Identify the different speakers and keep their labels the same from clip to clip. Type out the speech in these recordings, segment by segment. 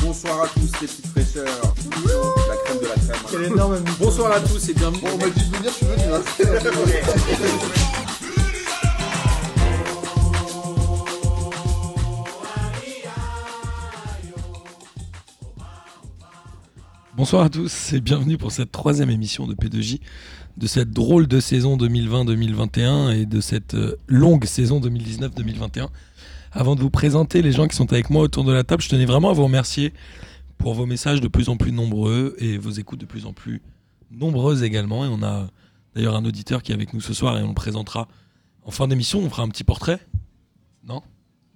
Speaker 1: bonsoir à tous les petites fraîcheurs. La crème de la crème. hein.
Speaker 2: Quel énorme ami.
Speaker 1: Bonsoir à tous et bienvenue.
Speaker 3: Bon, on m'a dit de venir, tu veux, tu vas.
Speaker 4: Bonsoir à tous et bienvenue pour cette troisième émission de P2J, de cette drôle de saison 2020-2021 et de cette euh, longue saison 2019-2021. Avant de vous présenter les gens qui sont avec moi autour de la table, je tenais vraiment à vous remercier pour vos messages de plus en plus nombreux et vos écoutes de plus en plus nombreuses également. Et on a d'ailleurs un auditeur qui est avec nous ce soir et on le présentera en fin d'émission. On fera un petit portrait. Non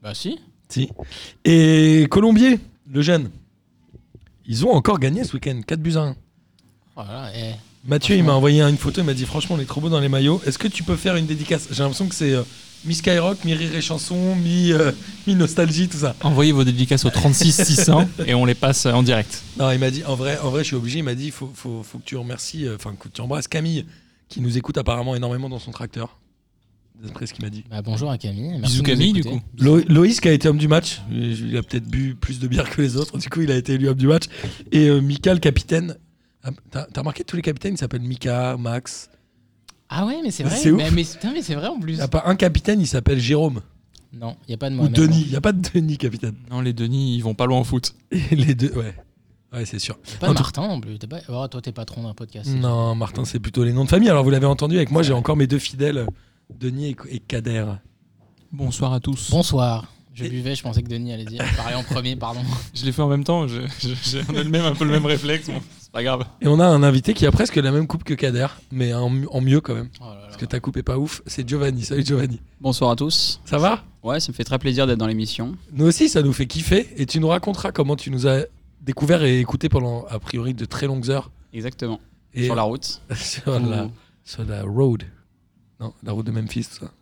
Speaker 5: Bah si.
Speaker 4: Si. Et Colombier, le jeune, ils ont encore gagné ce week-end, 4 buts à 1.
Speaker 5: Voilà, eh.
Speaker 4: Mathieu, il m'a envoyé une photo, il m'a dit franchement, on est trop beau dans les maillots. Est-ce que tu peux faire une dédicace J'ai l'impression que c'est euh, mi Skyrock, mi rire et chanson, mi, euh, mi nostalgie, tout ça.
Speaker 5: Envoyez vos dédicaces au 36 600 et on les passe euh, en direct.
Speaker 4: Non, il m'a dit en vrai, en vrai, je suis obligé. Il m'a dit faut, faut, faut que tu remercies, euh, enfin que tu embrasses Camille, qui nous écoute apparemment énormément dans son tracteur. D'après ce qu'il m'a dit.
Speaker 5: Bah, bonjour à Camille. merci
Speaker 4: Bisous
Speaker 5: de nous
Speaker 4: Camille, du
Speaker 5: écouter.
Speaker 4: coup. Lo- Loïs qui a été homme du match, il a peut-être bu plus de bière que les autres, du coup il a été élu homme du match. Et euh, Mika, le capitaine. Ah, T'as t'as remarqué tous les capitaines, ils s'appellent Mika, Max.
Speaker 5: Ah ouais, mais c'est vrai.
Speaker 4: C'est ouf.
Speaker 5: mais, mais- putain, mais c'est vrai en
Speaker 4: Il
Speaker 5: plus.
Speaker 4: n'y a pas un capitaine, il s'appelle Jérôme.
Speaker 5: Non, il y a pas de
Speaker 4: ou
Speaker 5: moi.
Speaker 4: Denis, il n'y a pas de Denis, capitaine.
Speaker 6: Non, les Denis, ils vont pas loin en foot.
Speaker 4: Et les deux, ouais. Ouais, c'est sûr.
Speaker 5: Pas
Speaker 4: En
Speaker 5: de
Speaker 4: tout-
Speaker 5: Martin non plus. t'es Pas... Oh, toi, t'es patron d'un podcast.
Speaker 4: Non, Martin, c'est plutôt les noms de famille. Alors vous l'avez entendu, avec moi j'ai encore mes deux fidèles, Denis et- et Kader.
Speaker 6: Bonsoir à tous.
Speaker 5: Bonsoir. Je
Speaker 4: Et-
Speaker 5: buvais, je pensais que Denis allait dire. Pareil en premier, pardon.
Speaker 6: Je l'ai fait en même temps. je- je- j'ai- on a le même, un peu le même réflexe. bon, c'est pas grave.
Speaker 4: Et on a un invité qui a presque la même coupe que Kader, mais en, en mieux quand même.
Speaker 5: Oh là là.
Speaker 4: Parce que ta coupe est pas ouf. C'est Giovanni. Salut Giovanni.
Speaker 7: Bonsoir à tous.
Speaker 4: Ça va
Speaker 7: Ouais, ça me fait très plaisir d'être dans l'émission.
Speaker 4: Nous aussi, ça nous fait kiffer. Et tu nous raconteras comment tu nous as découvert et écouté pendant, a priori, de très longues heures.
Speaker 7: Exactement.
Speaker 4: Et
Speaker 7: Sur la route.
Speaker 4: sur la- sur la road. Non, la route de Memphis, tout ça.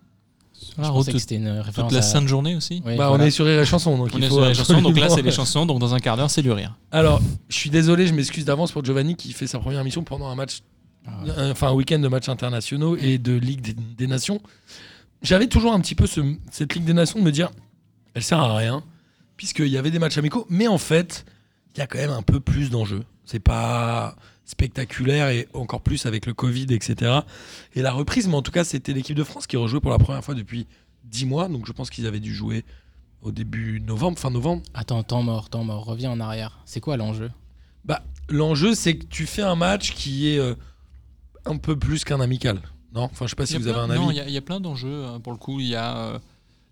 Speaker 6: Sur
Speaker 5: Je
Speaker 6: la route
Speaker 5: pensais que
Speaker 6: toute,
Speaker 5: c'était une euh, référence.
Speaker 6: la
Speaker 5: à-
Speaker 6: sainte journée aussi.
Speaker 5: Oui,
Speaker 4: bah,
Speaker 5: voilà.
Speaker 4: On est sur Rire et Chanson. Donc
Speaker 6: On
Speaker 4: il
Speaker 6: est
Speaker 4: faut
Speaker 6: sur les chansons, donc là c'est les
Speaker 4: absolument-
Speaker 6: chansons, donc dans un quart d'heure c'est du rire.
Speaker 4: Alors, je suis désolé, je m'excuse d'avance pour Giovanni qui fait sa première émission pendant un match, un- enfin un week-end de matchs internationaux et de Ligue des, des Nations. J'avais toujours un petit peu ce- cette Ligue des Nations de me dire, elle sert à rien, puisqu'il y avait des matchs amicaux, mais en fait, il y a quand même un peu plus d'enjeux. C'est pas spectaculaire et encore plus avec le Covid, etc. Et la reprise, mais en tout cas, c'était l'équipe de France qui rejouait pour la première fois depuis 10 mois, donc je pense qu'ils avaient dû jouer au début novembre, fin novembre.
Speaker 5: Attends, temps mort, temps mort. Reviens en arrière. C'est quoi l'enjeu
Speaker 4: L'enjeu, c'est que tu fais un match qui est euh, un peu plus qu'un amical. Non Enfin, je sais pas si
Speaker 6: Il y a
Speaker 4: vous avez un
Speaker 6: plein- non,
Speaker 4: avis.
Speaker 6: il y a- il y, a plein d'enjeux. hein, Pour le coup, il y, a, euh,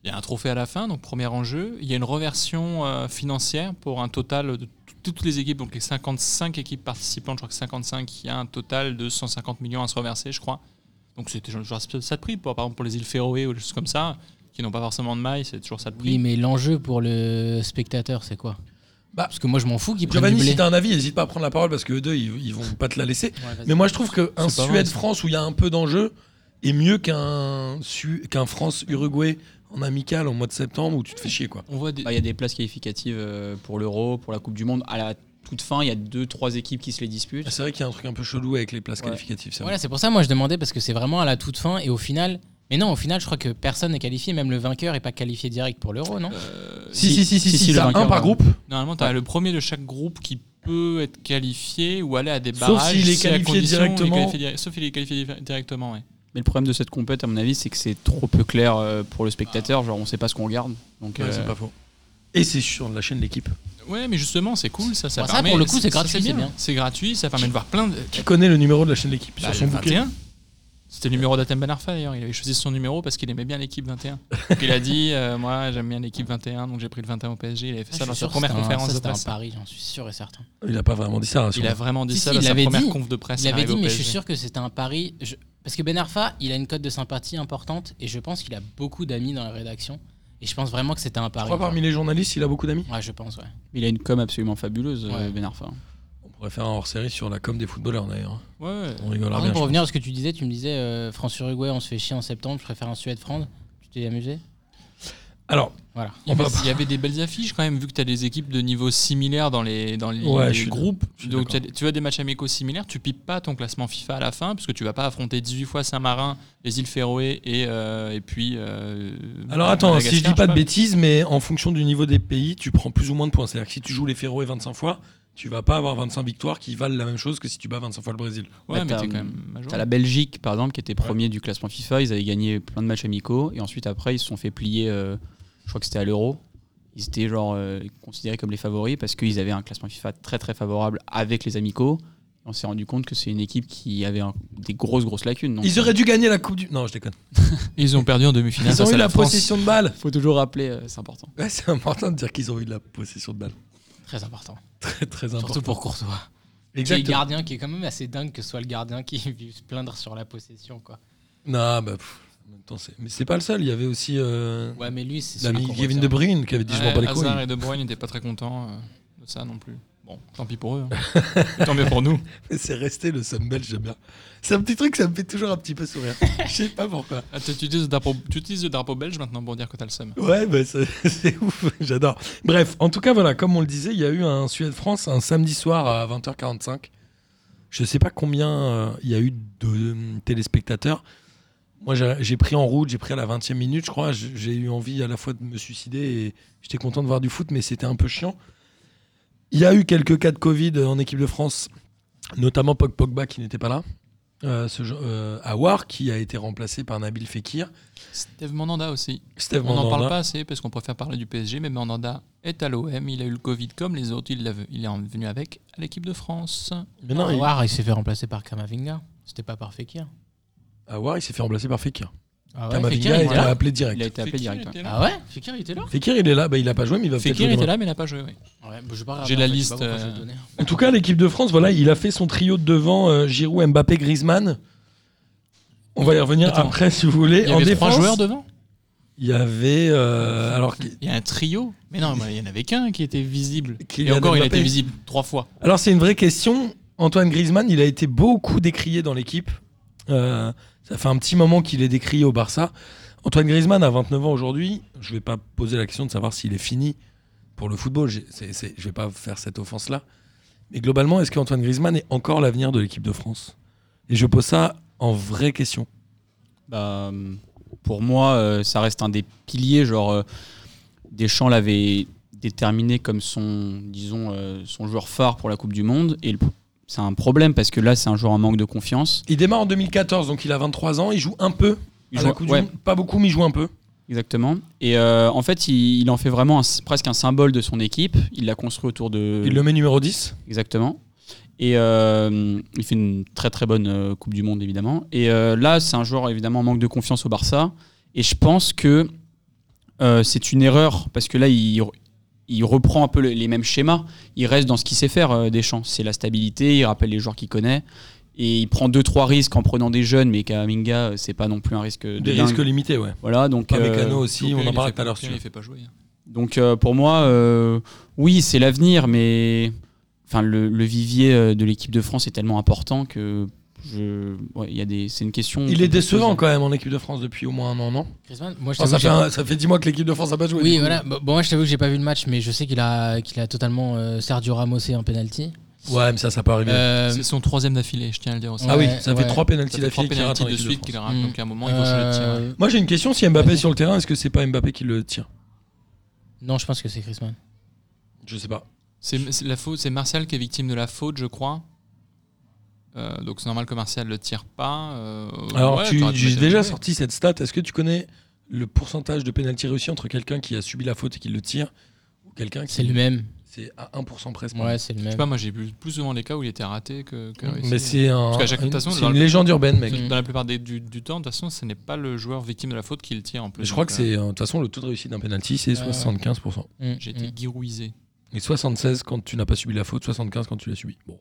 Speaker 6: il y a un trophée à la fin, donc premier enjeu. Il y a une reversion euh, financière pour un total de tout- toutes les équipes, donc les 55 équipes participantes, je crois que 55, il y a un total de 150 millions à se reverser, je crois. Donc c'est toujours toujours ça de prix, pour, par exemple pour les îles Féroé ou des choses comme ça, qui n'ont pas forcément de maille, c'est toujours ça de prix.
Speaker 5: Oui, mais l'enjeu pour le spectateur, c'est quoi
Speaker 4: Bah,
Speaker 5: Parce que moi, je m'en fous qu'ils prennent du
Speaker 4: Giovanni, si
Speaker 5: blé.
Speaker 4: t'as un avis, n'hésite pas à prendre la parole parce que eux deux, ils, ils vont pas te la laisser.
Speaker 5: Ouais, vas-y.
Speaker 4: Mais moi, je trouve qu'un
Speaker 6: C'est pas vrai, ça.
Speaker 4: Suède-France où il y a un peu d'enjeu est mieux qu'un Su- qu'un France-Uruguay en amical en mois de septembre où tu te fais chier, quoi.
Speaker 6: On voit des,
Speaker 7: Bah, Il y a des places qualificatives euh, pour l'Euro, pour la Coupe du Monde. À la toute fin, il y a deux, trois équipes qui se les disputent.
Speaker 4: Ah, C'est vrai qu'il y a un truc un peu chelou avec les places
Speaker 7: Ouais.
Speaker 4: qualificatives. c'est vrai.
Speaker 5: Voilà, c'est pour ça moi je demandais parce que c'est vraiment à la toute fin et au final. Mais non, au final, je crois que personne n'est qualifié, même le vainqueur n'est pas qualifié direct pour l'euro, non
Speaker 6: euh,
Speaker 4: Si, si, si, si, si,
Speaker 7: si, le
Speaker 4: t'as un
Speaker 7: vainqueur,
Speaker 4: par
Speaker 7: euh,
Speaker 4: groupe.
Speaker 6: Normalement, tu as le premier de chaque groupe qui peut être qualifié ou aller à des
Speaker 4: Sauf
Speaker 6: barrages.
Speaker 4: s'il est
Speaker 6: si la
Speaker 4: qualifié
Speaker 6: condition, il est
Speaker 4: directement.
Speaker 6: qualifié direct- sauf s'il est qualifié di- directement, ouais.
Speaker 7: Mais le problème de cette compète, à mon avis, c'est que c'est trop peu clair euh, pour le spectateur. Genre, on sait pas ce qu'on regarde. Donc,
Speaker 4: Ouais,
Speaker 7: euh,
Speaker 4: c'est pas faux. Et c'est sur la chaîne L'équipe.
Speaker 6: Ouais, mais justement, c'est cool, Bah, ça, ça
Speaker 5: Bon, ça,
Speaker 6: permet.
Speaker 5: pour le coup, c'est
Speaker 6: ça,
Speaker 5: gratuit, c'est bien.
Speaker 6: C'est gratuit, ça permet de voir plein de.
Speaker 4: Qui connaît le numéro de la chaîne L'équipe
Speaker 6: Bah,
Speaker 4: sur son
Speaker 6: le
Speaker 4: bouquet
Speaker 6: 21. C'était le numéro d'Atem Ben Arfa d'ailleurs. Il avait choisi son numéro parce qu'il aimait bien l'équipe 21. Donc il a dit euh, Moi, j'aime bien l'équipe 21, donc j'ai pris le 21 au PSG. Il avait fait
Speaker 5: Ah, je
Speaker 6: ça dans
Speaker 5: suis
Speaker 6: sa
Speaker 5: sûr
Speaker 6: première
Speaker 5: que c'était un-
Speaker 6: conférence
Speaker 5: ça,
Speaker 6: de
Speaker 5: c'était un
Speaker 6: presse. Ah,
Speaker 5: pari, j'en suis sûr et certain.
Speaker 4: Il a pas vraiment dit ça. hein,
Speaker 6: Il
Speaker 4: sûrement.
Speaker 6: a vraiment dit
Speaker 5: Si,
Speaker 6: ça
Speaker 5: si,
Speaker 6: dans
Speaker 5: il
Speaker 6: sa
Speaker 5: l'avait
Speaker 6: première
Speaker 5: dit.
Speaker 6: conf de presse.
Speaker 5: Il avait
Speaker 6: arrivé
Speaker 5: dit,
Speaker 6: au
Speaker 5: mais je suis
Speaker 6: PSG.
Speaker 5: sûr que c'était un pari. Je- Parce que Ben Arfa, il a une cote de sympathie importante et je pense qu'il a beaucoup d'amis dans la rédaction. Et je pense vraiment que c'était un
Speaker 4: Je
Speaker 5: pari.
Speaker 4: crois parmi les journalistes, il a beaucoup d'amis.
Speaker 5: Ouais, je pense, ouais.
Speaker 7: il a une com absolument fabuleuse, euh,
Speaker 5: Ouais.
Speaker 7: Ben Arfa.
Speaker 4: On pourrait faire un hors-série sur la com des footballeurs d'ailleurs. hein.
Speaker 6: Ouais, ouais.
Speaker 4: Ah, On rigolera
Speaker 5: Par
Speaker 4: bien.
Speaker 5: contre, pour revenir à ce que tu disais, tu me disais euh, France-Uruguay, on se fait chier en septembre, je préfère un Suède-France. Tu t'es amusé
Speaker 4: Alors,
Speaker 5: Voilà.
Speaker 6: Il y,
Speaker 4: On va
Speaker 6: avait, il y avait des belles affiches quand même, vu que tu as des équipes de niveau similaire dans les, dans les,
Speaker 4: Ouais,
Speaker 6: les
Speaker 4: je suis
Speaker 6: groupes.
Speaker 4: je suis
Speaker 6: Donc
Speaker 4: d'accord.
Speaker 6: t'as- tu as des matchs amicaux similaires, tu pipes pas ton classement FIFA à la fin, puisque tu vas pas affronter 18 fois Saint-Marin, les îles Féroé et, euh, et puis. euh,
Speaker 4: alors attends, si je
Speaker 6: Madagascar,
Speaker 4: dis pas de
Speaker 6: sais
Speaker 4: bêtises, mais en fonction du niveau des pays, tu prends plus ou moins de points. C'est-à-dire que si tu joues les Féroé 25 fois, tu vas pas avoir 25 victoires qui valent la même chose que si tu bats 25 fois le Brésil.
Speaker 6: Ouais,
Speaker 7: Bah,
Speaker 6: mais
Speaker 7: t'as-
Speaker 6: t'es quand même major.
Speaker 7: T'as la Belgique, par exemple, qui était premier du classement FIFA. Ils avaient gagné plein de matchs amicaux. Et ensuite, après, ils se sont fait plier, euh, je crois que c'était à l'Euro. Ils étaient genre euh, considérés comme les favoris parce qu'ils avaient un classement FIFA très très favorable avec les amicaux. On s'est rendu compte que c'est une équipe qui avait un- des grosses grosses lacunes. Donc,
Speaker 4: Ils auraient dû gagner la Coupe du. Non, je déconne.
Speaker 6: Ils ont perdu en demi-finale.
Speaker 4: Ils ont
Speaker 6: face
Speaker 4: eu
Speaker 6: à
Speaker 4: la
Speaker 6: France.
Speaker 4: possession de balle.
Speaker 7: faut toujours rappeler, euh, c'est important.
Speaker 4: Ouais, c'est important de dire qu'ils ont eu de la possession de balle.
Speaker 5: Très important.
Speaker 4: Très très important.
Speaker 5: Surtout pour Courtois. Qui est
Speaker 4: Exactement.
Speaker 5: gardien, qui est quand même assez dingue que ce soit le gardien qui vive se plaindre sur la possession. quoi.
Speaker 4: Non, bah, pff, en même temps, c'est- mais c'est pas le seul. Il y avait aussi euh,
Speaker 5: Ouais, mais lui, c'est celui
Speaker 4: l'ami
Speaker 5: qu'on
Speaker 4: Kevin
Speaker 5: retient.
Speaker 4: De Bruyne qui avait dit je m'en bats les
Speaker 6: Ouais,
Speaker 4: couilles.
Speaker 6: Hazard et De Bruyne n'étaient pas très contents euh, de ça non plus. Bon, tant pis pour eux. hein. Et tant mieux pour nous.
Speaker 4: Mais c'est resté le somme belge, j'aime bien. C'est un petit truc, ça me fait toujours un petit peu sourire. Je sais pas pourquoi.
Speaker 6: Ah, tu utilises le drapeau- tu utilises le drapeau belge maintenant pour dire que t'as le seum.
Speaker 4: Ouais, bah, c'est c'est ouf, j'adore. Bref, en tout cas, voilà, comme on le disait, il y a eu un Suède-France un samedi soir à 20h45. Je sais pas combien euh, il y a eu de euh, téléspectateurs. Moi, j'ai j'ai pris en route, j'ai pris à la 20e minute, je crois. J- J'ai eu envie à la fois de me suicider et j'étais content de voir du foot, mais c'était un peu chiant. Il y a eu quelques cas de Covid en équipe de France, notamment Pog Pogba qui n'était pas là. Euh, ce, jo- euh, Aouar qui a été remplacé par Nabil Fekir.
Speaker 6: Steve Mandanda aussi.
Speaker 4: Steve
Speaker 6: On n'en parle
Speaker 4: Mandanda.
Speaker 6: pas assez parce qu'on préfère parler du PSG, mais Mandanda est à l'OM, il a eu le Covid comme les autres, il, l'a- il est venu avec à l'équipe de France.
Speaker 4: Mais
Speaker 6: Ah,
Speaker 5: Non,
Speaker 4: il-
Speaker 5: Aouar, il s'est fait remplacer par Kamavinga. C'était pas par Fekir.
Speaker 4: Awar, Ah il s'est fait remplacer par Fekir.
Speaker 5: Ah
Speaker 4: Kamavinga, il
Speaker 5: était
Speaker 4: l'a
Speaker 5: là.
Speaker 4: appelé
Speaker 7: Il a
Speaker 4: direct.
Speaker 7: été appelé direct. ouais.
Speaker 6: hein.
Speaker 5: Ah ouais Fekir, il était là
Speaker 4: Fekir, il est là. Bah, il a pas joué, mais il va peut-être
Speaker 6: Fekir
Speaker 4: jouer
Speaker 6: était
Speaker 4: demain.
Speaker 6: là, mais il n'a pas joué. oui.
Speaker 5: Ouais, bah, j'ai pas regardé,
Speaker 6: J'ai la
Speaker 5: en fait, je
Speaker 6: liste,
Speaker 5: sais pas pourquoi je
Speaker 6: euh,
Speaker 5: l'ai donné.
Speaker 4: En tout cas, l'équipe de France, voilà, il a fait son trio de devant euh, Giroud, Mbappé, Griezmann. On va y revenir
Speaker 6: Attends.
Speaker 4: après, si vous voulez.
Speaker 6: Il y
Speaker 4: en
Speaker 6: avait trois
Speaker 4: défense,
Speaker 6: joueurs devant.
Speaker 4: Il y avait. euh, alors, qui-
Speaker 6: Il y a un trio. Mais non, mais il n'y en avait qu'un qui était visible.
Speaker 4: Kylian
Speaker 6: Et encore, il a
Speaker 4: Mbappé.
Speaker 6: été visible trois fois.
Speaker 4: alors c'est une vraie question. Antoine Griezmann, il a été beaucoup décrié dans l'équipe. Euh, ça fait un petit moment qu'il est décrié au Barça. Antoine Griezmann a 29 ans aujourd'hui. Je vais pas poser la question de savoir s'il est fini pour le football. J'ai- c'est- c'est- je vais pas faire cette offense-là. Mais globalement, est-ce qu'Antoine Griezmann est encore l'avenir de l'équipe de France Et je pose ça en vraie question.
Speaker 7: Bah, euh, pour moi, euh, ça reste un des piliers. Genre, euh, Deschamps l'avait déterminé comme son, disons, euh, son joueur phare pour la Coupe du Monde. Et le- c'est un problème parce que là, c'est un joueur en manque de confiance.
Speaker 4: Il démarre en 2014, donc il a 23 ans. Il joue un peu.
Speaker 7: Il
Speaker 4: à
Speaker 7: joue-
Speaker 4: la Coupe du
Speaker 7: ouais.
Speaker 4: Monde. Pas beaucoup, mais il joue un peu.
Speaker 7: Exactement. Et euh, en fait, il, il en fait vraiment un- presque un symbole de son équipe. Il l'a construit autour de.
Speaker 4: Il le met numéro 10.
Speaker 7: Exactement. Et euh, il fait une très très bonne euh, Coupe du Monde évidemment. Et euh, là, c'est un joueur évidemment en manque de confiance au Barça. Et je pense que euh, c'est une erreur parce que là, il, il reprend un peu le- les mêmes schémas. Il reste dans ce qu'il sait faire euh, Deschamps. C'est la stabilité. Il rappelle les joueurs qu'il connaît. Et il prend deux trois risques en prenant des jeunes, mais Kaminga, euh, c'est pas non plus un risque de
Speaker 4: Des
Speaker 7: dingue.
Speaker 4: risques limités, ouais.
Speaker 7: Voilà, donc
Speaker 4: Pas
Speaker 7: euh,
Speaker 4: Mécano aussi,
Speaker 6: Loupé,
Speaker 4: on en
Speaker 6: il
Speaker 4: parlait
Speaker 6: fait-
Speaker 4: tout à l'heure.
Speaker 6: Loupé,
Speaker 4: celui-là.
Speaker 6: Il fait pas jouer. hein.
Speaker 7: Donc euh, pour moi, euh, oui, c'est l'avenir, mais enfin le, le vivier euh, de l'équipe de France est tellement important que je, ouais, il y a des, c'est une question.
Speaker 4: Il est décevant
Speaker 7: Quoi.
Speaker 4: quand même en équipe de France depuis au moins un an, non
Speaker 5: Griezmann, moi je t'avoue,
Speaker 4: Enfin, Oh, ça, fait
Speaker 5: j'ai-
Speaker 4: un- ça fait 10 mois que l'équipe de France n'a pas joué. du
Speaker 5: Oui,
Speaker 4: coup.
Speaker 5: voilà. Bon, bon, moi je t'avoue que j'ai pas vu le match, mais je sais qu'il a, qu'il a totalement euh, Sergio Ramosé un penalty.
Speaker 4: Ouais, mais ça, ça peut arriver.
Speaker 5: Euh,
Speaker 6: C'est son troisième d'affilée, je tiens à le dire aussi.
Speaker 4: ah oui,
Speaker 5: ouais,
Speaker 4: ça
Speaker 5: ouais.
Speaker 4: fait 3 pénalties
Speaker 6: Ça fait trois
Speaker 4: d'affilée qu'il rate
Speaker 6: pénaltys
Speaker 4: en
Speaker 6: de
Speaker 4: équipe de
Speaker 6: suite
Speaker 4: France.
Speaker 6: qu'il rate.
Speaker 5: Mm.
Speaker 6: Donc à un moment, il faut changer de tir.
Speaker 5: euh,
Speaker 4: Moi, j'ai une question. Si Mbappé est
Speaker 5: Vas-y.
Speaker 4: sur le terrain, est-ce que c'est pas Mbappé qui le tire
Speaker 5: Non, je pense que c'est Griezmann.
Speaker 4: Je sais pas.
Speaker 6: C'est c'est la faute, c'est Martial qui est victime de la faute, je crois. Euh, donc c'est normal que Martial le tire pas. euh,
Speaker 4: Alors,
Speaker 6: ouais,
Speaker 4: tu-
Speaker 6: t'aurais pu
Speaker 4: j'ai
Speaker 6: laisser
Speaker 4: déjà
Speaker 6: jouer.
Speaker 4: sorti cette stat. Est-ce que tu connais le pourcentage de pénalty réussi entre quelqu'un qui a subi la faute et qui le tire ou quelqu'un qui.
Speaker 5: C'est le même.
Speaker 4: C'est à 1% presque.
Speaker 5: Ouais, c'est le
Speaker 6: Je sais
Speaker 5: même.
Speaker 6: pas, moi j'ai vu plus souvent les cas où il était raté que. que réussi.
Speaker 4: Mais c'est un-
Speaker 6: Parce qu'à chaque- de toute
Speaker 4: une,
Speaker 6: façon,
Speaker 4: c'est
Speaker 6: dans
Speaker 4: une
Speaker 6: le-
Speaker 4: légende urbaine, mec.
Speaker 5: Mm.
Speaker 6: Dans la plupart des- du, du temps, de toute façon, ce n'est pas le joueur victime de la faute qui le tire en plus.
Speaker 4: Je crois
Speaker 6: Donc,
Speaker 4: que
Speaker 6: euh,
Speaker 4: c'est. euh, De toute façon, le taux de réussite d'un penalty, c'est
Speaker 5: Ouais, ouais.
Speaker 4: 75%.
Speaker 5: Mm,
Speaker 6: J'ai été
Speaker 5: mm.
Speaker 6: guirouisé.
Speaker 4: Et 76 quand tu n'as pas subi la faute, 75 quand tu l'as subi. Bon.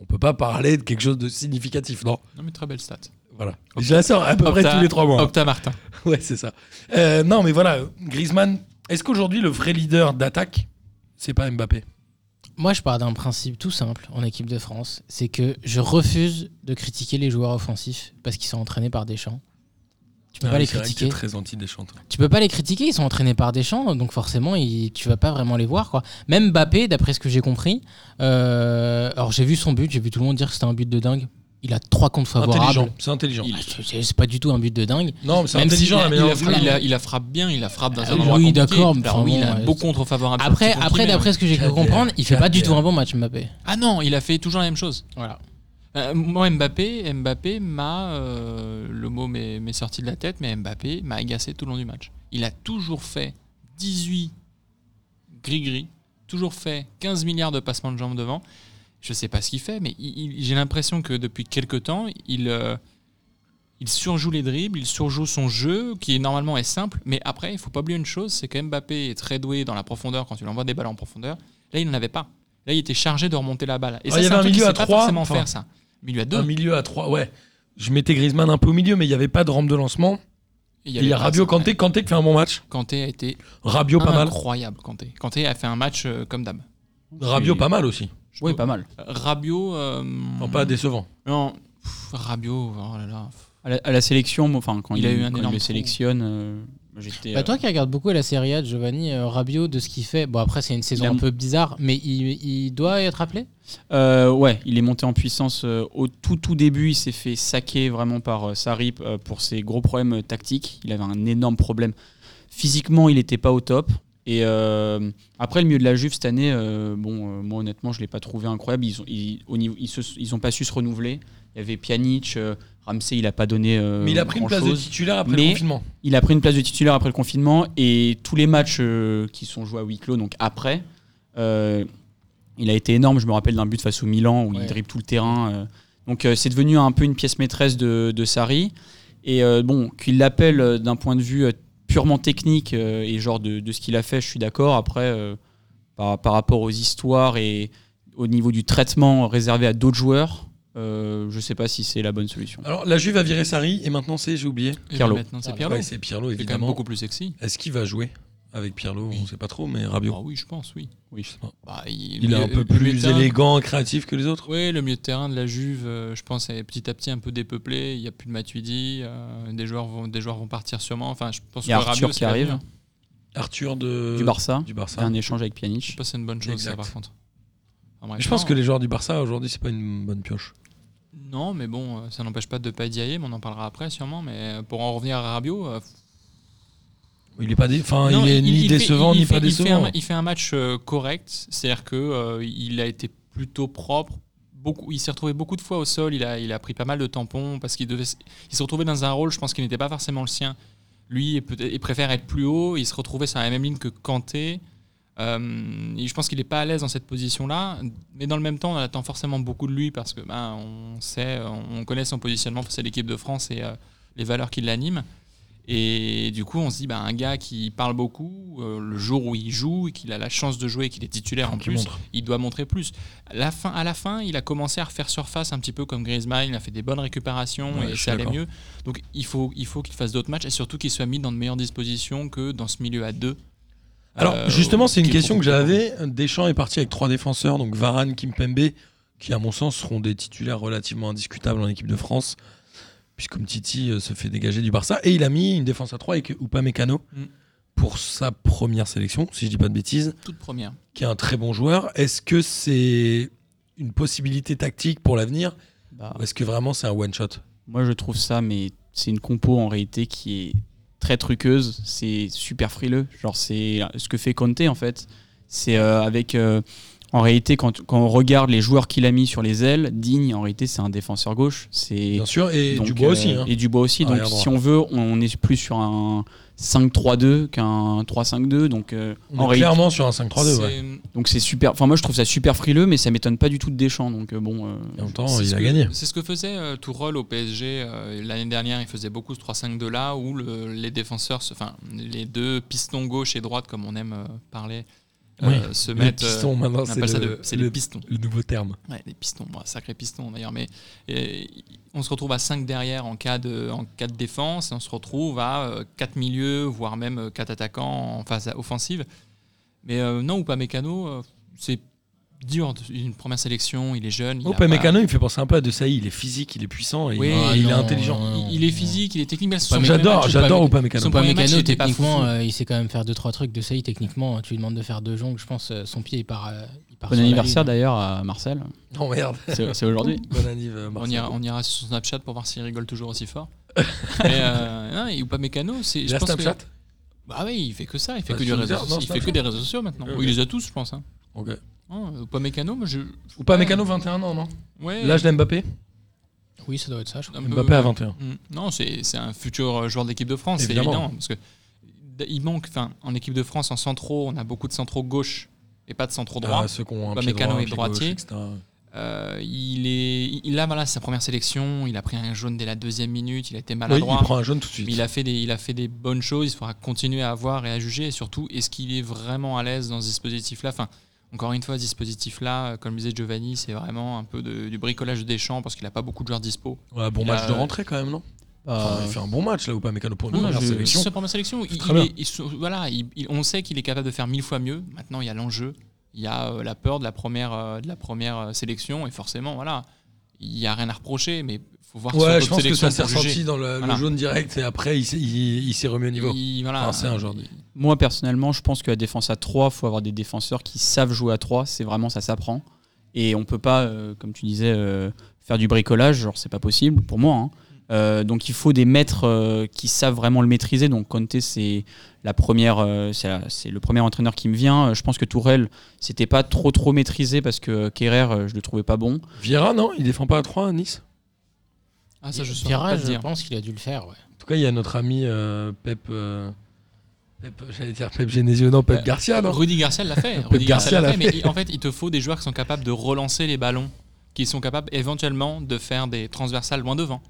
Speaker 4: On peut pas parler de quelque chose de significatif, non
Speaker 6: Non, mais très belle stat.
Speaker 4: Voilà. Je la sors à peu près
Speaker 6: Opta-
Speaker 4: tous les trois mois.
Speaker 6: Opta Martin.
Speaker 4: Ouais, c'est ça. Euh, non, mais voilà, Griezmann, est-ce qu'aujourd'hui le vrai leader d'attaque, c'est pas Mbappé
Speaker 5: Moi, je pars d'un principe tout simple en équipe de France, c'est que je refuse de critiquer les joueurs offensifs parce qu'ils sont entraînés par Deschamps. Tu peux pas les
Speaker 4: Ah c'est vrai que
Speaker 5: critiquer.
Speaker 4: t'es très anti des chanteurs.
Speaker 5: Tu peux pas les critiquer, ils sont entraînés par Deschamps, donc forcément, ils, tu vas pas vraiment les voir. Quoi. Même Mbappé, d'après ce que j'ai compris, euh, alors j'ai vu son but, j'ai vu tout le monde dire que c'était un but de dingue. Il a trois comptes
Speaker 4: Intelligent,
Speaker 5: favorables.
Speaker 4: c'est intelligent.
Speaker 5: Ah, c'est- C'est pas du tout un but de dingue.
Speaker 4: Non, mais c'est
Speaker 5: Même s'il
Speaker 4: intelligent la Ah
Speaker 5: a-
Speaker 6: Il,
Speaker 4: manière
Speaker 6: la
Speaker 4: de
Speaker 6: frappe,
Speaker 4: faire.
Speaker 6: il, la- il la frappe bien, il la frappe dans un
Speaker 5: Oui,
Speaker 6: endroit compliqué.
Speaker 5: d'accord, mais
Speaker 6: Alors oui, il a
Speaker 5: enfin, bon,
Speaker 6: beau
Speaker 5: ouais.
Speaker 6: contre favorable.
Speaker 5: Après,
Speaker 6: petit
Speaker 5: après
Speaker 6: compliqué,
Speaker 5: d'après ce que j'ai cru
Speaker 4: Kader,
Speaker 5: comprendre, il fait pas du
Speaker 4: Kader.
Speaker 5: tout un bon match Mbappé.
Speaker 6: mais- Ah non, il a fait toujours la même chose.
Speaker 5: Voilà.
Speaker 6: Euh, moi, Mbappé, Mbappé m'a. euh, le mot m'est m'est sorti de la tête, mais Mbappé m'a agacé tout le long du match. Il a toujours fait 18 gris-gris, toujours fait 15 milliards de passements de jambes devant. Je sais pas ce qu'il fait, mais il- il- j'ai l'impression que depuis quelque temps, il, euh, il surjoue les dribbles, il surjoue son jeu, qui normalement est simple. Mais après, il faut pas oublier une chose c'est que Mbappé est très doué dans la profondeur quand il envoie des balles en profondeur. Là, il n'en avait pas. Là, il était chargé de remonter la balle. Et
Speaker 4: Ah, il
Speaker 6: ça,
Speaker 4: y
Speaker 6: c'est
Speaker 4: avait un
Speaker 6: un truc qu'il
Speaker 4: milieu à
Speaker 6: sait pas
Speaker 4: trois,
Speaker 6: forcément
Speaker 4: enfin,
Speaker 6: faire ça. Milieu à deux.
Speaker 4: Un milieu à 3, ouais. Je mettais Griezmann un peu au milieu, mais il n'y avait pas de rampe de lancement. Et Il y a Rabio
Speaker 6: Kanté.
Speaker 4: Kanté, Kanté qui fait un bon match.
Speaker 6: Kanté a été
Speaker 4: Rabio
Speaker 5: Ah,
Speaker 4: pas mal.
Speaker 6: incroyable. Kanté. Kanté a fait un match euh, comme d'hab.
Speaker 4: Rabio
Speaker 7: Et-
Speaker 4: pas mal aussi.
Speaker 7: Oui, pas mal.
Speaker 6: Rabio. euh,
Speaker 4: Enfin, pas décevant.
Speaker 6: Non, pff, Rabio. Oh là là.
Speaker 7: À la, à la sélection, moi, enfin, quand
Speaker 6: Il
Speaker 7: il,
Speaker 6: a eu un
Speaker 7: quand il
Speaker 6: énorme
Speaker 7: me
Speaker 6: trou.
Speaker 7: sélectionne, euh, j'étais.
Speaker 5: Bah,
Speaker 7: euh,
Speaker 5: toi qui regardes beaucoup la Serie A, Giovanni euh, Rabiot, de ce qu'il fait, bon après c'est une saison
Speaker 7: Il a-
Speaker 5: un peu bizarre, mais il, il doit être rappelé.
Speaker 7: Euh, ouais, il est monté en puissance euh, au tout tout début. Il s'est fait saquer vraiment par euh, Sarip euh, pour ses gros problèmes euh, tactiques. Il avait un énorme problème. Physiquement, il n'était pas au top. Et euh, après, le milieu de la Juve cette année, euh, bon, euh, moi honnêtement, je l'ai pas trouvé incroyable. Ils ont, ils, au niveau, ils, se- ils ont pas su se renouveler. Il y avait Pjanic, euh, Ramsey, il a pas donné. euh,
Speaker 4: Mais il a pris une place de
Speaker 7: grand-chose.
Speaker 4: titulaire après le
Speaker 7: Mais-
Speaker 4: confinement.
Speaker 7: Il a pris une place de titulaire après le confinement et tous les matchs euh, qui sont joués à huis clos, donc après, euh, il a été énorme. Je me rappelle d'un but face au Milan où
Speaker 5: Ouais.
Speaker 7: il dribble tout le terrain. euh. donc euh, c'est devenu un peu une pièce maîtresse de, de Sarri. Et euh, bon, qu'il l'appelle euh, d'un point de vue euh, purement technique euh, et genre de, de ce qu'il a fait, je suis d'accord. Après, euh, par, par rapport aux histoires et au niveau du traitement réservé à d'autres joueurs, euh, je sais pas si c'est la bonne solution.
Speaker 4: Alors la Juve a viré Sarri et maintenant c'est, j'ai oublié.
Speaker 6: Et
Speaker 7: Pirlo.
Speaker 6: puis Maintenant, c'est
Speaker 5: Ah,
Speaker 6: Pirlo.
Speaker 4: Ouais, c'est Pirlo
Speaker 6: c'est quand même
Speaker 4: évidemment.
Speaker 6: beaucoup plus sexy.
Speaker 4: Est-ce qu'il va jouer avec Pirlo On
Speaker 6: Oui.
Speaker 4: ne sait pas trop, mais Rabio.
Speaker 6: Ah oui, je pense, oui.
Speaker 7: Oui.
Speaker 6: Bah, il,
Speaker 4: Il est un
Speaker 6: le-
Speaker 4: peu
Speaker 6: le milieu de
Speaker 4: plus
Speaker 6: terrain-
Speaker 4: élégant, créatif que les autres.
Speaker 6: Oui, le milieu de terrain de la Juve, euh, je pense, est petit à petit un peu dépeuplé. Il n'y a plus de Matuidi. euh, des, joueurs vont, des joueurs vont partir sûrement. Enfin, je pense
Speaker 7: Il y a
Speaker 6: que
Speaker 7: Arthur
Speaker 6: Rabiot,
Speaker 7: qui
Speaker 6: c'est hein. l'avenir.
Speaker 7: arrive.
Speaker 4: Arthur de
Speaker 7: du Barça,
Speaker 4: Du Barça.
Speaker 7: un échange avec Pjanic.
Speaker 6: Je pense que c'est une bonne chose, ça,
Speaker 4: Exact.
Speaker 6: par contre. Enfin, bref,
Speaker 4: Je pense
Speaker 6: non.
Speaker 4: que les joueurs du Barça aujourd'hui c'est pas une bonne pioche.
Speaker 6: Non, mais bon, euh, ça n'empêche pas de pas y aller, mais on en parlera après sûrement. Mais euh, pour en revenir à Rabiot, euh,
Speaker 4: Il est pas dé- enfin, il,
Speaker 6: non,
Speaker 4: est ni
Speaker 6: il fait-
Speaker 4: décevant
Speaker 6: il
Speaker 4: ni
Speaker 6: fait-
Speaker 4: pas
Speaker 6: il fait
Speaker 4: décevant.
Speaker 6: un- Il fait un match euh, correct, c'est-à-dire que euh, il a été plutôt propre. Beaucoup, il s'est retrouvé beaucoup de fois au sol. Il a, il a pris pas mal de tampons parce qu'il devait, s- il se retrouvait dans un rôle. Je pense qu'il n'était pas forcément le sien. Lui, il, peut- il préfère être plus haut. Il se retrouvait sur la même ligne que Kanté. Euh, et je pense qu'il n'est pas à l'aise dans cette position-là, mais dans le même temps, on attend forcément beaucoup de lui parce que ben, on sait, on connaît son positionnement face à l'équipe de France et euh, les valeurs qui l'animent. Et du coup, on se dit, ben, un gars qui parle beaucoup, euh, le jour où il joue et qu'il a la chance de jouer et qu'il est titulaire en
Speaker 4: Qui
Speaker 6: plus,
Speaker 4: montre.
Speaker 6: il doit montrer plus. À la, fin, à la fin, il a commencé à refaire surface un petit peu comme Griezmann, il a fait des bonnes récupérations
Speaker 4: Ouais, je
Speaker 6: et
Speaker 4: suis
Speaker 6: ça allait
Speaker 4: d'accord.
Speaker 6: mieux. Donc il faut, il faut qu'il fasse d'autres matchs et surtout qu'il soit mis dans de meilleures dispositions que dans ce milieu à deux.
Speaker 4: Alors
Speaker 6: Euh,
Speaker 4: justement, c'est une
Speaker 6: qu'il
Speaker 4: question que
Speaker 6: faut-
Speaker 4: j'avais. Deschamps est parti avec trois défenseurs, donc Varane, Kimpembe, qui à mon sens seront des titulaires relativement indiscutables en équipe de France, puisque Titi se fait dégager du Barça, et il a mis une défense à trois avec Upamecano
Speaker 6: Mm.
Speaker 4: pour sa première sélection, si je dis pas de bêtises,
Speaker 6: Toute première.
Speaker 4: qui est un très bon joueur. Est-ce que c'est une possibilité tactique pour l'avenir,
Speaker 7: Bah,
Speaker 4: ou est-ce que vraiment c'est un one shot
Speaker 7: Moi, je trouve ça, mais c'est une compo en réalité qui est très truqueuse. C'est super frileux. Genre, c'est ce que fait Conte en fait. C'est euh, avec. euh, en réalité, quand, quand on regarde les joueurs qu'il a mis sur les ailes, Digne, en réalité, c'est un défenseur gauche. C'est
Speaker 4: Bien sûr, et
Speaker 7: donc,
Speaker 4: Dubois
Speaker 7: euh,
Speaker 4: aussi. hein.
Speaker 7: Et Dubois aussi. Donc,
Speaker 4: Arrière droit.
Speaker 7: si on veut, on est plus sur un 5-3-2 qu'un 3-5-2. Donc, euh,
Speaker 4: On
Speaker 7: en
Speaker 4: est
Speaker 7: réalité,
Speaker 4: clairement sur un 5-3-2. ouais.
Speaker 6: C'est-
Speaker 7: donc c'est super. Enfin, moi, je trouve ça super frileux, mais ça m'étonne pas du tout de Deschamps. Donc, euh, bon. euh,
Speaker 4: Et En même temps,
Speaker 6: c'est
Speaker 4: il
Speaker 6: ce
Speaker 4: a
Speaker 6: que-
Speaker 4: gagné.
Speaker 6: C'est ce que faisait euh, Tourelle au PSG euh, l'année dernière. Il faisait beaucoup ce 3-5-2 là où le- les défenseurs, se- enfin les deux pistons gauche et droite, comme on aime euh, parler, euh,
Speaker 4: Oui,
Speaker 6: se
Speaker 4: Les
Speaker 6: mettent. euh,
Speaker 4: pistons, maintenant,
Speaker 6: on appelle ça de-
Speaker 4: c'est
Speaker 6: c'est
Speaker 4: le-
Speaker 6: les
Speaker 4: le
Speaker 6: pistons.
Speaker 4: le nouveau terme.
Speaker 6: Ouais, les pistons, ouais, sacré piston d'ailleurs. Mais et, on se retrouve à 5 derrière en cas, de, en cas de défense. Et on se retrouve à 4 milieux, voire même euh, 4 attaquants en phase offensive. Mais euh, non, ou pas mécano, euh, c'est dur de- une première sélection, il est jeune. il a
Speaker 4: Oh,
Speaker 6: pas-
Speaker 4: Mécano, il me fait penser un peu à De Sailly. Il est physique, il est puissant et
Speaker 6: Oui,
Speaker 4: il-
Speaker 6: ah
Speaker 4: il est
Speaker 5: non,
Speaker 4: intelligent.
Speaker 5: non, non,
Speaker 6: Il, il est
Speaker 5: non.
Speaker 6: physique, il est technique. mais
Speaker 5: Pas
Speaker 6: son premier
Speaker 4: J'adore,
Speaker 6: match,
Speaker 5: Upamecano.
Speaker 4: j'adore ou pas Mécano.
Speaker 6: Son
Speaker 5: Pas
Speaker 6: premier match,
Speaker 5: mécano,
Speaker 6: il était pas
Speaker 5: techniquement,
Speaker 6: fou.
Speaker 5: euh, il sait quand même faire deux trois trucs. De Saï, techniquement, tu lui demandes de faire deux jongles, je pense, euh, son pied il part. euh, il part
Speaker 7: Bon
Speaker 5: sur la
Speaker 7: anniversaire
Speaker 5: lune.
Speaker 7: d'ailleurs à Marcel.
Speaker 4: Non, merde.
Speaker 7: C'est c'est aujourd'hui.
Speaker 4: Bon anniv, euh,
Speaker 6: On
Speaker 4: Marcel.
Speaker 6: ira, on ira sur son Snapchat pour voir s'il rigole toujours aussi fort. Mais euh, non, et ou pas mécano, c'est.
Speaker 4: Il
Speaker 6: je
Speaker 4: a
Speaker 6: pense que-
Speaker 4: Snapchat
Speaker 6: Bah oui, il fait que ça, il fait
Speaker 4: Bah,
Speaker 6: que du
Speaker 4: sur
Speaker 6: réseau.
Speaker 4: Twitter, non,
Speaker 6: il fait
Speaker 4: Snapchat.
Speaker 6: que des réseaux sociaux maintenant.
Speaker 4: Ouais,
Speaker 6: Oui, Il les a tous, je pense. Hein.
Speaker 4: Ok.
Speaker 6: Hein, ou pas mécano, moi je.
Speaker 4: Ou pas Mécano, 21 ans, non
Speaker 6: Ouais.
Speaker 4: L'âge d'Mbappé
Speaker 5: Oui, ça doit être ça, je crois.
Speaker 6: un peu-
Speaker 4: Mbappé à 21.
Speaker 6: Mm. Non, c'est c'est un futur euh, joueur de l'équipe de France, c'est
Speaker 4: Évidemment.
Speaker 6: évident. Parce que d- il manque, enfin, en équipe de France, en centraux, on a beaucoup de centraux gauche et pas de centraux droit.
Speaker 4: Ah, ceux qui ont un
Speaker 6: Bah,
Speaker 4: pied
Speaker 6: Mécano
Speaker 4: droit, un
Speaker 6: est
Speaker 4: pied
Speaker 6: droitier.
Speaker 4: gauche, etc.
Speaker 6: Euh, il est, il- il a voilà, sa première sélection, il a pris un jaune dès la deuxième minute, il a été
Speaker 4: Oui, il
Speaker 6: maladroit.
Speaker 4: prend un jaune tout de suite.
Speaker 6: Mais il a fait des, il a fait des bonnes choses. Il faudra continuer à voir et à juger. Et surtout, est-ce qu'il est vraiment à l'aise dans ce dispositif-là Enfin, encore une fois, ce dispositif-là, euh, comme disait Giovanni, c'est vraiment un peu de- du bricolage de Deschamps parce qu'il n'a pas beaucoup de joueurs dispo.
Speaker 4: Ouais, bon
Speaker 6: il
Speaker 4: match
Speaker 6: a-
Speaker 4: de rentrée quand même, non Enfin, Il fait un bon match là ou pas Mécano pour une
Speaker 7: Non,
Speaker 4: première
Speaker 7: je-
Speaker 4: sélection.
Speaker 6: Sa première sélection, il,
Speaker 4: Très
Speaker 6: il
Speaker 4: bien.
Speaker 6: est- il se- voilà, il- il- on sait qu'il est capable de faire mille fois mieux. Maintenant, il y a l'enjeu, il y a euh, la peur de la première, euh, de la première euh, sélection, et forcément, voilà, il n'y a rien à reprocher, mais faut voir sur
Speaker 4: Ouais, je pense
Speaker 6: d'autres
Speaker 4: que ça s'est
Speaker 6: sélections pour juger.
Speaker 4: ressenti dans le, le
Speaker 6: Voilà.
Speaker 4: jaune direct et après il s'est, il, il s'est remis au niveau.
Speaker 6: Il- voilà,
Speaker 4: Enfin, c'est un joueur de-
Speaker 7: Moi personnellement, je pense que la défense à 3, faut avoir des défenseurs qui savent jouer à 3, c'est vraiment ça s'apprend. Et on peut pas, euh, comme tu disais, euh, faire du bricolage, genre c'est pas possible pour moi. hein. Euh, donc il faut des maîtres euh, qui savent vraiment le maîtriser. Donc Conte, c'est la première, euh, c'est la- c'est le premier entraîneur qui me vient. Euh, Je pense que Tourelle, c'était pas trop trop maîtrisé parce que Kerrer, euh, je le trouvais pas bon.
Speaker 4: Vieira, non Il défend pas à 3 à Nice
Speaker 6: Ah, ça, je saurais
Speaker 5: Vieira,
Speaker 6: pas te
Speaker 5: je
Speaker 6: dire.
Speaker 5: pense qu'il a dû le faire. ouais.
Speaker 4: En tout cas, il y a notre ami euh, Pep. euh, Pep j'allais dire Pep Genesio, non, Pep
Speaker 6: Euh,
Speaker 4: Garcia, non
Speaker 6: Rudy Garcia l'a fait. hein. Rudy
Speaker 4: Garcia
Speaker 6: Garcia l'a
Speaker 4: l'a
Speaker 6: fait, mais il- en fait, il te faut des joueurs qui sont capables de relancer les ballons, qui sont capables éventuellement de faire des transversales loin devant.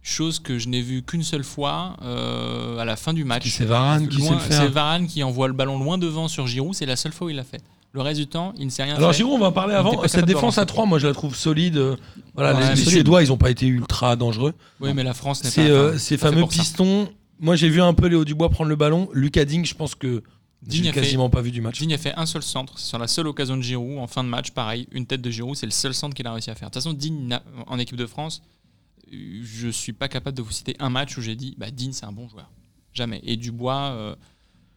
Speaker 6: Chose que je n'ai vue qu'une seule fois euh, à la fin du
Speaker 4: Qui
Speaker 6: match.
Speaker 4: c'est Varane qui sait le
Speaker 6: Loin- C'est
Speaker 4: faire.
Speaker 6: Varane qui envoie le ballon loin devant sur Giroud, c'est la seule fois où il l'a fait. Le reste du temps, il ne sait rien
Speaker 4: Alors
Speaker 6: fait.
Speaker 4: Giroud, on va en parler
Speaker 6: Il était
Speaker 4: avant.
Speaker 6: pas
Speaker 4: Cette
Speaker 6: capable de
Speaker 4: défense à 3, moi je la trouve solide. euh, Voilà,
Speaker 6: Ouais,
Speaker 4: les-
Speaker 6: mais
Speaker 4: les
Speaker 6: solide.
Speaker 4: Suédois, ils ont pas été ultra dangereux.
Speaker 6: Oui, mais la France n'est pas.
Speaker 4: C'est euh,
Speaker 6: enfin,
Speaker 4: ces
Speaker 6: pas fait
Speaker 4: fameux
Speaker 6: pour ça.
Speaker 4: pistons. Moi, j'ai vu un peu Léo Dubois prendre le ballon. Lucas Ding, je pense que
Speaker 6: Digne
Speaker 4: j'ai
Speaker 6: a fait-
Speaker 4: quasiment pas vu du match.
Speaker 6: Digne a fait un seul centre, c'est sur la seule occasion de Giroud en fin de match, pareil, une tête de Giroud, c'est le seul centre qu'il a réussi à faire. De toute façon, Digne n'a- en équipe de France, euh, je suis pas capable de vous citer un match où j'ai dit bah Digne c'est un bon joueur. Jamais. Et Dubois, euh,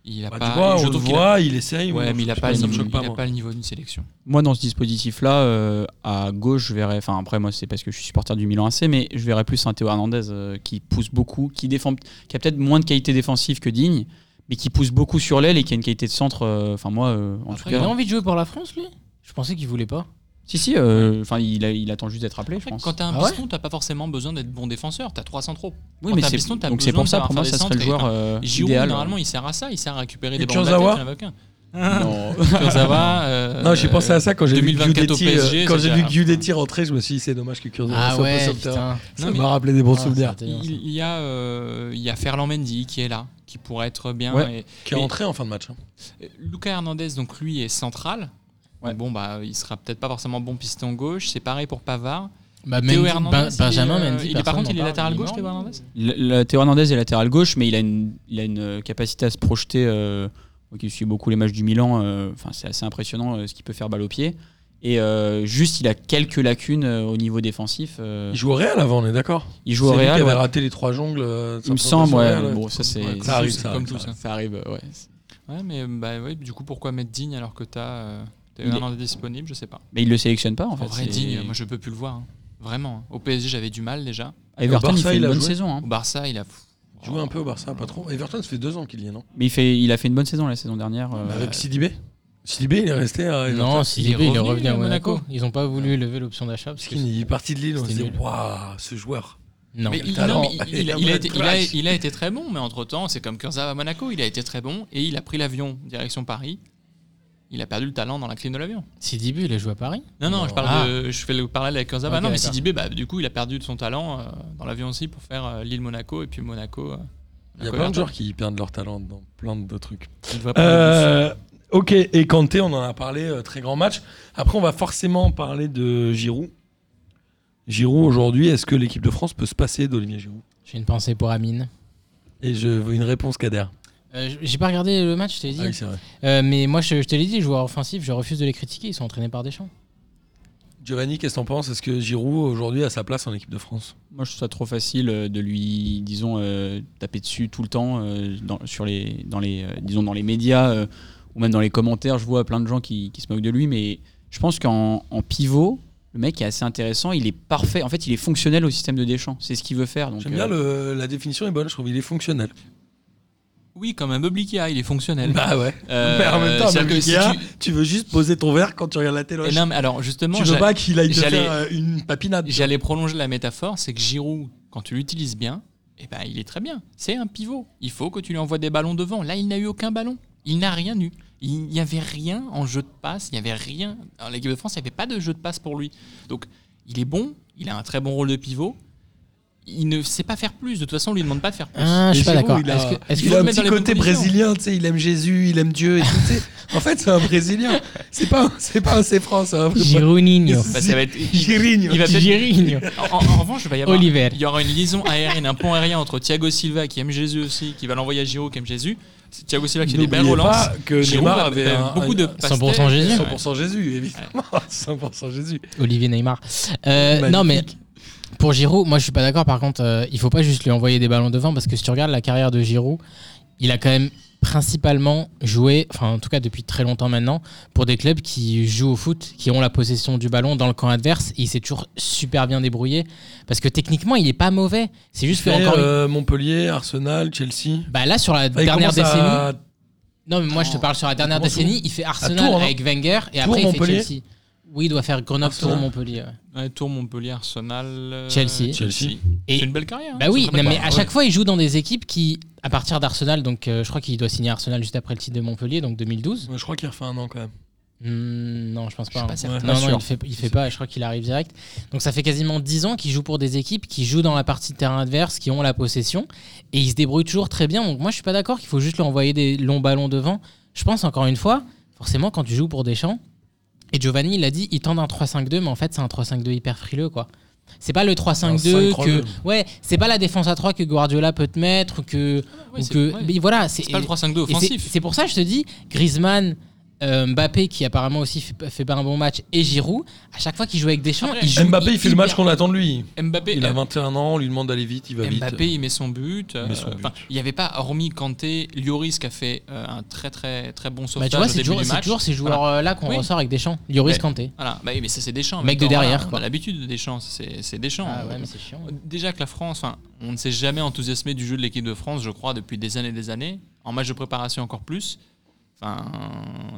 Speaker 6: il a
Speaker 4: Bah,
Speaker 6: pas
Speaker 4: Dubois,
Speaker 6: je
Speaker 4: on le
Speaker 6: trouve qu'il a-
Speaker 4: voit, il essaye.
Speaker 6: Ouais, mais il a
Speaker 4: ça
Speaker 6: pas, le
Speaker 4: me
Speaker 6: niveau-
Speaker 4: choque pas.
Speaker 6: il a
Speaker 4: moi.
Speaker 6: pas le niveau d'une sélection.
Speaker 7: Moi, dans ce dispositif-là, euh, à gauche, je verrais. Enfin, après, moi, c'est parce que je suis supporter du Milan AC, mais je verrais plus un Théo Hernandez euh, qui pousse beaucoup, qui défend, qui a peut-être moins de qualité défensive que Digne, mais qui pousse beaucoup sur l'aile et qui a une qualité de centre. euh, Enfin, moi, euh, en
Speaker 5: Il
Speaker 7: tout cas.
Speaker 5: a envie de jouer pour la France, lui Je pensais qu'il voulait pas.
Speaker 7: Si, si. euh, Enfin, il, a- il attend juste d'être appelé, je pense.
Speaker 6: Quand t'as un
Speaker 5: Ah ouais
Speaker 6: piston, t'as pas forcément besoin d'être bon défenseur, t'as trois centraux.
Speaker 7: Oui,
Speaker 6: quand
Speaker 7: mais
Speaker 6: t'as un
Speaker 7: c'est
Speaker 6: piston, t'as
Speaker 7: donc
Speaker 6: besoin
Speaker 7: c'est pour
Speaker 6: de
Speaker 7: ça.
Speaker 6: savoir
Speaker 7: Pour moi,
Speaker 6: faire
Speaker 7: ça
Speaker 6: des
Speaker 7: serait le
Speaker 6: centres et-
Speaker 7: joueur euh,
Speaker 6: Giroud,
Speaker 7: idéal.
Speaker 6: normalement, il sert à ça, il sert à récupérer
Speaker 4: Et
Speaker 6: des ballons de la tête,
Speaker 4: Kurzawa
Speaker 6: il y en avait aucun.
Speaker 7: Non.
Speaker 6: Kurzawa, euh,
Speaker 4: Non, j'ai pensé à ça quand j'ai vu
Speaker 6: 2024 au
Speaker 4: Guidetti, euh,
Speaker 6: PSG,
Speaker 4: quand j'ai
Speaker 6: c'est
Speaker 4: vu
Speaker 6: déjà-
Speaker 4: Guidetti rentrer, je me suis dit c'est dommage que Kurzawa
Speaker 5: Ah
Speaker 4: soit pas
Speaker 5: ouais,
Speaker 4: sur le terrain.
Speaker 5: putain.
Speaker 4: Ça
Speaker 6: Non, mais-
Speaker 4: m'a hein, rappelé des bons
Speaker 5: Ah,
Speaker 4: souvenirs.
Speaker 5: c'est intelligent, ça.
Speaker 6: Il, il y a, euh, il y a Ferland Mendy qui est là, qui pourrait être bien.
Speaker 7: Ouais.
Speaker 6: Et-
Speaker 4: Qui est rentré en fin de match. hein.
Speaker 6: euh, Lucas Hernandez, donc lui, est central.
Speaker 7: Ouais.
Speaker 6: Bon, bah, il sera peut-être pas forcément bon piston gauche. C'est pareil pour Pavard.
Speaker 5: Bah,
Speaker 6: Théo
Speaker 5: Mendy-
Speaker 6: Hernandez,
Speaker 5: Ben-
Speaker 6: il est,
Speaker 5: Benjamin
Speaker 6: euh,
Speaker 5: Mendy.
Speaker 6: il est, par
Speaker 5: personne
Speaker 6: contre, il est
Speaker 5: n'en parle,
Speaker 6: latéral gauche,
Speaker 5: mort.
Speaker 6: Théo Hernandez
Speaker 7: Le- le- Théo Hernandez est latéral gauche, mais il a une, il a une euh, capacité à se projeter. euh, moi qui suis beaucoup les matchs du Milan, euh, enfin, c'est assez impressionnant euh, ce qu'il peut faire balle au pied. Et euh, juste, il a quelques lacunes euh, au niveau défensif. euh,
Speaker 4: Il joue au Real avant, on est d'accord
Speaker 7: il joue au
Speaker 4: C'est lui
Speaker 7: Real.
Speaker 4: qui avait
Speaker 7: ouais.
Speaker 4: raté les trois jongles. euh, de
Speaker 7: Il me
Speaker 4: sa
Speaker 7: semble,
Speaker 4: présentation
Speaker 7: ouais.
Speaker 4: au Real,
Speaker 7: Bon, ça, c'est.
Speaker 6: Ouais,
Speaker 4: ça arrive,
Speaker 6: c'est
Speaker 4: ça
Speaker 6: comme
Speaker 4: arrive,
Speaker 6: tout
Speaker 4: ça
Speaker 6: ça.
Speaker 7: Ça arrive, euh, ouais.
Speaker 6: Ouais, mais bah, ouais, du coup, pourquoi mettre Digne alors que t'as euh, Théo
Speaker 7: Il est-
Speaker 6: Hernandez disponible Je sais pas.
Speaker 7: Mais il le sélectionne pas, en fait.
Speaker 6: En vrai,
Speaker 7: c'est-
Speaker 6: Digne, moi, je peux plus le voir. hein. Vraiment. hein. Au PSG, j'avais du mal déjà.
Speaker 7: À Everton,
Speaker 4: Barça,
Speaker 7: il fait
Speaker 4: il
Speaker 7: une
Speaker 4: a
Speaker 7: bonne
Speaker 4: joué.
Speaker 7: saison. hein.
Speaker 6: Au Barça, il a.
Speaker 4: Il jouait un peu au Barça, pas trop. Everton, ça fait deux ans qu'il y est, non
Speaker 7: Mais il, fait, il a fait une bonne saison la saison dernière. euh,
Speaker 4: Avec Sidibé Sidibé, il est resté à Everton.
Speaker 5: Non, si il est revenu, à Monaco.
Speaker 6: Monaco.
Speaker 5: Ils ont pas voulu lever l'option d'achat. parce
Speaker 4: Parce
Speaker 5: que-
Speaker 4: qu'il est parti de Lille, on se
Speaker 5: C'était
Speaker 4: dit,
Speaker 5: nul.
Speaker 4: waouh, ce joueur.
Speaker 5: Non.
Speaker 6: Mais il,
Speaker 4: talent.
Speaker 6: non, mais il- il-
Speaker 4: Il a
Speaker 6: il a
Speaker 4: pas
Speaker 6: été-
Speaker 4: de
Speaker 6: il a-
Speaker 4: classe.
Speaker 6: il a été très bon, mais entre-temps, c'est comme Kurzawa à Monaco, il a été très bon et il a pris l'avion direction Paris. Il a perdu le talent dans la clim de l'avion.
Speaker 5: Sidibu, il a joué à Paris.
Speaker 6: Non, non,
Speaker 4: Non.
Speaker 6: je parle
Speaker 5: Ah.
Speaker 6: de, je fais le parallèle avec Kurzawa.
Speaker 5: Ok,
Speaker 6: non, mais
Speaker 5: d'accord.
Speaker 6: Sidibé, bah, du coup, il a perdu de son talent euh, dans l'avion aussi pour faire euh, l'île Monaco et puis Monaco.
Speaker 4: Il y
Speaker 6: euh,
Speaker 4: a
Speaker 6: Monaco
Speaker 4: plein de
Speaker 6: Everton.
Speaker 4: joueurs qui perdent leur talent dans plein de trucs.
Speaker 6: Il devrait prendre le
Speaker 4: Euh,
Speaker 6: bus.
Speaker 4: ok, et Kanté, on en a parlé, euh, très grand match. Après, on va forcément parler de Giroud. Giroud, aujourd'hui, est-ce que l'équipe de France peut se passer d'Olivier Giroud
Speaker 5: J'ai une pensée pour Amine.
Speaker 4: Et je veux une réponse, Kader.
Speaker 5: Euh, j- J'ai pas regardé le match, je t'ai dit.
Speaker 4: Ah oui, c'est vrai.
Speaker 5: Euh, mais moi, je, je te l'ai dit, les joueurs offensifs, je refuse de les critiquer. Ils sont entraînés par Deschamps.
Speaker 4: Giovanni, qu'est-ce que t'en penses Est-ce que Giroud aujourd'hui a sa place en équipe de France
Speaker 7: Moi, je trouve ça trop facile euh, de lui, disons, euh, taper dessus tout le temps euh, dans, sur les, dans les, euh, disons, dans les médias euh, ou même dans les commentaires. Je vois plein de gens qui, qui se moquent de lui, mais je pense qu'en en pivot, le mec est assez intéressant. Il est parfait. En fait, il est fonctionnel au système de Deschamps. C'est ce qu'il veut faire. donc,
Speaker 4: J'aime
Speaker 7: euh,
Speaker 4: bien le- la définition est bonne, je trouve. Il est fonctionnel.
Speaker 6: Euh, Oui, comme un Bublikya, il est fonctionnel.
Speaker 4: Bah ouais.
Speaker 6: Euh,
Speaker 4: mais en même temps,
Speaker 6: c'est-à-dire
Speaker 4: même
Speaker 6: que si
Speaker 4: Ikea,
Speaker 6: tu-
Speaker 4: tu... veux juste poser ton verre quand tu regardes la télé.
Speaker 6: Eh non, mais alors justement,
Speaker 4: tu veux
Speaker 6: j'a-
Speaker 4: pas qu'il aille te
Speaker 6: j'allais-
Speaker 4: faire euh, une papinade.
Speaker 6: j'allais prolonger la métaphore, c'est que Giroud, quand tu l'utilises bien, eh ben, il est très bien. C'est un pivot. Il faut que tu lui envoies des ballons devant. Là, il n'a eu aucun ballon. Il n'a rien eu. Il n'y avait rien en jeu de passe. Il n'y avait rien. Dans l'équipe de France, il n'y avait pas de jeu de passe pour lui. Donc, il est bon. Il a un très bon rôle de pivot. Il ne sait pas faire plus. De toute façon, on lui demande pas de faire plus.
Speaker 5: Ah, je suis pas
Speaker 4: Giroud,
Speaker 5: d'accord.
Speaker 4: il a-
Speaker 5: Est-ce que- est-ce que-
Speaker 4: il a
Speaker 6: faut
Speaker 4: un
Speaker 6: le mettre
Speaker 4: petit
Speaker 6: dans les bonnes
Speaker 4: côté
Speaker 6: conditions.
Speaker 4: brésilien, tu sais, il aime Jésus, il aime Dieu. Et tout, tu sais. en fait, c'est un brésilien. C'est pas, un- c'est pas un c'est France. c'est un vrai-
Speaker 5: Giroudinho.
Speaker 6: Bah, ça va être-
Speaker 4: Girinho.
Speaker 6: Il va peut-être-
Speaker 5: Giroudinho.
Speaker 6: En, en- en revanche, il va y avoir,
Speaker 5: Oliver.
Speaker 6: il y aura une liaison aérienne, un pont aérien entre Thiago Silva qui aime Jésus aussi, qui va l'envoyer à Giroud qui aime Jésus. C'est Thiago Silva qui a des belles
Speaker 4: N'oubliez
Speaker 6: relances.
Speaker 4: pas que
Speaker 6: Giroud
Speaker 4: Neymar
Speaker 6: a-
Speaker 4: avait
Speaker 6: a
Speaker 4: un-
Speaker 6: beaucoup de
Speaker 4: un-
Speaker 5: 100%
Speaker 6: pastel.
Speaker 5: Jésus.
Speaker 6: Ouais.
Speaker 4: 100% Jésus, évidemment. 100% Jésus.
Speaker 5: Olivier Neymar. Euh, non, mais
Speaker 4: Magnifique.
Speaker 5: pour Giroud, moi je suis pas d'accord. Par contre, euh, il faut pas juste lui envoyer des ballons devant parce que si tu regardes la carrière de Giroud, il a quand même principalement joué, enfin en tout cas depuis très longtemps maintenant, pour des clubs qui jouent au foot, qui ont la possession du ballon dans le camp adverse. Et il s'est toujours super bien débrouillé parce que techniquement, il est pas mauvais. C'est juste que
Speaker 4: Fait,
Speaker 5: encore. une-
Speaker 4: euh, Montpellier, Arsenal, Chelsea.
Speaker 5: Bah là sur la
Speaker 4: Bah, il
Speaker 5: dernière
Speaker 4: commence à- Oh,
Speaker 5: décennie. Non, mais moi je te parle sur la dernière
Speaker 4: commence où
Speaker 5: décennie. Il fait Arsenal
Speaker 4: Tours, hein
Speaker 5: avec Wenger et
Speaker 4: Tours,
Speaker 5: après il fait
Speaker 4: Montpellier
Speaker 5: Chelsea. Oui, il doit faire Grenoble, Tours,
Speaker 4: Arsenal.
Speaker 5: Montpellier. ouais.
Speaker 6: Ouais, Tour, Montpellier, Arsenal, euh,
Speaker 5: Chelsea.
Speaker 4: Chelsea.
Speaker 5: Et-
Speaker 6: C'est une belle carrière. hein,
Speaker 5: Bah
Speaker 6: ça
Speaker 5: oui,
Speaker 6: se rappelle
Speaker 5: non, mais
Speaker 6: pas.
Speaker 5: à chaque fois, il joue dans des équipes qui, à partir d'Arsenal, donc euh, je crois qu'il doit signer Arsenal juste après le titre de Montpellier, donc 2012.
Speaker 4: Ouais, Je crois qu'il refait un an quand même.
Speaker 5: Hmm, non, je pense
Speaker 6: Je
Speaker 5: pas.
Speaker 6: suis
Speaker 5: hein.
Speaker 6: pas certain.
Speaker 4: Ouais.
Speaker 5: non,
Speaker 7: pas
Speaker 5: non,
Speaker 7: sûr.
Speaker 5: il fait, il fait pas, je crois qu'il arrive direct. Donc ça fait quasiment 10 ans qu'il joue pour des équipes qui jouent dans la partie de terrain adverse, qui ont la possession, et il se débrouille toujours très bien. Donc moi, je suis pas d'accord qu'il faut juste lui envoyer des longs ballons devant. Je pense, encore une fois, forcément, quand tu joues pour Deschamps, et Giovanni, il a dit, il tente un 3-5-2, mais en fait, c'est un 3-5-2 hyper frileux, quoi. C'est pas le 3-5-2
Speaker 4: 5-3-2.
Speaker 5: que. Ouais, c'est pas la défense à 3 que Guardiola peut te mettre ou que.
Speaker 6: Ouais,
Speaker 5: ou
Speaker 6: c'est-
Speaker 5: que
Speaker 6: ouais.
Speaker 5: mais voilà, c'est.
Speaker 6: C'est pas le 3-5-2
Speaker 5: et c'est-
Speaker 6: offensif.
Speaker 5: C'est pour ça que je te dis, Griezmann, euh, Mbappé, qui apparemment aussi fait, fait pas un bon match, et Giroud, à chaque fois qu'il joue avec Deschamps,
Speaker 6: Après,
Speaker 5: il joue.
Speaker 4: Mbappé, il fait le
Speaker 5: hyper-
Speaker 4: match qu'on attend de lui.
Speaker 6: Mbappé,
Speaker 4: Il a
Speaker 6: euh,
Speaker 4: 21 ans, on lui demande d'aller vite, il va vite.
Speaker 6: Mbappé, il met son but. euh,
Speaker 4: met son but.
Speaker 6: enfin, Il n'y avait pas, hormis Kanté, Lloris qui a fait euh, un très très très bon
Speaker 5: Bah,
Speaker 6: sauvetage
Speaker 5: tu vois,
Speaker 6: au
Speaker 5: c'est
Speaker 6: début
Speaker 5: toujours,
Speaker 6: du
Speaker 5: c'est
Speaker 6: match.
Speaker 5: toujours ces
Speaker 6: Voilà.
Speaker 5: joueurs-là qu'on
Speaker 6: Oui.
Speaker 5: ressort avec Deschamps. Lloris
Speaker 6: Mais-
Speaker 5: Kanté.
Speaker 6: Voilà, bah oui, mais ça c'est Deschamps. en
Speaker 5: Mec
Speaker 6: même
Speaker 5: de
Speaker 6: temps,
Speaker 5: derrière,
Speaker 6: voilà,
Speaker 5: quoi.
Speaker 6: On a l'habitude de Deschamps, c'est c'est Deschamps.
Speaker 5: Ah ouais,
Speaker 6: On-
Speaker 5: mais c'est chiant.
Speaker 6: Déjà que la France, enfin, on ne s'est jamais enthousiasmé du jeu de l'équipe de France, je crois, depuis des années et des années. En match de préparation encore plus. Enfin,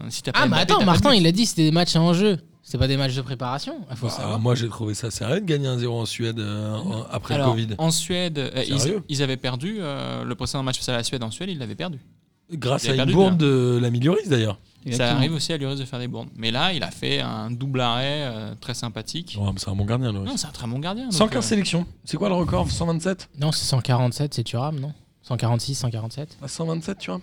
Speaker 6: si t'as pas
Speaker 5: Ah, mais
Speaker 6: Mbappé, t'as
Speaker 5: attends,
Speaker 6: pas
Speaker 5: Martin,
Speaker 6: de but.
Speaker 5: il a dit c'était des matchs en jeu. C'est pas des matchs de préparation. Ah, faut
Speaker 4: Bah,
Speaker 5: savoir.
Speaker 4: moi j'ai trouvé ça sérieux de gagner un 0 en Suède euh, en- après
Speaker 6: Alors,
Speaker 4: le Covid.
Speaker 6: En Suède, euh, ils,
Speaker 4: Sérieux
Speaker 6: ils avaient perdu euh, le précédent match face à la Suède. En Suède, ils l'avaient perdu.
Speaker 4: Grâce à
Speaker 6: il a
Speaker 4: une
Speaker 6: perdu,
Speaker 4: bourde de la Lloris d'ailleurs.
Speaker 6: Ça
Speaker 7: exactement.
Speaker 6: arrive aussi à Lloris de faire des bourdes. Mais là, il a fait un double arrêt euh, très sympathique.
Speaker 4: Ouais, mais c'est un bon gardien
Speaker 6: Non,
Speaker 4: Lloris.
Speaker 6: c'est un très bon gardien. donc,
Speaker 4: 115
Speaker 6: euh,
Speaker 4: sélections. C'est quoi le record 127
Speaker 5: Non, c'est 147, c'est Thuram, non 146, 147
Speaker 4: À 127, tu vois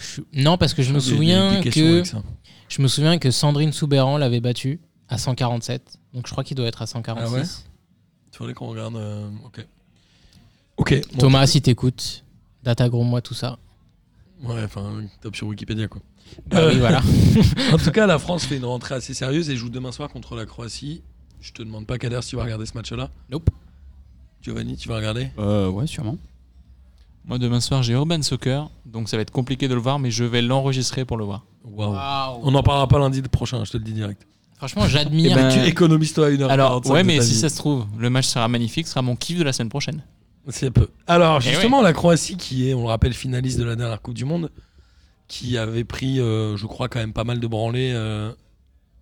Speaker 5: Je suis- Non, parce que je me
Speaker 4: Des- des-
Speaker 5: souviens
Speaker 4: des questions
Speaker 5: que
Speaker 4: avec ça.
Speaker 5: je me souviens que Sandrine Souberan l'avait battu à 147. Donc je crois qu'il doit être à 146.
Speaker 4: Ah ouais Tu voulais qu'on regarde. euh, Ok. Ok. bon,
Speaker 5: Thomas, si t'écoutes, datagrom-moi tout ça.
Speaker 4: Ouais, enfin, top sur Wikipédia quoi.
Speaker 5: Bah
Speaker 7: Ah
Speaker 4: Euh,
Speaker 5: oui, voilà.
Speaker 4: En tout cas, la France fait une rentrée assez sérieuse et joue demain soir contre la Croatie. Je te demande pas, Kader, si tu vas regarder ce match-là.
Speaker 5: Nope.
Speaker 4: Giovanni, tu vas regarder
Speaker 7: Euh, ouais, sûrement.
Speaker 6: euh, Moi, demain soir, j'ai Urban Soccer. Donc, ça va être compliqué de le voir, mais je vais l'enregistrer pour le voir.
Speaker 4: Waouh. On n'en parlera pas lundi prochain, je te le dis direct.
Speaker 5: Franchement, j'admire.
Speaker 6: Eh ben,
Speaker 4: Tu
Speaker 6: Euh,
Speaker 4: économises-toi à une heure.
Speaker 6: Alors,
Speaker 4: 45
Speaker 6: ouais,
Speaker 4: de
Speaker 6: mais
Speaker 4: ta
Speaker 6: si
Speaker 4: vie.
Speaker 6: ça se trouve, le match sera magnifique, ce sera mon kiff de la semaine prochaine.
Speaker 4: C'est peu. Alors,
Speaker 6: Eh
Speaker 4: justement, la Croatie, qui est, on le rappelle, finaliste de la dernière Coupe du Monde, qui avait pris, euh, je crois, quand même pas mal de branlées euh,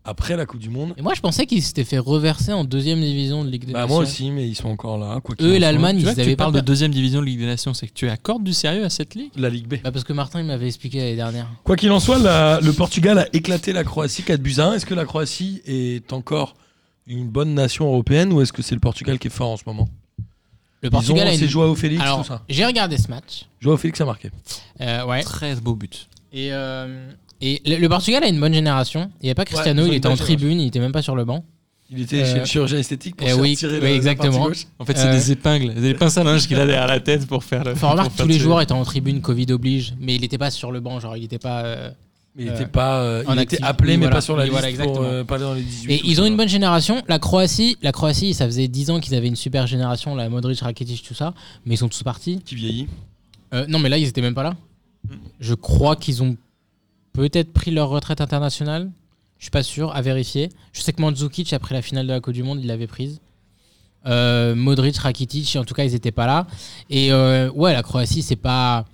Speaker 4: après la Coupe du Monde.
Speaker 5: Et moi, je pensais qu'ils s'étaient fait reverser en deuxième division de Ligue des
Speaker 4: Bah,
Speaker 5: Nations.
Speaker 4: moi aussi, mais ils sont encore là. Quoi qu'il
Speaker 5: Eux et
Speaker 4: en soit.
Speaker 5: l'Allemagne,
Speaker 6: Tu vois
Speaker 5: ils
Speaker 6: que tu
Speaker 5: avaient pas
Speaker 6: parles de
Speaker 5: peur.
Speaker 6: deuxième division de Ligue des Nations, c'est que tu accordes du sérieux à cette ligue
Speaker 4: La Ligue B.
Speaker 5: Bah, parce que Martin, il m'avait expliqué l'année dernière.
Speaker 4: Quoi qu'il en soit, la- le Portugal a éclaté la Croatie 4 buts à 1. Est-ce que la Croatie est encore une bonne nation européenne ou est-ce que c'est le Portugal qui est fort en ce moment
Speaker 5: Le
Speaker 4: Ils ont
Speaker 5: Portugal a
Speaker 4: c'est
Speaker 5: une...
Speaker 4: Joao Félix, tout
Speaker 5: Alors,
Speaker 4: ça.
Speaker 5: j'ai regardé ce match.
Speaker 4: Joao Félix a marqué.
Speaker 5: Euh, ouais.
Speaker 6: Très beau but.
Speaker 5: Et, euh, et le, le Portugal a une bonne génération. Il n'y a pas Cristiano,
Speaker 4: ils ont
Speaker 5: il
Speaker 4: une
Speaker 5: était en
Speaker 4: bonne génération.
Speaker 5: tribune, il était même pas sur le banc.
Speaker 4: Il était
Speaker 5: Euh,
Speaker 4: chez le chirurgien esthétique pour
Speaker 5: eh
Speaker 4: se
Speaker 5: oui,
Speaker 4: retirer
Speaker 5: oui,
Speaker 4: la- la
Speaker 5: exactement.
Speaker 4: partie gauche.
Speaker 6: En fait, c'est
Speaker 5: Euh.
Speaker 6: des épingles, des pinces à linge qu'il a derrière la tête pour faire le.
Speaker 5: Enfin, remarque,
Speaker 6: pour
Speaker 5: tous
Speaker 6: faire
Speaker 5: les
Speaker 6: tirer.
Speaker 5: joueurs étaient en tribune, Covid oblige, mais il n'était pas sur le banc, genre il n'était pas. euh,
Speaker 4: Mais il
Speaker 5: Euh,
Speaker 4: était pas, euh,
Speaker 5: en
Speaker 4: il était
Speaker 5: actif.
Speaker 4: appelé
Speaker 5: Oui,
Speaker 4: mais
Speaker 5: voilà.
Speaker 4: pas sur la
Speaker 5: Oui,
Speaker 4: liste
Speaker 5: voilà,
Speaker 4: pour
Speaker 5: exactement.
Speaker 4: euh, pas aller dans les 18.
Speaker 5: Et
Speaker 4: ou
Speaker 5: ils ont
Speaker 4: ça.
Speaker 5: une bonne génération. La Croatie, la Croatie, ça faisait 10 ans qu'ils avaient une super génération, la Modric, Rakitic, tout ça, mais ils sont tous partis.
Speaker 4: qui vieillit.
Speaker 5: Euh, non, mais là, ils étaient même pas là. Je crois qu'ils ont peut-être pris leur retraite internationale. Je suis pas sûr, à vérifier. Je sais que Mandzukic, après la finale de la Coupe du Monde, il l'avait prise. Euh, Modric, Rakitic, en tout cas, ils étaient pas là. Et euh, ouais, la Croatie, c'est pas.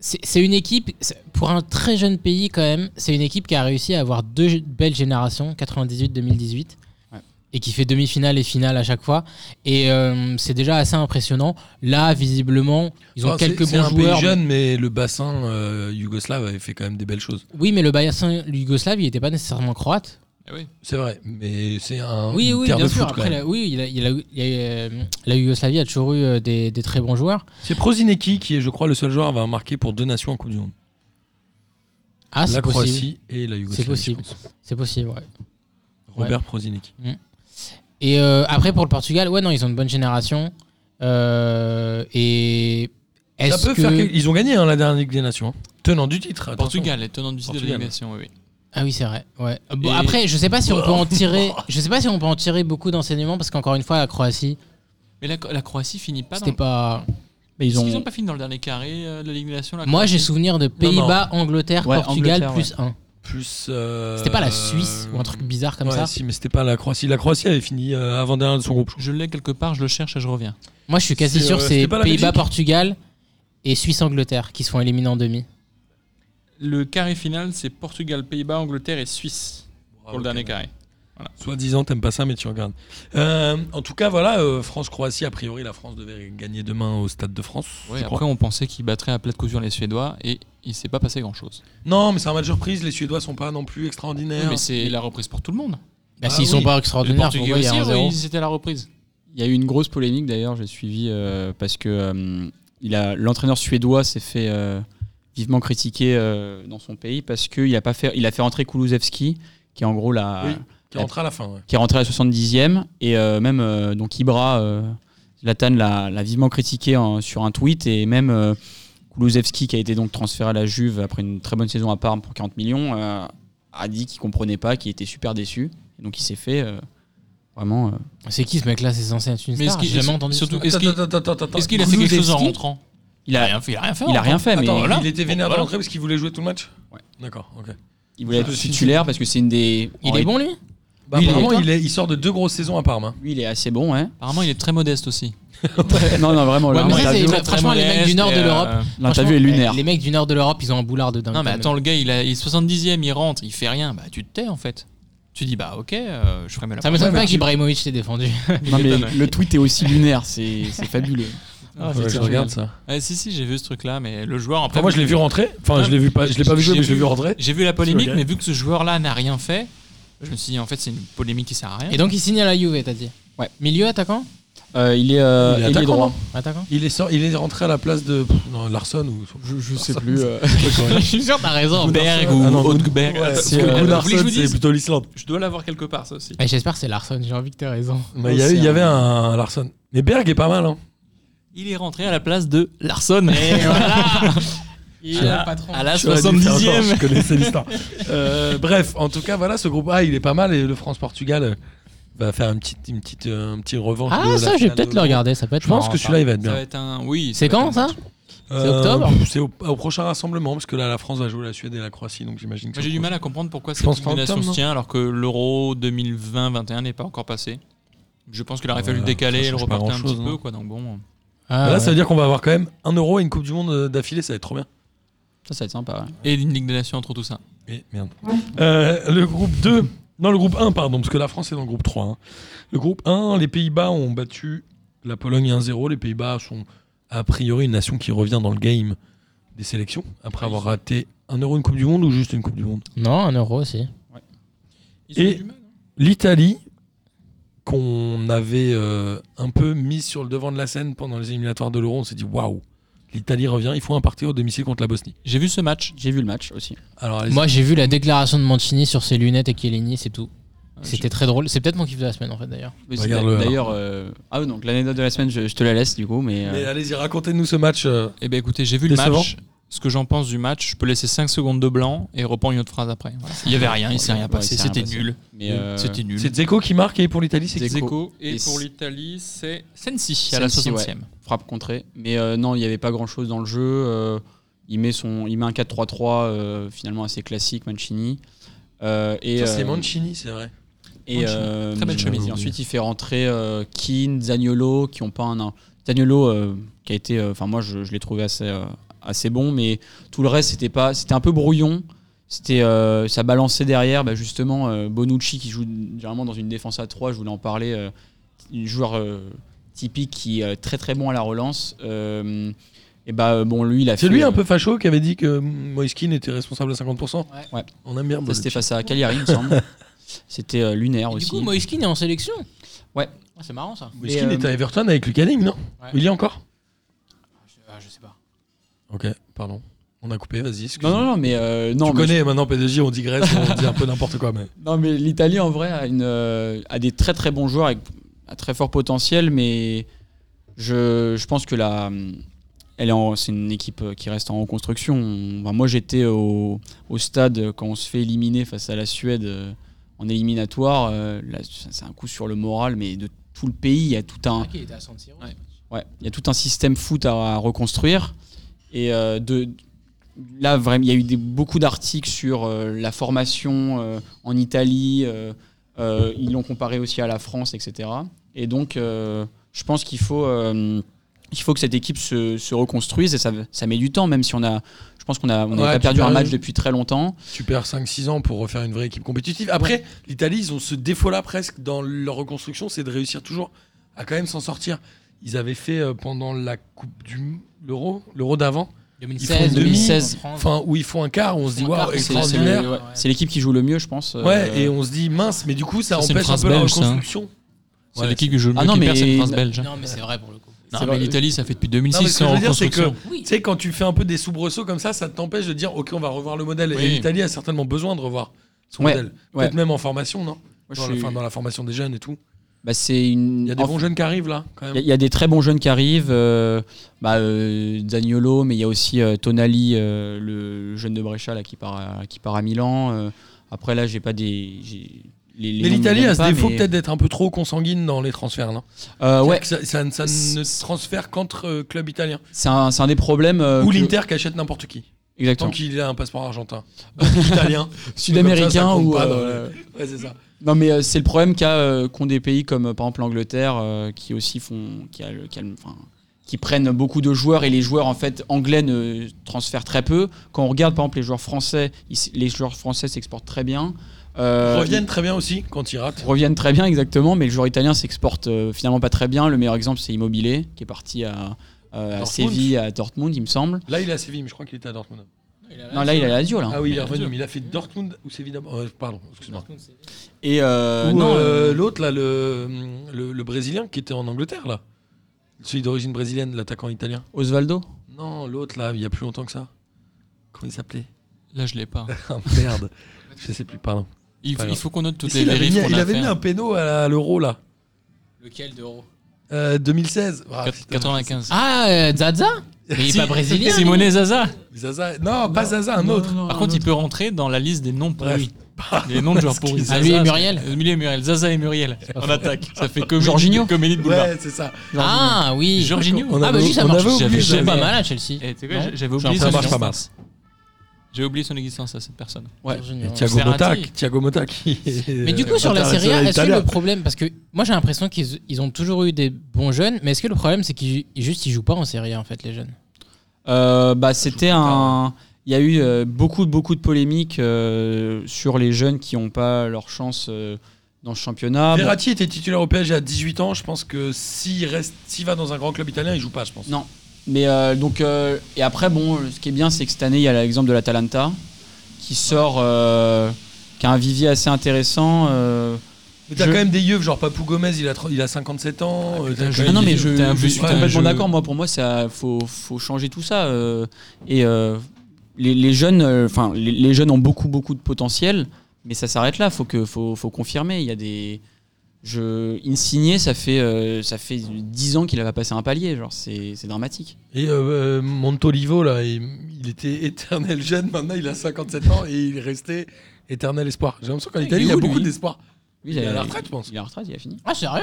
Speaker 5: C'est c'est une équipe, c'est- pour un très jeune pays quand même, c'est une équipe qui a réussi à avoir deux g- belles générations, 98-2018,
Speaker 7: Ouais.
Speaker 5: et qui fait demi-finale et finale à chaque fois. Et euh, c'est déjà assez impressionnant. Là, visiblement, ils ont
Speaker 4: Enfin,
Speaker 5: quelques
Speaker 4: Ah, c'est- c'est
Speaker 5: bons
Speaker 4: un
Speaker 5: joueurs.
Speaker 4: Pays jeune, mais le bassin euh, yougoslave avait fait quand même des belles choses.
Speaker 5: Oui, mais le Bayassin yougoslave, il n'était pas nécessairement croate.
Speaker 6: Eh oui.
Speaker 4: C'est vrai, mais c'est un
Speaker 5: Oui,
Speaker 4: une
Speaker 5: oui,
Speaker 4: terre
Speaker 5: bien
Speaker 4: de
Speaker 5: sûr.
Speaker 4: foot, quand
Speaker 5: Après,
Speaker 4: même.
Speaker 5: la, oui, il a- il a- il a- euh, la Yougoslavie a toujours eu euh, des, des très bons joueurs.
Speaker 4: C'est Prozinecki qui est, je crois, le seul joueur à avoir marqué pour deux nations en Coupe du Monde.
Speaker 5: Ah,
Speaker 4: la
Speaker 5: c'est possible.
Speaker 4: Croatie et la Yougoslavie.
Speaker 5: C'est possible.
Speaker 4: je pense.
Speaker 5: C'est possible, ouais.
Speaker 4: Robert Prozinecki.
Speaker 5: Et euh, après, pour le Portugal, ouais, non, ils ont une bonne génération. Euh, et
Speaker 4: Ça
Speaker 5: est-ce
Speaker 4: peut
Speaker 5: que...
Speaker 4: faire quelque- Ils ont gagné hein, la dernière Ligue des Nations. hein. Tenant du titre. attention.
Speaker 6: Portugal, est tenant du site de
Speaker 4: Portugal.
Speaker 6: l'élimination, oui. oui.
Speaker 5: Ah oui, c'est vrai. Ouais. Bon,
Speaker 6: Et-
Speaker 5: Après, je sais pas si on peut en tirer. Je sais pas si on peut en tirer beaucoup d'enseignements parce qu'encore une fois, la Croatie,
Speaker 6: Mais la, la Croatie finit pas dans.
Speaker 5: c'était pas.
Speaker 7: Mais ils
Speaker 6: Est-ce qu'ils
Speaker 7: ont.
Speaker 6: ont pas fini dans le dernier carré euh, de l'élimination la
Speaker 5: Moi, j'ai
Speaker 6: Croatie
Speaker 5: souvenir de Pays-Bas, Angleterre,
Speaker 7: Ouais,
Speaker 5: Portugal
Speaker 7: Angleterre,
Speaker 5: plus 1.
Speaker 4: Plus. euh,
Speaker 5: C'était pas la Suisse ou un truc bizarre comme
Speaker 4: ouais,
Speaker 5: ça.
Speaker 4: si, mais c'était pas la Croatie. La Croatie avait fini euh, avant dernière de son groupe.
Speaker 6: Je l'ai quelque part, je le cherche et je reviens.
Speaker 5: Moi, je suis quasi
Speaker 4: C'est,
Speaker 5: sûr
Speaker 4: euh,
Speaker 5: que c'est
Speaker 4: c'était pas la
Speaker 5: Pays-Bas,
Speaker 4: Belgique
Speaker 5: Portugal et Suisse-Angleterre qui se font éliminer en demi.
Speaker 6: Le carré final, c'est Portugal, Pays-Bas, Angleterre et Suisse pour le dernier carré.
Speaker 4: Soit disant, t'aimes pas ça, mais tu regardes. Euh, en tout cas, voilà, euh, France-Croatie. A priori, la France devait gagner demain au Stade de France.
Speaker 6: Ouais,
Speaker 4: je crois.
Speaker 6: après, on pensait qu'ils battraient à plate cousure les Suédois et il s'est pas passé grand-chose.
Speaker 4: Non, mais c'est un match de reprise. Les Suédois sont pas non plus
Speaker 6: Oui,
Speaker 4: extraordinaires.
Speaker 6: mais c'est la reprise pour tout le monde.
Speaker 5: Bah,
Speaker 4: Ah
Speaker 5: s'ils
Speaker 4: oui.
Speaker 5: sont pas
Speaker 6: Les
Speaker 5: extraordinaires,
Speaker 6: Portugais
Speaker 5: pourquoi il y
Speaker 6: aussi,
Speaker 5: a un zéro
Speaker 6: oui, c'était la reprise.
Speaker 7: Il y a eu une grosse polémique d'ailleurs, j'ai suivi euh, parce que euh, il a l'entraîneur suédois s'est fait euh, vivement critiquer euh, dans son pays parce qu'il a pas fait il a fait rentrer Kulusevski qui est en gros la
Speaker 4: Oui. Qui rentre à la fin. ouais.
Speaker 7: qui est rentré à la 70e et euh, même euh, donc Ibra euh, Zlatan l'a l'a vivement critiqué en- sur un tweet et même euh, Kulusevski qui a été donc transféré à la Juve après une très bonne saison à Parme pour 40 millions euh, a dit qu'il comprenait pas, qu'il était super déçu donc il s'est fait euh, vraiment euh,
Speaker 5: C'est qui ce mec-là C'est censé être une
Speaker 6: Mais
Speaker 5: star.
Speaker 6: est-ce
Speaker 5: J'ai
Speaker 6: qu'il-
Speaker 5: jamais entendu.
Speaker 6: surtout-
Speaker 5: ce nom.
Speaker 6: Est-ce qu'il-
Speaker 4: Attends, attends, attends, attends, attends.
Speaker 6: Est-ce qu'il a fait quelque chose en
Speaker 7: Kulusevski
Speaker 6: rentrant
Speaker 7: il a,
Speaker 6: rien fait, il a rien fait.
Speaker 7: il a rien fait mais
Speaker 4: Attends,
Speaker 6: voilà.
Speaker 4: il était vénère
Speaker 6: Bon, voilà.
Speaker 4: de l'entrée parce qu'il voulait jouer tout le match
Speaker 7: Ouais.
Speaker 4: D'accord, ok.
Speaker 7: Il voulait être
Speaker 4: Ah, si,
Speaker 7: titulaire parce que c'est une des. Oh,
Speaker 5: Il est bon lui
Speaker 4: Bah,
Speaker 7: Lui, il est-
Speaker 4: apparemment, il, est- il sort de deux grosses saisons à Parme. hein.
Speaker 7: Lui, il est assez bon, ouais.
Speaker 6: Apparemment, il est très modeste aussi.
Speaker 7: non, non, vraiment.
Speaker 5: Ouais,
Speaker 7: Oh là,
Speaker 5: mais ça,
Speaker 7: l'interview-
Speaker 5: c'est- franchement, les mecs du nord de
Speaker 6: et, euh,
Speaker 5: l'Europe,
Speaker 7: L'interview
Speaker 5: Franchement,
Speaker 7: est lunaire.
Speaker 5: Les mecs du nord de l'Europe, ils ont un boulard de dingue.
Speaker 6: Non, mais
Speaker 5: quand même.
Speaker 6: attends, le gars, il, a, il est 70e, il rentre, il fait rien. Bah, tu te tais en fait. Tu dis, bah, ok, euh, je ferai mieux la
Speaker 5: Ça m'étonne
Speaker 4: Ouais,
Speaker 5: pas
Speaker 4: mais tu-
Speaker 5: qu'Ibrahimovic t'ait défendu.
Speaker 7: Non, mais le tweet est aussi lunaire, c'est c'est fabuleux.
Speaker 6: Ah,
Speaker 4: Faudrait que je
Speaker 6: c'est
Speaker 4: regarde ça.
Speaker 6: Ah, si, si, j'ai vu ce truc-là, mais le joueur. Après,
Speaker 4: Enfin, moi, je l'ai vu rentrer. Enfin, je l'ai vu pas. Je l'ai pas vu jouer, mais je l'ai vu rentrer.
Speaker 6: J'ai vu la polémique,
Speaker 4: Ok.
Speaker 6: mais vu que ce joueur-là n'a rien fait, je me suis dit, en fait, c'est une polémique qui sert à rien.
Speaker 5: Et donc, il signe à la Juve, t'as dit
Speaker 7: Ouais.
Speaker 5: Milieu attaquant
Speaker 7: Euh, il est,
Speaker 4: Il
Speaker 7: euh,
Speaker 4: est
Speaker 7: ailier
Speaker 4: attaquant,
Speaker 7: droit.
Speaker 4: non
Speaker 5: Attaquant
Speaker 4: Il est, sort- il est rentré à la place de pff, non, Larson ou.
Speaker 7: Je, je sais plus. euh,
Speaker 5: Je suis sûr, t'as raison.
Speaker 6: Berg
Speaker 4: Ah non,
Speaker 6: ou
Speaker 4: Good-
Speaker 6: Odberg.
Speaker 4: Ouais,
Speaker 6: Vous
Speaker 4: c'est
Speaker 6: voulez que
Speaker 4: euh,
Speaker 6: je vous
Speaker 4: Larson,
Speaker 6: dise
Speaker 4: c'est plutôt l'Islande.
Speaker 6: Je dois l'avoir quelque part, ça aussi.
Speaker 5: Eh, J'espère que c'est Larson, j'ai envie que t'aies raison.
Speaker 4: Mais Il y, a eu- il y avait un Larson. Mais Berg est pas mal, hein.
Speaker 6: Il est rentré à la place de Larson.
Speaker 5: Il
Speaker 4: est le
Speaker 5: patron.
Speaker 6: à la
Speaker 4: J'aurais dû faire genre,
Speaker 6: 70e.
Speaker 4: Je connaissais l'histoire. Euh, bref, en tout cas, voilà, ce groupe A, il est pas mal et le France-Portugal euh, va faire une petite, une petite, euh, un petit revanche. de
Speaker 5: Ah,
Speaker 4: la
Speaker 5: ça, je vais
Speaker 4: finale
Speaker 5: peut-être
Speaker 4: de
Speaker 5: le
Speaker 4: l'Euro.
Speaker 5: regarder, ça peut être
Speaker 4: Je pense
Speaker 5: marrant,
Speaker 4: que
Speaker 5: ça.
Speaker 4: celui-là, il va être
Speaker 6: Ça
Speaker 4: bien.
Speaker 6: va être un. Oui.
Speaker 5: C'est
Speaker 6: va être
Speaker 5: quand
Speaker 6: un
Speaker 5: ça
Speaker 6: match.
Speaker 5: c'est octobre
Speaker 4: Euh, pff, C'est au, au prochain rassemblement, parce que là, la France va jouer la Suède et la Croatie, donc j'imagine que.
Speaker 6: Moi, J'ai du mal à comprendre pourquoi cette
Speaker 4: pense
Speaker 6: Ligue
Speaker 4: pas en
Speaker 6: des Nations
Speaker 4: octobre,
Speaker 6: se
Speaker 4: non
Speaker 6: tient alors que l'Euro 2020-21 n'est pas encore passé. Je pense qu'il aurait fallu le
Speaker 4: Voilà,
Speaker 6: décaler
Speaker 4: ça
Speaker 6: et le
Speaker 4: change pas
Speaker 6: reporter un
Speaker 4: grand-chose, hein.
Speaker 6: petit
Speaker 4: non
Speaker 6: peu. Quoi, donc bon.
Speaker 5: Ah,
Speaker 4: Bah là,
Speaker 5: ouais.
Speaker 4: ça veut dire qu'on va avoir quand même un euro et une Coupe du Monde euh, d'affilée, ça va être trop bien.
Speaker 7: Ça, ça va être sympa. ouais.
Speaker 6: Et une Ligue des Nations entre tout ça.
Speaker 4: Et Eh, merde. Euh, le groupe 2. Non, le groupe 1, pardon, parce que la France est dans le groupe 3. hein. Le groupe 1, les Pays-Bas ont battu la Pologne 1-0. Les Pays-Bas sont a priori une nation qui revient dans le game des sélections, après avoir raté un euro, une Coupe du Monde ou juste une Coupe du Monde.
Speaker 5: Non, un euro aussi.
Speaker 6: Ils ont
Speaker 4: Et-
Speaker 6: du mal, hein.
Speaker 4: L'Italie, qu'on avait euh, un peu mise sur le devant de la scène pendant les éliminatoires de l'Euro, on s'est dit waouh, l'Italie revient, il faut un parti au domicile contre la Bosnie.
Speaker 6: J'ai vu ce match.
Speaker 7: J'ai vu le match aussi.
Speaker 4: Alors, allez-y.
Speaker 5: Moi, j'ai vu la déclaration de Mancini sur ses lunettes et Chiellini, c'est tout. C'était très drôle. C'est peut-être mon kiff de la semaine en fait d'ailleurs.
Speaker 7: Oui, c'est-
Speaker 4: Regarde-le,
Speaker 7: D'ailleurs, euh, ah oui, donc l'anecdote de la semaine, je, je te la laisse du coup, mais, euh,
Speaker 4: Mais allez-y, racontez-nous ce match. euh,
Speaker 6: Eh ben écoutez, j'ai vu le
Speaker 4: Décevant.
Speaker 6: match. Ce que j'en pense du match, je peux laisser 5 secondes de blanc et reprendre une autre phrase après. Voilà. Il n'y avait rien, il s'est rien
Speaker 7: Ouais,
Speaker 6: passé,
Speaker 7: il s'est rien
Speaker 6: c'était
Speaker 7: passé.
Speaker 6: nul.
Speaker 7: mais, euh,
Speaker 6: C'était nul.
Speaker 4: C'est Zeko qui marque et pour l'Italie, c'est
Speaker 7: Dzeko.
Speaker 6: Dzeko. Et,
Speaker 7: Et
Speaker 6: pour
Speaker 7: s-
Speaker 6: l'Italie, c'est Sensi à la
Speaker 7: Sensi,
Speaker 6: 60e.
Speaker 7: ouais. frappe contrée. Mais euh, non, il n'y avait pas grand chose dans le jeu. Euh, il, met son, il met un 4-3-3 euh, finalement assez classique, Mancini. Euh, et,
Speaker 4: Ça, C'est
Speaker 7: euh,
Speaker 4: Mancini, c'est vrai.
Speaker 7: Et
Speaker 6: Mancini.
Speaker 7: euh,
Speaker 6: Très belle chemise.
Speaker 7: et ensuite, il fait rentrer euh, Keane, Zaniolo, qui ont pas un. un- Zaniolo, euh, qui a été. euh, Enfin, moi, je, je l'ai trouvé assez, euh, assez bon, mais tout le reste, c'était pas. C'était un peu brouillon. C'était, euh, ça balançait derrière, bah, justement, euh, Bonucci, qui joue généralement dans une défense à 3, je voulais en parler. euh, un joueur euh, typique qui est euh, très très bon à la relance. euh, et bah, euh, bon, lui, il a
Speaker 4: C'est
Speaker 7: fait,
Speaker 4: lui un
Speaker 7: euh,
Speaker 4: peu facho qui avait dit que Moiskin était responsable à 50%.
Speaker 7: Ouais.
Speaker 4: On aime bien.
Speaker 7: ça, C'était
Speaker 4: Bonucci.
Speaker 7: face à Cagliari, il me semble. C'était euh, lunaire
Speaker 5: Et
Speaker 7: aussi.
Speaker 5: du coup, Moiskin est en sélection
Speaker 7: Ouais.
Speaker 5: Ah, c'est marrant ça.
Speaker 4: Moiskin
Speaker 7: Mais, euh,
Speaker 4: était à Everton avec Lucaning, non
Speaker 5: Ouais.
Speaker 4: Il y est encore
Speaker 5: Je, ah, je sais pas.
Speaker 4: Ok, pardon. On a coupé, vas-y. excuse-moi.
Speaker 7: Non, non, non, mais euh, non,
Speaker 4: tu
Speaker 7: mais
Speaker 4: connais maintenant PDJ, on digresse, on dit un peu n'importe quoi. Mais...
Speaker 7: Non, mais l'Italie, en vrai, a, une, euh, a des très très bons joueurs avec un très fort potentiel, mais je, je pense que la, euh, elle est en- c'est une équipe euh, qui reste en reconstruction. On- enfin, moi, j'étais au, au stade euh, quand on se fait éliminer face à la Suède euh, en éliminatoire. euh, là, c'est c'est un coup sur le moral, mais de tout le pays, il y a tout un,
Speaker 5: Ah, il était à San Siro.
Speaker 6: Ouais.
Speaker 7: Ouais, il y a tout un système foot à, à reconstruire. Et euh, de, là, vraiment, il y a eu des- beaucoup d'articles sur euh, la formation euh, en Italie. euh, euh, ils l'ont comparé aussi à la France, etc. Et donc, euh, je pense qu'il faut, euh, il faut que cette équipe se, se reconstruise. Et ça, ça met du temps, même si on a, je pense qu'on a, on a
Speaker 4: Ouais,
Speaker 7: pas
Speaker 4: tu
Speaker 7: perdu
Speaker 5: bah,
Speaker 4: perds
Speaker 7: un match
Speaker 4: le-
Speaker 7: depuis très longtemps.
Speaker 4: Tu perds 5-6 ans pour refaire une vraie équipe compétitive. Après, l'Italie, ils ont ce défaut-là presque dans leur reconstruction, c'est de réussir toujours à quand même s'en sortir. Ils avaient fait euh, pendant la Coupe du l'Euro, l'Euro d'avant, Ils font
Speaker 5: 2016,
Speaker 4: une demi,
Speaker 5: 2016.
Speaker 4: enfin où ils font un quart, on se dit
Speaker 5: Ils font un
Speaker 4: waouh
Speaker 5: quart,
Speaker 7: C'est- C'est
Speaker 4: extraordinaire.
Speaker 7: le- ouais, c'est l'équipe qui joue le mieux, je pense. euh,
Speaker 4: Ouais, et on se dit mince, mais du coup ça
Speaker 6: Ça, c'est une
Speaker 4: empêche un
Speaker 6: phrase
Speaker 4: peu la
Speaker 6: belge, ça.
Speaker 4: reconstruction.
Speaker 6: C'est
Speaker 4: Ouais,
Speaker 6: l'équipe que je
Speaker 7: Ah
Speaker 6: qui
Speaker 7: non,
Speaker 6: perd, c'est
Speaker 7: mais-
Speaker 6: une phrase belge.
Speaker 5: Non, mais c'est vrai pour le coup.
Speaker 6: Non,
Speaker 7: C'est
Speaker 6: mais
Speaker 7: vrai.
Speaker 6: l'Italie, ça fait depuis
Speaker 4: Non, mais
Speaker 6: 2006
Speaker 4: ce que je
Speaker 6: en
Speaker 4: veux dire, c'est que
Speaker 6: reconstruction.
Speaker 5: Oui.
Speaker 4: tu sais, quand tu fais un peu des soubresauts comme ça, ça t'empêche de dire ok, on va revoir le modèle.
Speaker 6: Oui.
Speaker 4: Et l'Italie a certainement besoin de revoir son
Speaker 7: Ouais,
Speaker 4: modèle.
Speaker 7: ouais.
Speaker 4: Peut-être même en formation, non
Speaker 7: moi, je
Speaker 4: dans, la,
Speaker 7: suis-
Speaker 4: enfin, dans la formation des jeunes et tout.
Speaker 7: bah, c'est une.
Speaker 4: Il y a des
Speaker 7: en-
Speaker 4: bons jeunes qui arrivent là, quand
Speaker 7: Il y a-
Speaker 4: même.
Speaker 7: il y, a des très bons jeunes qui arrivent, euh, bah, euh, Zaniolo, mais il y a aussi euh, Tonali, euh, le, le jeune de Brescia là, qui, part à, qui part à Milan. euh. après, là, j'ai pas des. j'ai- les- les
Speaker 4: Mais
Speaker 7: noms me
Speaker 4: l'Italie
Speaker 7: viennent
Speaker 4: a ce
Speaker 7: pas,
Speaker 4: défaut
Speaker 7: mais-
Speaker 4: peut-être d'être un peu trop consanguine dans les transferts. Non
Speaker 7: Euh, ouais,
Speaker 4: C'est-à-dire que ça, ça ne- ça
Speaker 7: C'est-
Speaker 4: ne se transfère qu'entre euh, clubs italiens.
Speaker 7: c'est un, c'est un des problèmes. euh,
Speaker 4: Ou
Speaker 7: que-
Speaker 4: l'Inter qui achète n'importe qui. Tant
Speaker 7: Exactement.
Speaker 4: qu'il a un passeport argentin. Donc, italien. Comme ça, ça
Speaker 7: Sud-américain
Speaker 4: compte
Speaker 7: ou.
Speaker 4: pas dans
Speaker 7: euh,
Speaker 4: Ouais, c'est ça.
Speaker 7: Non, mais euh, c'est le problème qu'a, euh, qu'ont des pays comme euh, par exemple l'Angleterre euh, qui aussi font. Qui, a le- qui a le- enfin, qui prennent beaucoup de joueurs et les joueurs en fait anglais ne transfèrent très peu. Quand on regarde par exemple les joueurs français, ils s- les joueurs français s'exportent très bien. Euh,
Speaker 4: Reviennent très bien aussi quand ils ratent.
Speaker 7: ils reviennent très bien exactement, mais le joueur italien s'exporte euh, finalement pas très bien. Le meilleur exemple c'est Immobilier qui est parti à, euh, à
Speaker 4: Dortmund.
Speaker 7: Séville, à Dortmund il me semble.
Speaker 4: Là, il est à Séville, mais je crois qu'il était à Dortmund.
Speaker 7: Non là il est à la Lazio là.
Speaker 4: Ah oui, il est
Speaker 6: mais
Speaker 4: revenu,
Speaker 6: bien sûr.
Speaker 4: mais il a fait Dortmund ou Séville d'abord. Euh, Pardon, excuse-moi.
Speaker 7: Et euh,
Speaker 4: Ou,
Speaker 7: non,
Speaker 4: euh,
Speaker 7: euh,
Speaker 4: l'autre, là, le, le, le Brésilien qui était en Angleterre, là. Celui d'origine brésilienne, l'attaquant italien.
Speaker 7: Osvaldo.
Speaker 4: Non, l'autre, là, il y a plus longtemps que ça. Comment il s'appelait
Speaker 6: Là, je l'ai pas.
Speaker 4: Ah, Merde. Je sais plus, pardon.
Speaker 6: Il,
Speaker 4: Pas
Speaker 6: il
Speaker 4: grave.
Speaker 6: faut qu'on note toutes
Speaker 4: Si,
Speaker 6: les
Speaker 4: il avait mis,
Speaker 6: dérives qu'on
Speaker 4: il
Speaker 6: a
Speaker 4: avait
Speaker 6: fait. hein.
Speaker 4: mis un péno à, la- à l'euro, là.
Speaker 5: Lequel d'euro
Speaker 4: Euh, 2016. Ah,
Speaker 6: Quat-
Speaker 4: putain.
Speaker 6: 95.
Speaker 5: Ah, euh, Zaza Mais il est
Speaker 6: Si,
Speaker 5: pas brésilien. lui.
Speaker 6: Simone Zaza.
Speaker 4: Zaza- Non, pas Zaza, un autre.
Speaker 6: Par contre, il peut rentrer dans la liste des noms pourris. Les noms de joueurs pourris.
Speaker 5: Ah, lui
Speaker 6: Zaza,
Speaker 5: et Muriel
Speaker 6: c'est- Lui et Muriel. Zaza et Muriel. En attaque. Ça fait
Speaker 7: Jorginho.
Speaker 6: comédie, comédie de boulevard.
Speaker 4: Ouais, c'est ça.
Speaker 5: Ah oui.
Speaker 6: Jorginho.
Speaker 4: On
Speaker 5: Ah bah
Speaker 4: avait-
Speaker 5: oui, ça
Speaker 4: on
Speaker 5: marche.
Speaker 4: avait oublié
Speaker 5: J'avais- J'avais
Speaker 4: Zaza.
Speaker 5: pas mal à Chelsea.
Speaker 6: Eh, tu sais quoi,
Speaker 5: Non.
Speaker 6: j'avais
Speaker 4: Ça
Speaker 6: oublié son
Speaker 4: marche pas
Speaker 6: existence.
Speaker 4: mal.
Speaker 6: J'ai oublié son existence à cette personne.
Speaker 7: Ouais.
Speaker 5: Jorginho, ouais.
Speaker 4: Thiago
Speaker 6: Verratti.
Speaker 4: Motta. Thiago Motta qui
Speaker 5: Mais du coup, sur la Serie A, est-ce que le problème, parce que moi j'ai l'impression qu'ils ils ont toujours eu des bons jeunes, mais est-ce que le problème c'est qu'ils ils- juste ils jouent pas en Serie A en fait les jeunes
Speaker 7: Euh, bah, c'était un. Il y a eu euh, beaucoup, beaucoup de polémiques euh, sur les jeunes qui n'ont pas leur chance euh, dans ce championnat. Bon,
Speaker 4: Verratti était titulaire au PSG à 18 ans. Je pense que s'il reste, s'il va dans un grand club italien, il joue pas, je pense.
Speaker 7: Non. Mais euh, donc, euh, et après, bon, ce qui est bien, c'est que cette année, il y a l'exemple de l'Atalanta qui sort, euh, qui a un vivier assez intéressant. euh.
Speaker 4: Mais t'as
Speaker 7: Je-
Speaker 4: quand même des yeux, genre Papou Gomez, il a, tro- il a 57 ans. euh, t'as
Speaker 6: putain,
Speaker 4: quand
Speaker 6: je-
Speaker 4: même
Speaker 7: Ah non,
Speaker 4: des
Speaker 7: mais
Speaker 4: yeux.
Speaker 7: je,
Speaker 6: T'es un
Speaker 7: je
Speaker 6: peu-
Speaker 7: suis
Speaker 6: t'es un
Speaker 7: complètement
Speaker 6: jeu-
Speaker 7: d'accord. Moi, pour moi, ça faut, faut changer tout ça. euh, et euh, les, les jeunes, euh, enfin, les, les jeunes ont beaucoup, beaucoup de potentiel. Mais ça s'arrête là, faut que faut, faut confirmer. Il y a des je Insigné, ça fait euh, ça fait 10 ans qu'il a pas passé un palier, genre c'est c'est dramatique.
Speaker 4: Et euh, euh, Montolivo, là, il, il était éternel jeune, maintenant il a 57 ans et il est resté éternel espoir. J'ai l'impression qu'en
Speaker 7: Il est
Speaker 4: Italie, il y a
Speaker 7: où,
Speaker 4: beaucoup
Speaker 7: lui
Speaker 4: d'espoir.
Speaker 7: Lui,
Speaker 4: Il est à la retraite, je pense.
Speaker 7: Il est à la retraite, il a fini.
Speaker 5: Ah, sérieux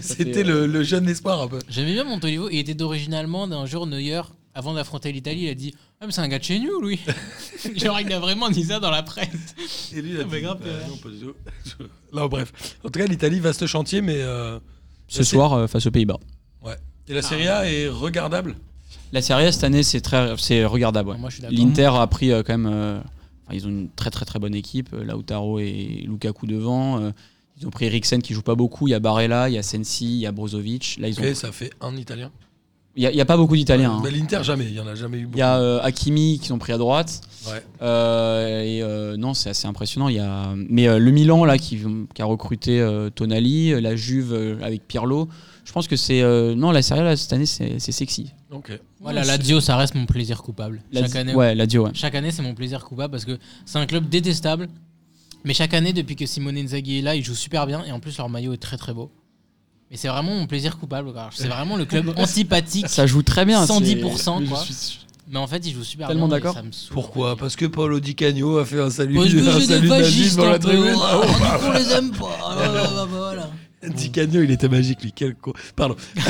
Speaker 4: C'était le, le jeune espoir un peu.
Speaker 5: J'aimais bien Montolivo. Il était d'origine allemande. Un jour, Neuer, avant d'affronter l'Italie, il a dit Ah, mais c'est un gars de chez nous, lui. Genre, il a vraiment dit ça dans la presse.
Speaker 4: Et lui, il a
Speaker 5: Ah, mais
Speaker 4: dit,
Speaker 5: grave,
Speaker 4: bah,
Speaker 5: euh.
Speaker 4: non, pas du tout. Non, bref. En tout cas, l'Italie, vaste chantier, mais. euh,
Speaker 7: Ce
Speaker 4: Là, c'est-
Speaker 7: soir euh, face aux Pays-Bas.
Speaker 4: Et la Serie A est regardable
Speaker 7: La Serie A cette année, c'est très c'est regardable. ouais.
Speaker 5: Moi, je suis d'accord.
Speaker 7: L'Inter a pris euh, quand même. euh, enfin, ils ont une très très très bonne équipe. euh, Lautaro et Lukaku devant. euh, ils ont pris Eriksen qui joue pas beaucoup. Il y a Barella, il y a Sensi, il y a Brozovic. Là, ils ont.
Speaker 4: Ok, ça fait un Italien.
Speaker 7: Il y, a- il y a pas beaucoup d'Italiens. hein.
Speaker 4: Mais l'Inter, jamais. Il y en a jamais eu beaucoup.
Speaker 7: Il y a euh, Hakimi qui sont pris à droite.
Speaker 4: Ouais.
Speaker 7: Euh, et euh, non, c'est assez impressionnant. Il y a mais euh, le Milan là qui, qui a recruté euh, Tonali, euh, la Juve euh, avec Pirlo. Je pense que c'est euh, non la Serie A là, cette année c'est c'est sexy.
Speaker 4: Ok.
Speaker 5: Voilà, Lazio, ça reste mon plaisir coupable.
Speaker 7: La-
Speaker 5: Chaque année,
Speaker 7: ouais, la Dio, ouais.
Speaker 5: Chaque année, c'est mon plaisir coupable parce que c'est un club détestable. Mais chaque année, depuis que Simone Inzaghi est là, ils jouent super bien. Et en plus, leur maillot est très très beau. Mais c'est vraiment mon plaisir coupable. quoi. C'est vraiment le club antipathique.
Speaker 7: Ça joue très bien. c'est-
Speaker 5: 110%,
Speaker 7: Mais je
Speaker 5: quoi.
Speaker 7: suis-
Speaker 5: Mais en fait, ils jouent super
Speaker 7: Tellement
Speaker 5: bien. et
Speaker 7: d'accord.
Speaker 5: ça me saoule.
Speaker 4: Pourquoi Parce que Paolo Di Cagno a fait un salut,
Speaker 5: Parce
Speaker 4: un
Speaker 5: que c'est
Speaker 4: salut
Speaker 5: des
Speaker 4: nazi
Speaker 5: fascistes
Speaker 4: devant la
Speaker 5: un peu.
Speaker 4: tribune.
Speaker 5: Ah, on dit qu'on les aime pas. Ah, bah, bah, bah, bah, voilà.
Speaker 4: Di Cagno, il était magique, lui. Quel con. Pardon.
Speaker 6: Non,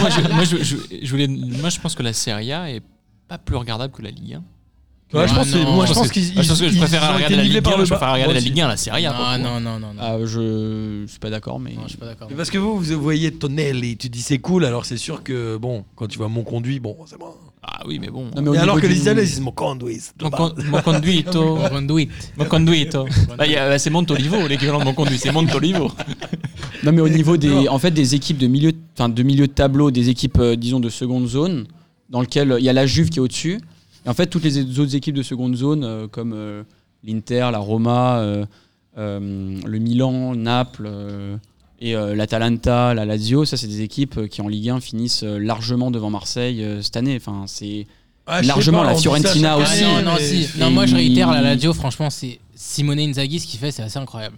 Speaker 6: moi, je, moi, je- je- je voulais- moi, je pense que la Serie A est pas plus regardable que la Ligue 1.
Speaker 4: Ouais, je pense que- moi, je pense
Speaker 6: que-
Speaker 4: qu'ils-
Speaker 6: moi, je pense que je
Speaker 4: ils
Speaker 6: préfère
Speaker 4: ont été
Speaker 6: regarder la
Speaker 4: nivelés
Speaker 6: Ligue
Speaker 4: par
Speaker 6: 1,
Speaker 4: le
Speaker 6: je
Speaker 4: bas.
Speaker 6: préfère regarder
Speaker 4: Moi
Speaker 6: la
Speaker 4: aussi.
Speaker 6: Ligue 1, la Serie A.
Speaker 5: Non, non, non, non, non.
Speaker 7: Ah, je, je suis pas d'accord, mais
Speaker 5: Non, je suis pas d'accord.
Speaker 4: Mais Parce que vous, vous voyez Tonelli, tu dis c'est cool, alors c'est sûr que, bon, quand tu vois mon conduit, bon, c'est bon.
Speaker 6: Ah oui, mais bon.
Speaker 7: Non, mais au
Speaker 4: Mais
Speaker 7: niveau
Speaker 4: alors que
Speaker 7: du-
Speaker 4: les Italiens, ils disent mon conduit. c'est
Speaker 6: Mon,
Speaker 4: pas-
Speaker 6: con- mon conduito.
Speaker 5: On conduite.
Speaker 6: mon conduito. Bah, il y a- bah, c'est Montolivo, l'équivalent de mon conduit, c'est Montolivo.
Speaker 7: Non, mais au niveau des,
Speaker 4: Exactement.
Speaker 7: en fait, des équipes de milieu, enfin, de milieu de tableau, des équipes, euh, disons, de seconde zone, dans lequel euh, il y a la Juve qui est au-dessus. Et en fait, toutes les autres équipes de seconde zone, euh, comme euh, l'Inter, la Roma, euh, euh, le Milan, Naples euh, et euh, l'Atalanta, la Lazio, ça, c'est des équipes euh, qui en Ligue 1 finissent euh, largement devant Marseille euh, cette année. Enfin, c'est
Speaker 4: Ah, je sais
Speaker 7: Largement,
Speaker 4: on
Speaker 7: la
Speaker 4: dit ça
Speaker 7: Fiorentina
Speaker 4: chaque
Speaker 5: Ah
Speaker 7: aussi,
Speaker 4: année,
Speaker 5: non, non,
Speaker 4: mais-
Speaker 5: si.
Speaker 7: c'est-
Speaker 5: Non, moi je réitère la Lazio, franchement, c'est Simone Inzaghi, ce qu'il fait, c'est assez incroyable.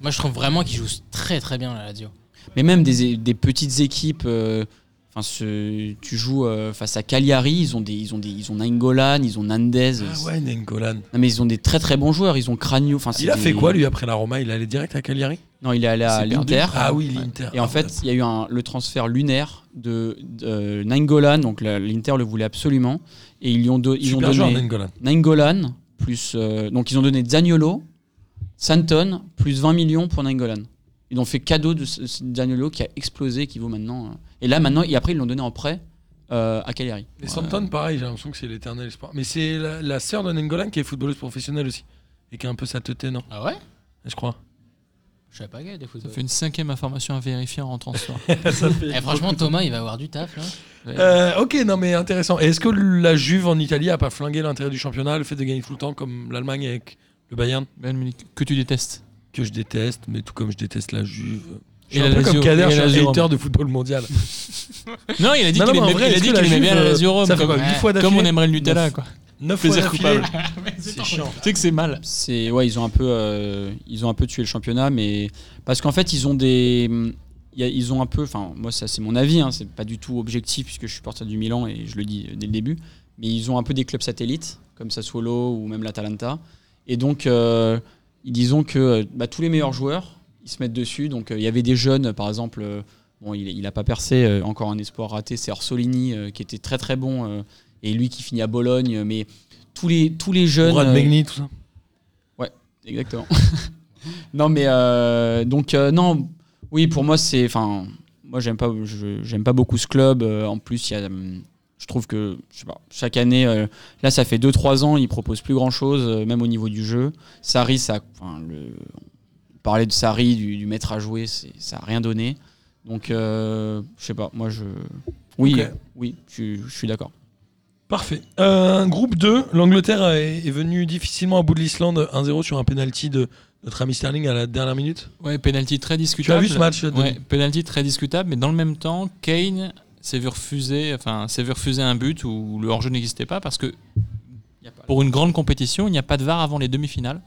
Speaker 5: Moi je trouve vraiment qu'il joue très très bien la Lazio.
Speaker 7: Mais même des, des petites équipes. euh, Enfin, ce- tu joues euh, face à Cagliari, ils ont des, ils ont des, ils ont Nainggolan, ils ont Nandez.
Speaker 4: Ah ouais, Nengolan.
Speaker 7: Non, mais ils ont des très très bons joueurs. Ils ont Cragno. Enfin, c'est
Speaker 4: Il a
Speaker 7: des-
Speaker 4: fait quoi, lui, après la Roma Il allait direct à Cagliari
Speaker 7: Non, il est allé à
Speaker 6: C'est perdu.
Speaker 7: l'Inter.
Speaker 4: Ah oui, l'Inter.
Speaker 7: Et en fait, il y a eu un- le transfert lunaire de, de Nainggolan. Donc la- l'Inter le voulait absolument. Et ils lui ont, do- ils ont
Speaker 4: super joueur,
Speaker 7: donné
Speaker 4: Nengolan.
Speaker 7: Nainggolan plus. euh, donc ils ont donné Zaniolo, Santon plus 20 millions pour Nainggolan. Ils ont fait cadeau de ce- ce Zaniolo qui a explosé, qui vaut maintenant. euh, et là maintenant, et après ils l'ont donné en prêt euh, à Cagliari.
Speaker 4: Et Santon, pareil, j'ai l'impression que c'est l'éternel espoir. Mais c'est la, la sœur de Nengolan qui est footballeuse professionnelle aussi. Et qui a un peu sa teuté, non
Speaker 5: Ah ouais
Speaker 4: Je crois.
Speaker 5: Je savais pas gay des
Speaker 6: Ça
Speaker 5: footballeurs.
Speaker 6: fait une cinquième information à vérifier en rentrant ce soir.
Speaker 5: Eh, franchement, Thomas, il va avoir du taf là.
Speaker 4: Euh, ok, non mais intéressant. Et Est-ce que la Juve en Italie a pas flingué l'intérêt du championnat, le fait de gagner tout le temps comme l'Allemagne avec le Bayern,
Speaker 6: Bayern Ben Munich, que tu détestes.
Speaker 4: que je déteste, mais tout comme je déteste la Juve. Je
Speaker 6: Et
Speaker 4: suis un
Speaker 6: la
Speaker 4: peu comme
Speaker 6: Lazio,
Speaker 4: Kader,
Speaker 6: et
Speaker 4: je suis
Speaker 6: la
Speaker 4: un
Speaker 6: Lazio
Speaker 4: hater de football mondial.
Speaker 6: Non, il a dit
Speaker 4: Non,
Speaker 6: qu'il
Speaker 4: non, mais en
Speaker 6: aimait,
Speaker 4: vrai,
Speaker 6: il a
Speaker 4: est-ce
Speaker 6: dit
Speaker 4: que
Speaker 6: qu'il
Speaker 4: la
Speaker 6: aimait
Speaker 4: Juve,
Speaker 6: bien la
Speaker 4: euh,
Speaker 6: Lazio Rome,
Speaker 4: ça fait quoi,
Speaker 6: comme,
Speaker 4: 8 fois
Speaker 6: comme on
Speaker 4: d'affilée
Speaker 6: aimerait le Nutella. Quoi.
Speaker 4: 9 fois
Speaker 6: Plaisir
Speaker 4: d'affilée.
Speaker 6: coupable.
Speaker 4: C'est chiant.
Speaker 6: Tu sais que c'est mal.
Speaker 7: C'est ouais, ils ont un peu, euh, ils ont un peu tué le championnat, mais parce qu'en fait, ils ont des, il y a- ils ont un peu, enfin, moi ça c'est mon avis, hein, c'est pas du tout objectif puisque je suis porteur du Milan et je le dis euh, dès le début, mais ils ont un peu des clubs satellites comme Sassuolo ou même l'Atalanta, et donc euh, disons que euh, bah, tous les meilleurs joueurs, ils se mettent dessus. Donc euh, il y avait des jeunes, euh, par exemple, euh, bon, il, il a pas percé, euh, encore un espoir raté, c'est Orsolini euh, qui était très très bon euh, et lui qui finit à Bologne, euh, mais tous les tous les jeunes.
Speaker 4: Brad
Speaker 7: euh,
Speaker 4: Megni, tout ça.
Speaker 7: Exactement. non, mais euh, donc euh, non, oui, pour moi c'est, enfin, moi j'aime pas, je- j'aime pas beaucoup ce club. Euh, en plus, il y a, hum, je trouve que, je sais pas, chaque année, euh, là ça fait 2-3 ans, ils proposent plus grand chose, même au niveau du jeu. Sarri, ça, enfin, le, on parlait de Sarri, du, du maître à jouer, c'est- ça a rien donné. Donc, euh, je sais pas, moi je, oui,
Speaker 4: Ok.
Speaker 7: euh, oui, je, je suis d'accord.
Speaker 4: Parfait. Euh, groupe 2, l'Angleterre est, est venue difficilement à bout de l'Islande 1-0 sur un penalty de notre ami Sterling à la dernière minute.
Speaker 6: Ouais, penalty
Speaker 4: Tu
Speaker 6: très
Speaker 4: as
Speaker 6: discutable.
Speaker 4: vu ce match Denis
Speaker 6: Ouais, penalty très discutable, mais dans le même temps, Kane s'est vu refuser, enfin, s'est vu refuser un but où le hors-jeu n'existait pas parce que pour une grande compétition, il n'y a pas de VAR avant les demi-finales.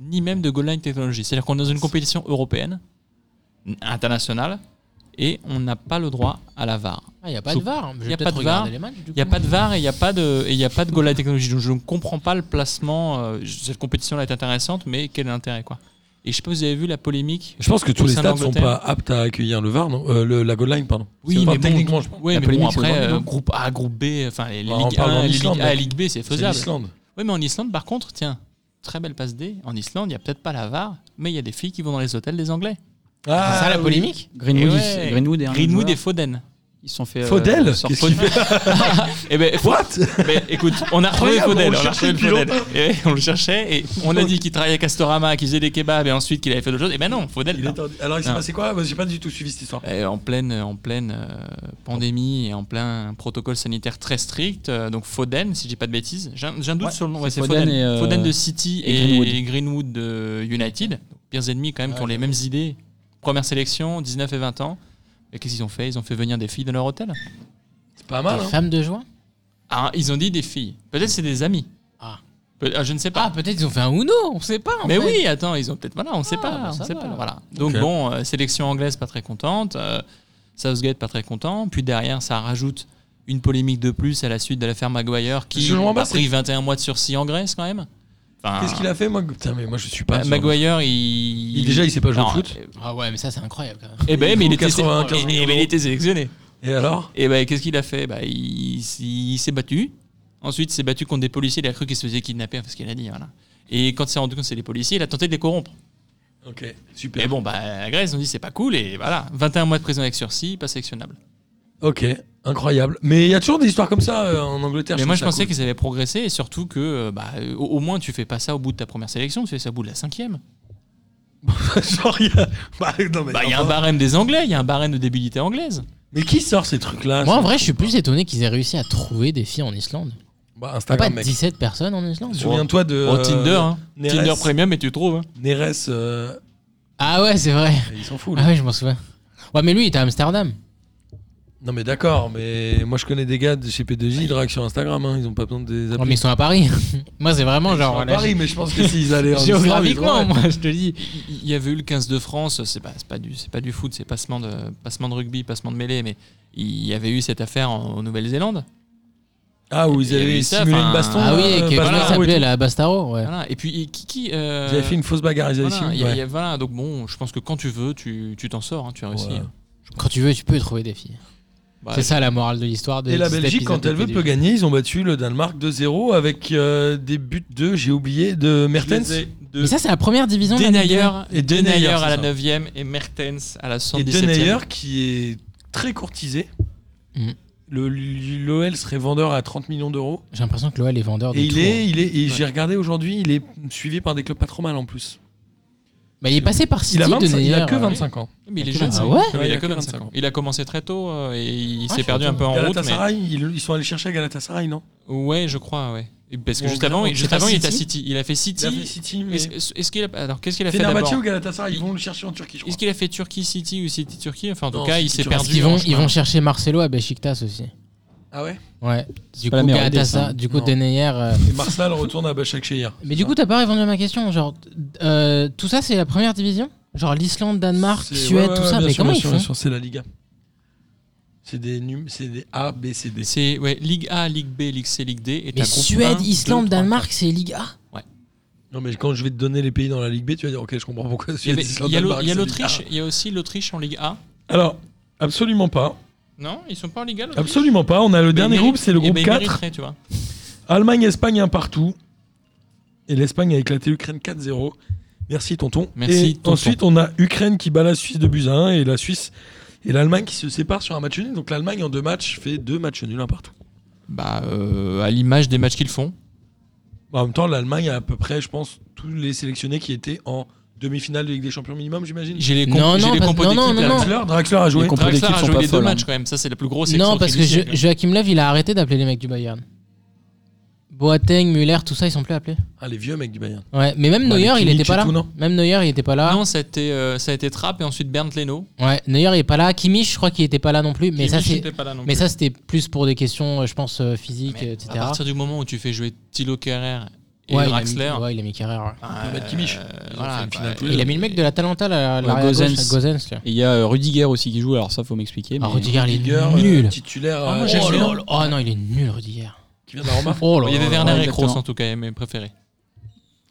Speaker 6: ni même de Goal Line Technology. C'est-à-dire qu'on est dans une compétition européenne, internationale, et on n'a pas le droit à la VAR.
Speaker 5: Ah, il n'y a pas
Speaker 6: Je-
Speaker 5: de VAR.
Speaker 6: y a pas de VAR. Il n'y a pas de VAR et il n'y a pas de, et il y a pas de Goal Line Technology. Donc je ne comprends pas le placement. euh, cette compétition-là est intéressante, mais quel est l'intérêt quoi Et je sais pas si vous avez vu la polémique.
Speaker 4: Je pense que tous
Speaker 6: Au
Speaker 4: les
Speaker 6: sein
Speaker 4: stades sont pas
Speaker 6: d'Angleterre.
Speaker 4: aptes à accueillir le VAR, non Euh, le- la goal line, pardon.
Speaker 6: Oui,
Speaker 4: C'est pas
Speaker 6: mais bon,
Speaker 4: techniquement, je pense.
Speaker 6: Oui,
Speaker 7: La
Speaker 6: mais bon,
Speaker 7: polémique, c'est
Speaker 6: après,
Speaker 7: aujourd'hui,
Speaker 6: euh,
Speaker 7: non
Speaker 6: groupe A, groupe B, enfin, les, les
Speaker 4: Bah, on
Speaker 6: Ligue
Speaker 4: parle
Speaker 6: 1,
Speaker 4: en
Speaker 6: les
Speaker 4: Islande,
Speaker 6: Ligue A et
Speaker 4: mec.
Speaker 6: Ligue B, c'est
Speaker 4: C'est
Speaker 6: faisable.
Speaker 4: l'Islande.
Speaker 6: Oui, mais en Islande, par contre, tiens, très belle passe D. En Islande, il n'y a peut-être pas la VAR, mais il y a des filles qui vont dans les hôtels des Anglais. Ah,
Speaker 4: Ah,
Speaker 5: C'est ça la polémique
Speaker 7: Greenwood,
Speaker 6: Et
Speaker 7: il-
Speaker 6: ouais.
Speaker 7: Greenwood, est un
Speaker 6: Greenwood
Speaker 7: joueur.
Speaker 6: et Foden.
Speaker 7: ils se sont fait. euh,
Speaker 4: Faudel
Speaker 7: sortir.
Speaker 4: Qu'est-ce qu'il fait
Speaker 6: Eh ben,
Speaker 4: What
Speaker 6: mais écoute, on a retrouvé
Speaker 4: Incroyable,
Speaker 6: Foden.
Speaker 4: on
Speaker 6: On,
Speaker 4: le
Speaker 6: a retrouvé
Speaker 4: cherchait
Speaker 6: le
Speaker 4: depuis
Speaker 6: Foden. Et on le cherchait et on a dit qu'il travaillait à Castorama, qu'il faisait des kebabs et ensuite qu'il avait fait d'autres choses. Eh ben non, Foden.
Speaker 4: Il est tendu. Alors, il s'est
Speaker 6: Non.
Speaker 4: passé quoi Moi, J'ai pas du tout suivi cette histoire.
Speaker 6: Et Euh, en pleine, en pleine euh, pandémie et en plein protocole sanitaire très strict. euh, donc Foden, si je dis pas de bêtises, j'ai un j'ai un doute
Speaker 7: Ouais,
Speaker 6: sur le nom. Ouais,
Speaker 7: c'est
Speaker 6: c'est
Speaker 7: Foden
Speaker 6: Foden,
Speaker 7: et, euh,
Speaker 6: Foden de City
Speaker 7: et
Speaker 6: et,
Speaker 7: Greenwood.
Speaker 6: Greenwood. de United. Donc, pires ennemis quand même qui ont les mêmes idées. Première sélection, 19 et 20 ans. Et qu'est-ce qu'ils ont fait Ils ont fait venir des filles dans leur hôtel.
Speaker 4: C'est pas mal,
Speaker 5: Des
Speaker 4: hein
Speaker 5: femmes de joie
Speaker 6: Ah, ils ont dit des filles. Peut-être c'est des amis.
Speaker 5: Ah.
Speaker 6: Peut- ah, je ne sais pas.
Speaker 5: Ah, peut-être ils ont fait un Uno, on sait pas. en
Speaker 6: Mais
Speaker 5: fait.
Speaker 6: oui, attends, ils ont peut-être. Voilà, on ne sait
Speaker 5: Ah,
Speaker 6: pas.
Speaker 5: bah,
Speaker 6: on
Speaker 5: ça
Speaker 6: sait
Speaker 5: va.
Speaker 6: pas, voilà. Donc
Speaker 4: Ok.
Speaker 6: bon, euh, sélection anglaise pas très contente, euh, Southgate pas très content, puis derrière ça rajoute une polémique de plus à la suite de l'affaire Maguire qui
Speaker 4: Je me rends pas,
Speaker 6: a pris 21 mois de sursis en Grèce quand même. Enfin,
Speaker 4: Qu'est-ce qu'il a fait, moi Putain, mais moi, je suis
Speaker 6: Ma-
Speaker 4: pas. sûr.
Speaker 6: Ah. Bah, Maguire, il...
Speaker 4: Il- déjà, il sait pas jouer au
Speaker 6: Non,
Speaker 4: foot.
Speaker 5: Ah ouais, mais ça c'est incroyable quand même.
Speaker 6: Eh ben,
Speaker 4: Il
Speaker 6: mais il
Speaker 4: joue
Speaker 6: était,
Speaker 4: 95
Speaker 6: eh
Speaker 4: millions
Speaker 6: ben, il
Speaker 4: d'euros.
Speaker 6: était sélectionné.
Speaker 4: Et alors
Speaker 6: Et ben, qu'est-ce qu'il a fait bah, Il, il s'est battu. Ensuite, il s'est battu contre des policiers. Il a cru qu'il se faisait kidnapper, parce qu'il a dit. Voilà. Et quand il s'est rendu compte que c'est des policiers, il a tenté de les corrompre.
Speaker 4: Ok,
Speaker 6: Mais
Speaker 4: super.
Speaker 6: bon, bah, la Grèce, on dit c'est pas cool, et voilà. 21 mois de prison avec sursis, pas sélectionnable.
Speaker 4: Ok, incroyable. Mais il y a toujours des histoires comme ça euh, en Angleterre.
Speaker 6: Mais moi, je
Speaker 4: trouve
Speaker 6: pensais
Speaker 4: ça cool.
Speaker 6: qu'ils avaient progressé, et surtout que, euh, bah, au, au moins, tu fais pas ça au bout de ta première sélection, tu fais ça au bout de la cinquième.
Speaker 4: Genre, il y a. Bah, non, mais.
Speaker 6: Bah, il y a un barème des Anglais, il y a un barème de débilité anglaise.
Speaker 4: Mais qui sort ces trucs-là
Speaker 5: Moi en
Speaker 4: ça
Speaker 5: vrai, je suis plus étonné qu'ils aient réussi à trouver des filles en Islande.
Speaker 4: Bah,
Speaker 5: Pas
Speaker 4: Instagram, mec.
Speaker 5: 17 personnes en Islande.
Speaker 4: Souviens-toi de.
Speaker 6: Oh, Tinder,
Speaker 4: euh,
Speaker 6: hein.
Speaker 4: Neres.
Speaker 6: Tinder Premium, et tu trouves. hein.
Speaker 4: Neres, euh,
Speaker 5: Ah ouais, c'est vrai.
Speaker 4: il s'en fout. lui.
Speaker 5: Ah ouais, je m'en souviens. Ouais, mais lui, il était à Amsterdam.
Speaker 4: Non mais d'accord, mais moi je connais des gars de chez P2J, ils draguent sur Instagram, hein, ils ont pas besoin des
Speaker 5: Non, mais ils
Speaker 4: applis.
Speaker 5: sont à Paris. moi, c'est vraiment
Speaker 4: Ils sont
Speaker 5: genre.
Speaker 4: à
Speaker 5: la-
Speaker 4: Paris, mais je pense que s'ils allaient en
Speaker 5: Géographiquement,
Speaker 4: Islande, ils auraient-
Speaker 5: moi, je te dis.
Speaker 6: Il il y avait eu le 15 de France, c'est pas, c'est pas, du, c'est pas du foot, c'est passement de, passement de rugby, passement de mêlée, mais il y avait eu cette affaire en, en Nouvelle-Zélande.
Speaker 4: Ah, où
Speaker 6: Il
Speaker 4: ils
Speaker 6: y avait
Speaker 4: avaient
Speaker 6: eu ça,
Speaker 4: simulé
Speaker 6: enfin,
Speaker 4: une baston
Speaker 5: Ah oui,
Speaker 4: euh,
Speaker 5: que-
Speaker 4: baston
Speaker 5: comment elle
Speaker 4: et
Speaker 5: s'appelait
Speaker 4: tout.
Speaker 5: la Bastaro
Speaker 4: Hein
Speaker 5: ouais.
Speaker 6: Voilà. Et puis, et qui. qui, euh,
Speaker 4: Ils avaient fait une fausse bagarre, ils avaient
Speaker 6: voilà, il
Speaker 4: simulé-
Speaker 6: y a-
Speaker 4: ouais.
Speaker 6: il y a- voilà, donc bon, je pense que quand tu veux, tu tu t'en sors, hein, tu as réussi.
Speaker 4: Ouais.
Speaker 6: hein.
Speaker 5: Quand tu veux, tu peux trouver des filles.
Speaker 6: Bah,
Speaker 5: c'est ça la morale de l'histoire. de
Speaker 4: Et la
Speaker 5: cet
Speaker 4: Belgique,
Speaker 5: épisode
Speaker 4: quand elle
Speaker 5: de
Speaker 4: veut,
Speaker 5: PD.
Speaker 4: peut gagner. Ils ont battu le Danemark 2-0 avec euh, des buts de, j'ai oublié, de
Speaker 6: Je les
Speaker 4: Mertens.
Speaker 6: ai de
Speaker 5: Mais ça, c'est la première division de la Ligue
Speaker 6: Denayer,
Speaker 4: Et
Speaker 6: et
Speaker 4: Denayer,
Speaker 6: Denayer
Speaker 4: c'est
Speaker 6: à la
Speaker 4: ça.
Speaker 6: 9e et Mertens à la
Speaker 4: Et
Speaker 6: 117e.
Speaker 4: Denayer qui est très courtisé.
Speaker 6: Mm.
Speaker 5: Mhm.
Speaker 4: Le- L'OL serait vendeur à 30 millions d'euros.
Speaker 5: J'ai l'impression que l'OL est vendeur de
Speaker 4: Et il
Speaker 5: tout, hein.
Speaker 4: est, il est, et j'ai
Speaker 6: Ouais.
Speaker 4: regardé aujourd'hui, il est suivi par des clubs pas trop mal en plus.
Speaker 5: Bah, il est passé par City,
Speaker 4: Il a, 25 il a
Speaker 5: Denayer,
Speaker 4: que
Speaker 5: ouais.
Speaker 4: 25 ans.
Speaker 6: Mais il est
Speaker 5: Ah
Speaker 6: jeune. ça.
Speaker 5: ouais
Speaker 6: Mais il a que
Speaker 4: 25
Speaker 6: 25
Speaker 4: ans.
Speaker 6: ans. Il a commencé très tôt euh, et il
Speaker 5: Ah, je
Speaker 6: s'est perdu
Speaker 5: suis
Speaker 6: un peu en route. Mais...
Speaker 4: Galatasaray, ils, ils sont allés chercher à Galatasaray, non
Speaker 6: Ouais, je crois, ouais. Et Parce que
Speaker 4: Ou
Speaker 6: juste
Speaker 4: en-
Speaker 6: avant,
Speaker 4: c'est
Speaker 6: juste
Speaker 4: pas
Speaker 6: avant il était à
Speaker 4: City
Speaker 6: City. Il a fait City.
Speaker 4: Derby City, mais.
Speaker 6: Est-ce est-ce qu'il a... Alors, qu'est-ce qu'il a fait
Speaker 4: Fenerbahçe ou
Speaker 6: d'abord
Speaker 4: Galatasaray Ils vont le chercher en Turquie, je crois.
Speaker 6: Est-ce qu'il a fait Turquie City ou City Turquie Enfin, en tout
Speaker 4: Non,
Speaker 6: cas, il
Speaker 4: City
Speaker 6: s'est
Speaker 4: Turquie.
Speaker 5: Parce
Speaker 6: perdu.
Speaker 5: qu'ils
Speaker 6: en
Speaker 5: vont, ils
Speaker 6: chemin.
Speaker 5: vont chercher Marcelo à Besiktas aussi.
Speaker 4: Ah ouais
Speaker 5: Ouais. Du coup,
Speaker 7: pas la meilleure idée,
Speaker 5: Gattasa-
Speaker 7: ça.
Speaker 5: du coup,
Speaker 4: Non.
Speaker 5: Denayer. euh,
Speaker 4: Et Marcel retourne à Başakşehir.
Speaker 5: Mais du coup, t'as pas répondu à ma question. Genre, euh, tout ça, c'est la première division Genre l'Islande, Danemark,
Speaker 4: C'est-
Speaker 5: Suède,
Speaker 4: ouais,
Speaker 5: tout
Speaker 4: ouais,
Speaker 5: ça.
Speaker 4: bien
Speaker 5: Mais
Speaker 4: sûr,
Speaker 5: comment
Speaker 4: bien
Speaker 5: ils
Speaker 4: sûr,
Speaker 5: font
Speaker 4: bien sûr, C'est la Liga. C'est des, num- c'est des A, B, C, D.
Speaker 6: C'est ouais, Ligue A, Ligue B, Ligue C, Ligue D. Et
Speaker 5: Mais
Speaker 6: t'as groupe
Speaker 5: Suède,
Speaker 6: 1,
Speaker 5: Islande,
Speaker 6: 2, 3,
Speaker 5: Danemark, c'est Ligue A
Speaker 4: Non, mais quand je vais te donner les pays dans la Ligue B, tu vas dire Ok, je comprends pourquoi.
Speaker 6: Il y avait-
Speaker 4: Suède,
Speaker 6: il y a
Speaker 4: Islande,
Speaker 6: l'Au-
Speaker 4: Danemark,
Speaker 6: il y a
Speaker 4: c'est
Speaker 6: l'Autriche,
Speaker 4: Ligue
Speaker 6: il y a aussi l'Autriche en Ligue A.
Speaker 4: A. Alors, absolument pas.
Speaker 6: Non, ils sont pas en Ligue A. l'Autriche
Speaker 4: Absolument pas. On a le
Speaker 6: Mais
Speaker 4: dernier
Speaker 6: ils
Speaker 4: groupe, c'est le
Speaker 6: méritent- eh
Speaker 4: groupe
Speaker 6: ben, ils
Speaker 4: 4.
Speaker 6: mériteraient, tu vois.
Speaker 4: Allemagne, Espagne, un partout. Et l'Espagne a éclaté l'Ukraine 4-0. Merci, tonton.
Speaker 6: Merci,
Speaker 4: et
Speaker 6: tonton.
Speaker 4: Ensuite, on a Ukraine qui bat la Suisse de buts à 1 et la Suisse et l'Allemagne qui se séparent sur un match nul. Donc l'Allemagne en deux matchs fait deux matchs nuls, un partout.
Speaker 6: Bah, euh, à l'image des matchs qu'ils font.
Speaker 4: Bah, En même temps, l'Allemagne a à peu près, je pense, tous les sélectionnés qui étaient en demi-finale de Ligue des Champions minimum, j'imagine.
Speaker 6: J'ai les comp-
Speaker 5: Non,
Speaker 6: j'ai
Speaker 5: non,
Speaker 6: les
Speaker 5: parce-
Speaker 6: compos
Speaker 5: non, non,
Speaker 6: d'équipe,
Speaker 5: non,
Speaker 6: là.
Speaker 5: non.
Speaker 4: Draxler, Draxler a joué.
Speaker 7: Les compos
Speaker 6: Draxler
Speaker 7: d'équipe
Speaker 6: a
Speaker 7: sont
Speaker 6: joué
Speaker 7: pas
Speaker 6: les deux
Speaker 7: folles, hein.
Speaker 6: matchs quand même. Ça, c'est hein. la plus grosse
Speaker 5: Non, parce que Jo- Joachim Löw, il a arrêté d'appeler les mecs du Bayern. Boateng, Müller, tout ça, ils sont plus appelés.
Speaker 4: Ah, les vieux mecs du Bayern.
Speaker 5: Ouais, mais même
Speaker 4: Bah, les
Speaker 5: Neuer, il
Speaker 4: Kimmich
Speaker 5: était pas
Speaker 4: et
Speaker 5: là.
Speaker 4: tout, non
Speaker 5: même Neuer, il était pas là.
Speaker 6: Non, ça a été, euh, ça a été Trapp et ensuite Bernd Leno.
Speaker 5: Ouais, Neuer, il est pas là. Kimmich, je crois qu'il était pas là non plus. Mais
Speaker 6: Et
Speaker 5: ça,
Speaker 6: Mich
Speaker 5: c'est.
Speaker 6: était pas là non
Speaker 5: Mais
Speaker 6: plus.
Speaker 5: ça, c'était plus pour des questions, euh, je pense, euh, physiques,
Speaker 6: Mais
Speaker 5: euh, etc.
Speaker 6: à partir du moment où tu fais jouer Thilo Kerrer et
Speaker 5: ouais, il a mis-
Speaker 6: Draxler.
Speaker 5: ouais, il a mis Carrère. ouais.
Speaker 6: Bah,
Speaker 4: peut mettre Kimmich. Ils ont fait une finale tous les
Speaker 5: Il a mis le mec de l'Atalanta, la, la
Speaker 7: Ouais, Gozens.
Speaker 5: Gozens. là.
Speaker 7: Et il y a euh, Rudiger aussi qui joue, alors ça, faut m'expliquer.
Speaker 5: Ah,
Speaker 7: mais-
Speaker 5: Rudiger, il
Speaker 4: Rudiger,
Speaker 5: est
Speaker 4: euh,
Speaker 5: nul.
Speaker 4: titulaire
Speaker 5: Oh,
Speaker 4: euh,
Speaker 5: là
Speaker 4: Chelsea,
Speaker 5: là
Speaker 4: non
Speaker 5: là. Oh non, il est nul, Rudiger.
Speaker 4: qui vient de la Roma.
Speaker 5: Oh là
Speaker 6: Il y avait
Speaker 5: là là.
Speaker 6: Werner et
Speaker 7: exactement.
Speaker 6: Kroos en tout cas, mes préférés.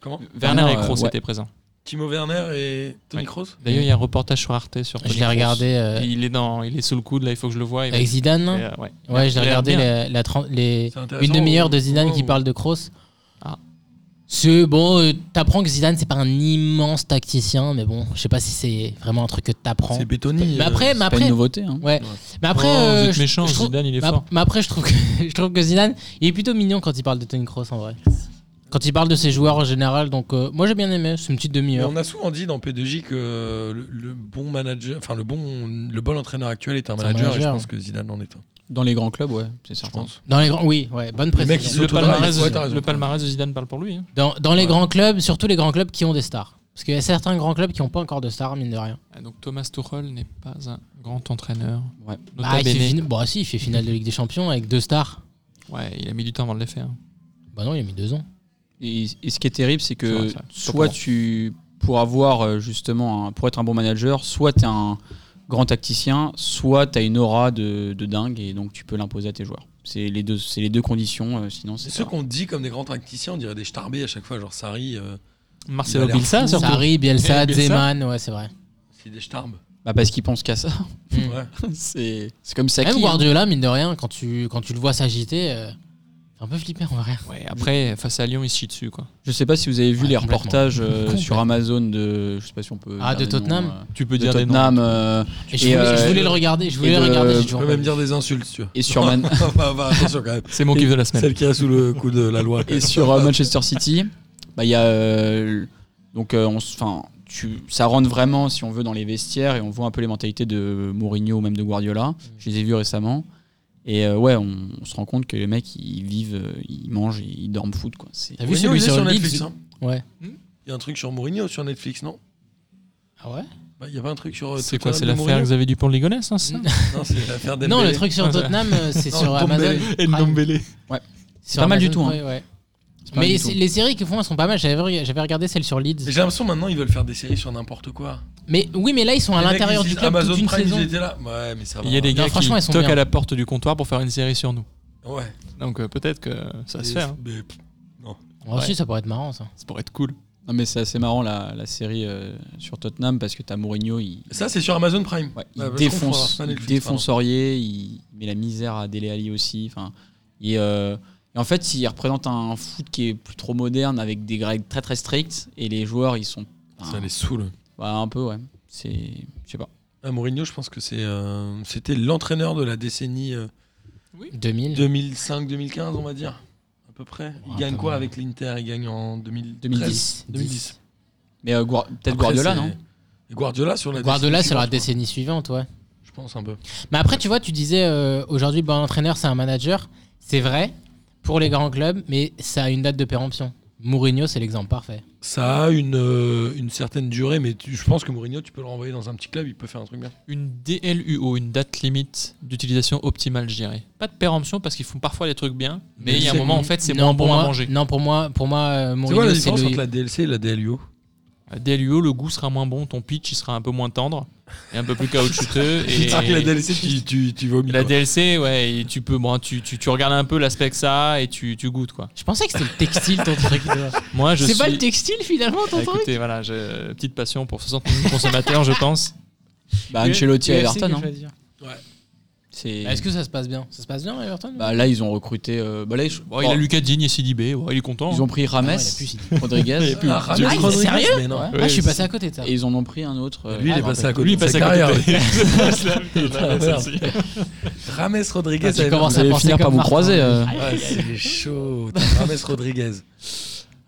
Speaker 4: Comment
Speaker 6: Werner et
Speaker 7: euh,
Speaker 6: Kroos
Speaker 7: ouais.
Speaker 6: étaient présents.
Speaker 4: Timo Werner et Tony
Speaker 6: Ouais.
Speaker 4: Kroos
Speaker 6: D'ailleurs, il y a un reportage sur Arte sur.
Speaker 5: Je
Speaker 6: Toni
Speaker 5: l'ai
Speaker 6: Kroos.
Speaker 5: regardé euh,
Speaker 6: Il est dans, il est sous le coude là. Il faut que je le voie. et-
Speaker 5: avec Zidane.
Speaker 6: et, euh, ouais.
Speaker 5: Ouais, je l'ai
Speaker 6: Il a l'air
Speaker 5: regardé
Speaker 6: bien.
Speaker 5: la, la tren- les,
Speaker 4: C'est intéressant,
Speaker 5: une demi-heure
Speaker 4: au-
Speaker 5: de Zidane
Speaker 4: au-
Speaker 5: qui parle de Kroos.
Speaker 6: euh, Ah.
Speaker 5: C'est bon, euh, t'apprends que Zidane c'est pas un immense tacticien, mais bon, je sais pas si c'est vraiment un truc que t'apprends.
Speaker 4: C'est Bétoni.
Speaker 5: Mais
Speaker 4: euh,
Speaker 5: Bah, après, mais
Speaker 7: C'est pas une
Speaker 5: après,
Speaker 7: nouveauté. hein.
Speaker 5: ouais. Mais après,
Speaker 6: Oh,
Speaker 5: euh,
Speaker 6: vous êtes
Speaker 5: je-
Speaker 6: méchant.
Speaker 5: je trouve-
Speaker 6: Zidane, il est
Speaker 5: mais,
Speaker 6: fort.
Speaker 5: mais après, je trouve que je trouve que Zidane, il est plutôt mignon quand il parle de Tony Kroos en vrai. Quand il parle de ses joueurs en général, donc euh, moi j'ai bien aimé. C'est une petite
Speaker 4: Mais
Speaker 5: demi-heure.
Speaker 4: on a souvent dit dans P2J que euh, le, le bon manager, enfin le bon, le bon entraîneur actuel est un
Speaker 5: C'est un
Speaker 4: manager, et je
Speaker 5: manager.
Speaker 4: pense que Zidane en est un.
Speaker 7: Dans les grands clubs, ouais, c'est
Speaker 4: Je
Speaker 7: certain.
Speaker 4: pense.
Speaker 5: Dans les grands, oui, ouais, bonne
Speaker 4: Le mec,
Speaker 5: précision.
Speaker 4: il
Speaker 6: Le
Speaker 4: s'autodrague.
Speaker 6: palmarès,
Speaker 4: Ouais, t'as raison.
Speaker 6: le palmarès de Zidane parle pour lui. hein.
Speaker 5: Dans, dans les
Speaker 6: Ouais.
Speaker 5: grands clubs, surtout les grands clubs qui ont des stars. Parce qu'il y a certains grands clubs qui n'ont pas encore de stars, mine de rien.
Speaker 6: Ah, Donc Thomas Tuchel n'est pas un grand entraîneur.
Speaker 7: Ouais.
Speaker 6: Nota
Speaker 5: Bah, il fait
Speaker 6: bene.
Speaker 5: fina- bon, si, il fait finale de Ligue des Champions avec deux stars.
Speaker 6: Ouais, il a mis du temps avant de les faire. hein.
Speaker 5: Bah non, il a mis deux ans.
Speaker 7: Et, et ce qui est terrible, c'est
Speaker 6: C'est
Speaker 7: que
Speaker 6: vrai, ça.
Speaker 7: soit
Speaker 6: Comprends.
Speaker 7: tu, pour avoir euh, justement, un- pour être un bon manager, soit tu es un grand tacticien, soit tu as une aura de, de dingue et donc tu peux l'imposer à tes joueurs. C'est les deux, c'est les deux conditions. euh, sinon,
Speaker 4: C'est
Speaker 7: c'est
Speaker 4: ceux
Speaker 7: pas-
Speaker 4: qu'on dit comme des grands tacticiens, on dirait des starbés à chaque fois, genre Sarri, euh,
Speaker 6: Marcelo
Speaker 4: Il a l'air
Speaker 6: Bielsa,
Speaker 4: fou.
Speaker 6: surtout.
Speaker 5: Sarri, Bielsa,
Speaker 6: Et Bielsa.
Speaker 5: Zeman, ouais, c'est vrai.
Speaker 4: c'est des starbes.
Speaker 7: bah parce qu'ils pensent qu'à ça.
Speaker 5: Mm.
Speaker 4: Ouais.
Speaker 7: c'est, c'est comme hein. ça.
Speaker 5: Même Guardiola, mine de rien, quand tu, quand tu le vois s'agiter, euh, c'est un peu flippé, en vrai.
Speaker 6: Ouais, après, face à Lyon, il se chie dessus. Quoi.
Speaker 7: Je sais pas si vous avez vu
Speaker 5: Ouais,
Speaker 7: les
Speaker 5: complètement.
Speaker 7: reportages euh,
Speaker 5: Complètement.
Speaker 7: sur Amazon de, je sais pas si on peut.
Speaker 5: Ah,
Speaker 7: dire
Speaker 5: de
Speaker 7: des noms,
Speaker 5: Tottenham
Speaker 7: euh,
Speaker 6: Tu peux
Speaker 7: de Tottenham. euh,
Speaker 5: Et je,
Speaker 7: Et,
Speaker 5: voulais,
Speaker 7: euh,
Speaker 5: je voulais le regarder, je voulais
Speaker 7: et
Speaker 5: le
Speaker 7: de-
Speaker 5: regarder, j'ai
Speaker 4: Tu
Speaker 5: toujours
Speaker 4: peux
Speaker 5: pas
Speaker 4: même
Speaker 5: vu.
Speaker 4: dire des insultes, si tu veux.
Speaker 7: et sur Man-
Speaker 4: Enfin, enfin, attention quand même.
Speaker 6: C'est mon kiff de la semaine.
Speaker 4: Celle qui est sous le coup de la loi.
Speaker 7: et sur euh, Manchester City, bah, il y a. euh, donc, euh, on, s- 'fin, tu, ça rentre vraiment, si on veut, dans les vestiaires et on voit un peu les mentalités de Mourinho ou même de
Speaker 5: Mm.
Speaker 7: Guardiola. Je les ai vus récemment. Et euh, ouais, on, on se rend compte que les mecs, ils vivent, euh, ils mangent, et ils dorment foot. Quoi. C'est-
Speaker 5: T'as vu
Speaker 4: Mourinho,
Speaker 5: celui
Speaker 4: il est
Speaker 5: sur,
Speaker 4: sur
Speaker 5: le Leeds
Speaker 4: Netflix. hein.
Speaker 5: Ouais. Hmm
Speaker 4: Il y a un truc sur Mourinho sur Netflix, non
Speaker 5: Ah ouais
Speaker 4: Bah, Il y a pas un truc sur. euh,
Speaker 6: C'est
Speaker 4: Tottenham
Speaker 6: quoi C'est
Speaker 4: de
Speaker 6: l'affaire
Speaker 4: Mourinho
Speaker 6: Xavier Dupont de Ligonnès hein, c'est ça
Speaker 4: Non, c'est l'affaire Dembélé.
Speaker 5: Non, le truc sur
Speaker 6: Ah, ça-
Speaker 5: Tottenham, euh, c'est
Speaker 4: Non,
Speaker 5: sur
Speaker 4: Ndombélé.
Speaker 5: Amazon.
Speaker 6: Et
Speaker 5: Prime.
Speaker 6: Ndombélé.
Speaker 5: Sur
Speaker 7: pas mal
Speaker 5: Amazon
Speaker 7: du tout, hein.
Speaker 5: Prime, ouais.
Speaker 7: c'est pas
Speaker 5: Mais
Speaker 7: du tout.
Speaker 5: c'est- les séries qu'ils font, elles sont pas mal. J'avais re- j'avais regardé celle sur Leeds.
Speaker 4: J'ai l'impression maintenant ils veulent faire des séries sur n'importe quoi.
Speaker 5: Mais oui, mais là, ils sont à
Speaker 4: Les mecs,
Speaker 5: l'intérieur
Speaker 4: ils
Speaker 5: du
Speaker 4: disent,
Speaker 5: club
Speaker 4: Amazon
Speaker 5: toute une
Speaker 4: Prime,
Speaker 5: saison.
Speaker 4: ils étaient là. Ouais, mais ça va.
Speaker 6: Il y a des
Speaker 5: Non,
Speaker 6: gars qui
Speaker 5: franchement, elles sont
Speaker 6: toquent
Speaker 5: bien.
Speaker 6: à la porte du comptoir pour faire une série sur nous.
Speaker 4: Ouais.
Speaker 6: Donc euh, peut-être que ça se
Speaker 4: Mais-
Speaker 6: fait. hein.
Speaker 4: mais- pff,
Speaker 5: Oh, si, ça pourrait être marrant, ça.
Speaker 6: Ça pourrait être cool.
Speaker 7: Non, mais c'est assez marrant la, la série euh, sur Tottenham parce que t'as Mourinho, il,
Speaker 4: Ça, c'est sur Amazon Prime.
Speaker 7: ouais, il
Speaker 4: Ouais, bah, je comprends,
Speaker 7: défonce,
Speaker 4: pas
Speaker 7: il
Speaker 4: Netflix,
Speaker 7: défonce Aurier, il met la misère à Dele Alli aussi. Enfin, et, euh, et en fait, il représente un foot qui est plus trop moderne avec des règles très très strictes et les joueurs ils sont
Speaker 5: Ah.
Speaker 4: pardon. Ça
Speaker 7: enfin,
Speaker 4: les saoule.
Speaker 7: bah, un peu ouais. C'est je sais pas.
Speaker 4: Ah, Mourinho, je pense que c'est, euh, c'était l'entraîneur de la décennie euh,
Speaker 5: 2000.
Speaker 4: 2005-2015, on va dire. À peu près. Il
Speaker 5: Ouais,
Speaker 4: gagne
Speaker 5: pas
Speaker 4: quoi
Speaker 5: mal.
Speaker 4: avec l'Inter Il gagne en 2013,
Speaker 7: 2010.
Speaker 4: 2010.
Speaker 7: Mais euh, Guar- peut-être
Speaker 4: Après,
Speaker 7: Guardiola
Speaker 4: c'est-
Speaker 7: non
Speaker 4: Et Guardiola sur la
Speaker 5: Guardiola,
Speaker 4: décennie
Speaker 5: c'est la
Speaker 4: suivante,
Speaker 5: décennie suivante, ouais.
Speaker 4: Je pense un peu.
Speaker 5: Mais après, tu vois, tu disais euh, aujourd'hui, bon entraîneur, c'est un manager. C'est vrai pour les grands clubs, mais ça a une date de péremption. Mourinho, c'est l'exemple parfait.
Speaker 4: Ça a une, euh, une certaine durée, mais tu- je pense que Mourinho, tu peux le renvoyer dans un petit club, il peut faire un truc bien.
Speaker 6: Une DLUO, une date limite d'utilisation optimale, je dirais. Pas de péremption parce qu'ils font parfois des trucs bien, mais il y a un
Speaker 5: C'est-
Speaker 6: moment en fait c'est
Speaker 5: Non,
Speaker 6: moins
Speaker 5: pour
Speaker 6: bon à
Speaker 5: moi-
Speaker 6: manger.
Speaker 5: Non, pour moi, pour moi euh,
Speaker 4: C'est quoi
Speaker 5: Mourinho,
Speaker 4: la
Speaker 5: c'est
Speaker 4: différence
Speaker 5: le-
Speaker 4: entre la DLC et la DLUO
Speaker 6: À DLUO, le goût sera moins bon, ton pitch il sera un peu moins tendre et un peu plus caoutchouteux. et...
Speaker 4: Putain, que Ah, la DLC, tu, tu, tu vomis.
Speaker 6: La
Speaker 4: quoi.
Speaker 6: DLC, ouais, et tu peux, bon, tu, tu, tu regardes un peu l'aspect que ça a et tu, tu goûtes quoi.
Speaker 5: Je pensais que c'était le textile, ton truc.
Speaker 6: Moi, je
Speaker 5: C'est
Speaker 6: suis.
Speaker 5: pas le textile, finalement, ton
Speaker 6: Ah,
Speaker 5: truc
Speaker 6: Écoutez, voilà, j'ai euh, petite passion pour 60 000 consommateurs, je pense.
Speaker 7: Bah Ancelotti à Everton hein. C'est
Speaker 5: Bah, Est-ce que ça se passe bien Ça se passe bien, Everton
Speaker 7: bah, là ils ont recruté euh, bah, là, ils-
Speaker 6: Bon,
Speaker 7: bon,
Speaker 6: il a Lucas Digne et Sidibé, ouais, il est content. hein.
Speaker 7: ils ont pris Rames,
Speaker 5: Ah ouais, il a plus, il-
Speaker 7: Rodriguez
Speaker 4: Ah, Ramos
Speaker 5: Ah, il est
Speaker 4: Rodriguez,
Speaker 5: sérieux
Speaker 4: mais non.
Speaker 7: Ouais.
Speaker 5: Ah, je suis passé à côté de ça.
Speaker 7: et ils en ont pris un autre euh,
Speaker 4: Lui, il
Speaker 5: Ah,
Speaker 4: est
Speaker 5: non,
Speaker 4: passé
Speaker 5: mais-
Speaker 4: à côté
Speaker 6: Lui, il
Speaker 4: de sa
Speaker 6: passe à côté.
Speaker 4: carrière. ouais.
Speaker 6: Putain,
Speaker 4: merde.
Speaker 6: celle-ci.
Speaker 4: Rames Rodriguez,
Speaker 5: tu
Speaker 4: avait-
Speaker 5: commences
Speaker 7: vous allez
Speaker 5: à penser
Speaker 7: finir par
Speaker 5: comme Ah, Martin.
Speaker 7: vous croiser, euh.
Speaker 6: Ah,
Speaker 4: Ouais, c'est chaud. T'as Rames Rodriguez.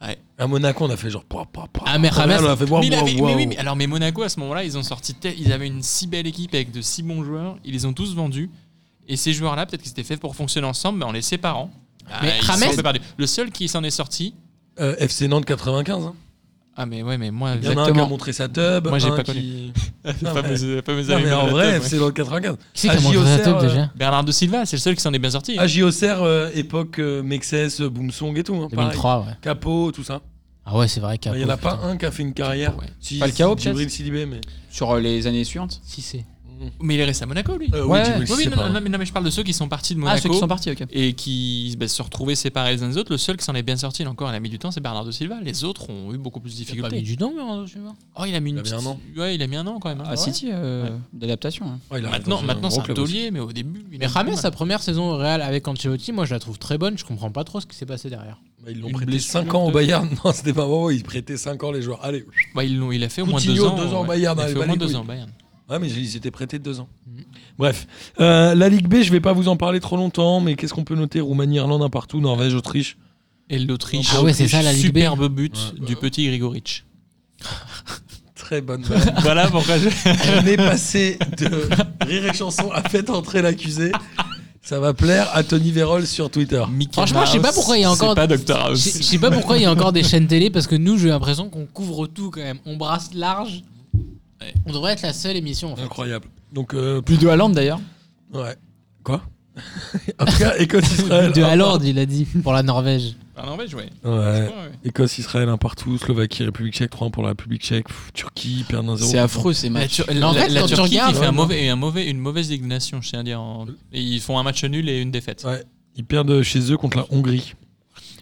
Speaker 6: Ouais.
Speaker 4: À Monaco, on a fait genre. pouah, pouah, pouah.
Speaker 5: Ah, mais
Speaker 4: Real,
Speaker 5: Rames-
Speaker 4: on a fait voir.
Speaker 6: mais, il avait- mais oui, mais alors, mais Monaco, à ce moment-là, ils ont sorti. tel- Ils avaient une si belle équipe avec de si bons joueurs. Ils les ont tous vendus. Et ces joueurs-là, peut-être qu'ils étaient faits pour fonctionner ensemble, mais en les séparant. Ah,
Speaker 5: Mais
Speaker 6: ils se
Speaker 5: Rames-
Speaker 4: Euh,
Speaker 6: sont un peu perdus. Le seul qui s'en est sorti.
Speaker 4: FC Nantes 95. hein.
Speaker 6: Ah, mais ouais, mais moi,
Speaker 4: Il y en a un qui a
Speaker 7: Exactement.
Speaker 4: montré sa tub.
Speaker 6: Moi, j'ai
Speaker 4: un
Speaker 6: pas
Speaker 4: qui-
Speaker 6: la
Speaker 4: Non,
Speaker 6: fameuse- la fameuse
Speaker 4: Non, mais en
Speaker 6: anecdote,
Speaker 4: vrai,
Speaker 6: ouais.
Speaker 4: c'est dans le 95.
Speaker 5: Qui c'est qui a montré
Speaker 4: AJOCR,
Speaker 5: la top
Speaker 4: euh,
Speaker 5: déjà
Speaker 6: Bernard de Silva, c'est le seul qui s'en est bien sorti.
Speaker 4: À JOCR, euh, époque euh, Mexes, euh, Boomsong et tout. hein, pareil.
Speaker 5: 2003, ouais.
Speaker 4: Capo, tout ça.
Speaker 5: Ah ouais, c'est vrai,
Speaker 4: Bah, Il
Speaker 5: Capo.
Speaker 4: n'y en a pas
Speaker 5: putain.
Speaker 4: un qui a fait une carrière.
Speaker 6: ouais.
Speaker 4: Si,
Speaker 7: Pas le chaos, peut-être
Speaker 4: Djibril Sidibé, mais.
Speaker 7: Sur euh, les années suivantes
Speaker 5: Si, c'est.
Speaker 6: Mais il est resté à Monaco, lui.
Speaker 4: Euh,
Speaker 7: Ouais.
Speaker 4: oui, Djibril
Speaker 6: Oui, oui,
Speaker 4: Sidibé,
Speaker 6: non,
Speaker 4: pardon.
Speaker 6: non, mais, non, mais je parle de ceux qui sont partis de
Speaker 7: Ah,
Speaker 6: Monaco
Speaker 7: ceux qui sont partis, ok.
Speaker 6: et qui bah, se retrouvaient séparés les uns des autres. Le seul qui s'en est bien sorti, là encore, il a mis du temps, c'est Bernard de Silva. Les autres ont eu beaucoup plus de
Speaker 5: Il a pas mis
Speaker 6: difficultés.
Speaker 5: du temps, Bernardo Silva
Speaker 6: Oh, il a mis, une
Speaker 4: Il a mis
Speaker 6: petite-
Speaker 4: un an.
Speaker 6: Ouais, il a mis un an quand
Speaker 5: Ah
Speaker 6: même. hein.
Speaker 7: À City, euh, d'adaptation. hein.
Speaker 4: Ouais, il arrive
Speaker 6: Maintenant,
Speaker 4: dans un
Speaker 6: maintenant
Speaker 4: gros
Speaker 6: c'est un
Speaker 4: club aussi.
Speaker 6: taulier, mais au début. il
Speaker 5: Mais
Speaker 6: a
Speaker 5: Rames,
Speaker 6: du mal.
Speaker 5: sa première saison au Real avec Ancelotti, moi je la trouve très bonne, je comprends pas trop ce qui s'est passé derrière.
Speaker 4: Bah, ils l'ont
Speaker 6: Une
Speaker 4: prêté
Speaker 6: blessure,
Speaker 4: 5 ans au
Speaker 6: deux.
Speaker 4: Bayern. Non, c'était pas bon. Ils prêtaient 5 ans les joueurs. Allez.
Speaker 6: Bah, ils l'ont- il a fait au moins
Speaker 4: Coutinho,
Speaker 6: deux ans.
Speaker 4: deux ans
Speaker 6: ouais.
Speaker 4: Bayern,
Speaker 6: il a
Speaker 4: allez,
Speaker 6: fait au
Speaker 4: bah,
Speaker 6: moins
Speaker 4: les
Speaker 6: deux
Speaker 4: couilles.
Speaker 6: ans Bayern.
Speaker 4: Ouais, mais ils étaient prêtés 2 ans.
Speaker 6: Mhm.
Speaker 4: Bref. Euh, la Ligue B, je vais pas vous en parler trop longtemps, mais qu'est-ce qu'on peut noter Roumanie, Irlande, un partout, Norvège, Autriche.
Speaker 6: Et l'Autriche.
Speaker 5: Ah ouais, c'est ça, la Ligue B.
Speaker 6: Superbe but
Speaker 4: Ouais.
Speaker 6: du petit Grigoric.
Speaker 4: Très bonne.
Speaker 6: voilà pourquoi je.
Speaker 4: On est passé de rire et chanson à faites entrer l'accusé. Ça va plaire à Tony Vérol sur Twitter.
Speaker 5: Franchement, je sais pas pourquoi il y a encore-
Speaker 6: C'est pas Docteur
Speaker 5: Je
Speaker 6: House.
Speaker 5: sais je sais pas pourquoi il y a encore des chaînes télé parce que nous j'ai l'impression qu'on couvre tout quand même, on brasse large.
Speaker 6: Ouais.
Speaker 5: On devrait être la seule émission en fait.
Speaker 4: Incroyable. Donc, euh,
Speaker 7: Plus de Hollande d'ailleurs.
Speaker 4: ouais. Quoi En tout cas, Écosse-Israël.
Speaker 5: De
Speaker 4: un
Speaker 5: Hollande, il a dit pour la Norvège.
Speaker 6: Ah, Norvège, ouais.
Speaker 4: partout. Ouais.
Speaker 6: Ouais, ouais.
Speaker 4: Écosse-Israël, un partout. Slovaquie, République tchèque, 3 pour la République tchèque. Pff, Turquie, perd 1-0.
Speaker 7: C'est affreux ces
Speaker 6: La,
Speaker 7: matchs.
Speaker 6: Tur- la-
Speaker 5: en fait,
Speaker 6: la
Speaker 5: quand tu
Speaker 6: Turquie qui
Speaker 5: regardes-
Speaker 6: fait un mauvais, un mauvais, une mauvaise dégnation, je tiens à dire. en- et ils font un match nul et une défaite.
Speaker 4: Ouais. Ils perdent euh, chez eux contre la Hongrie.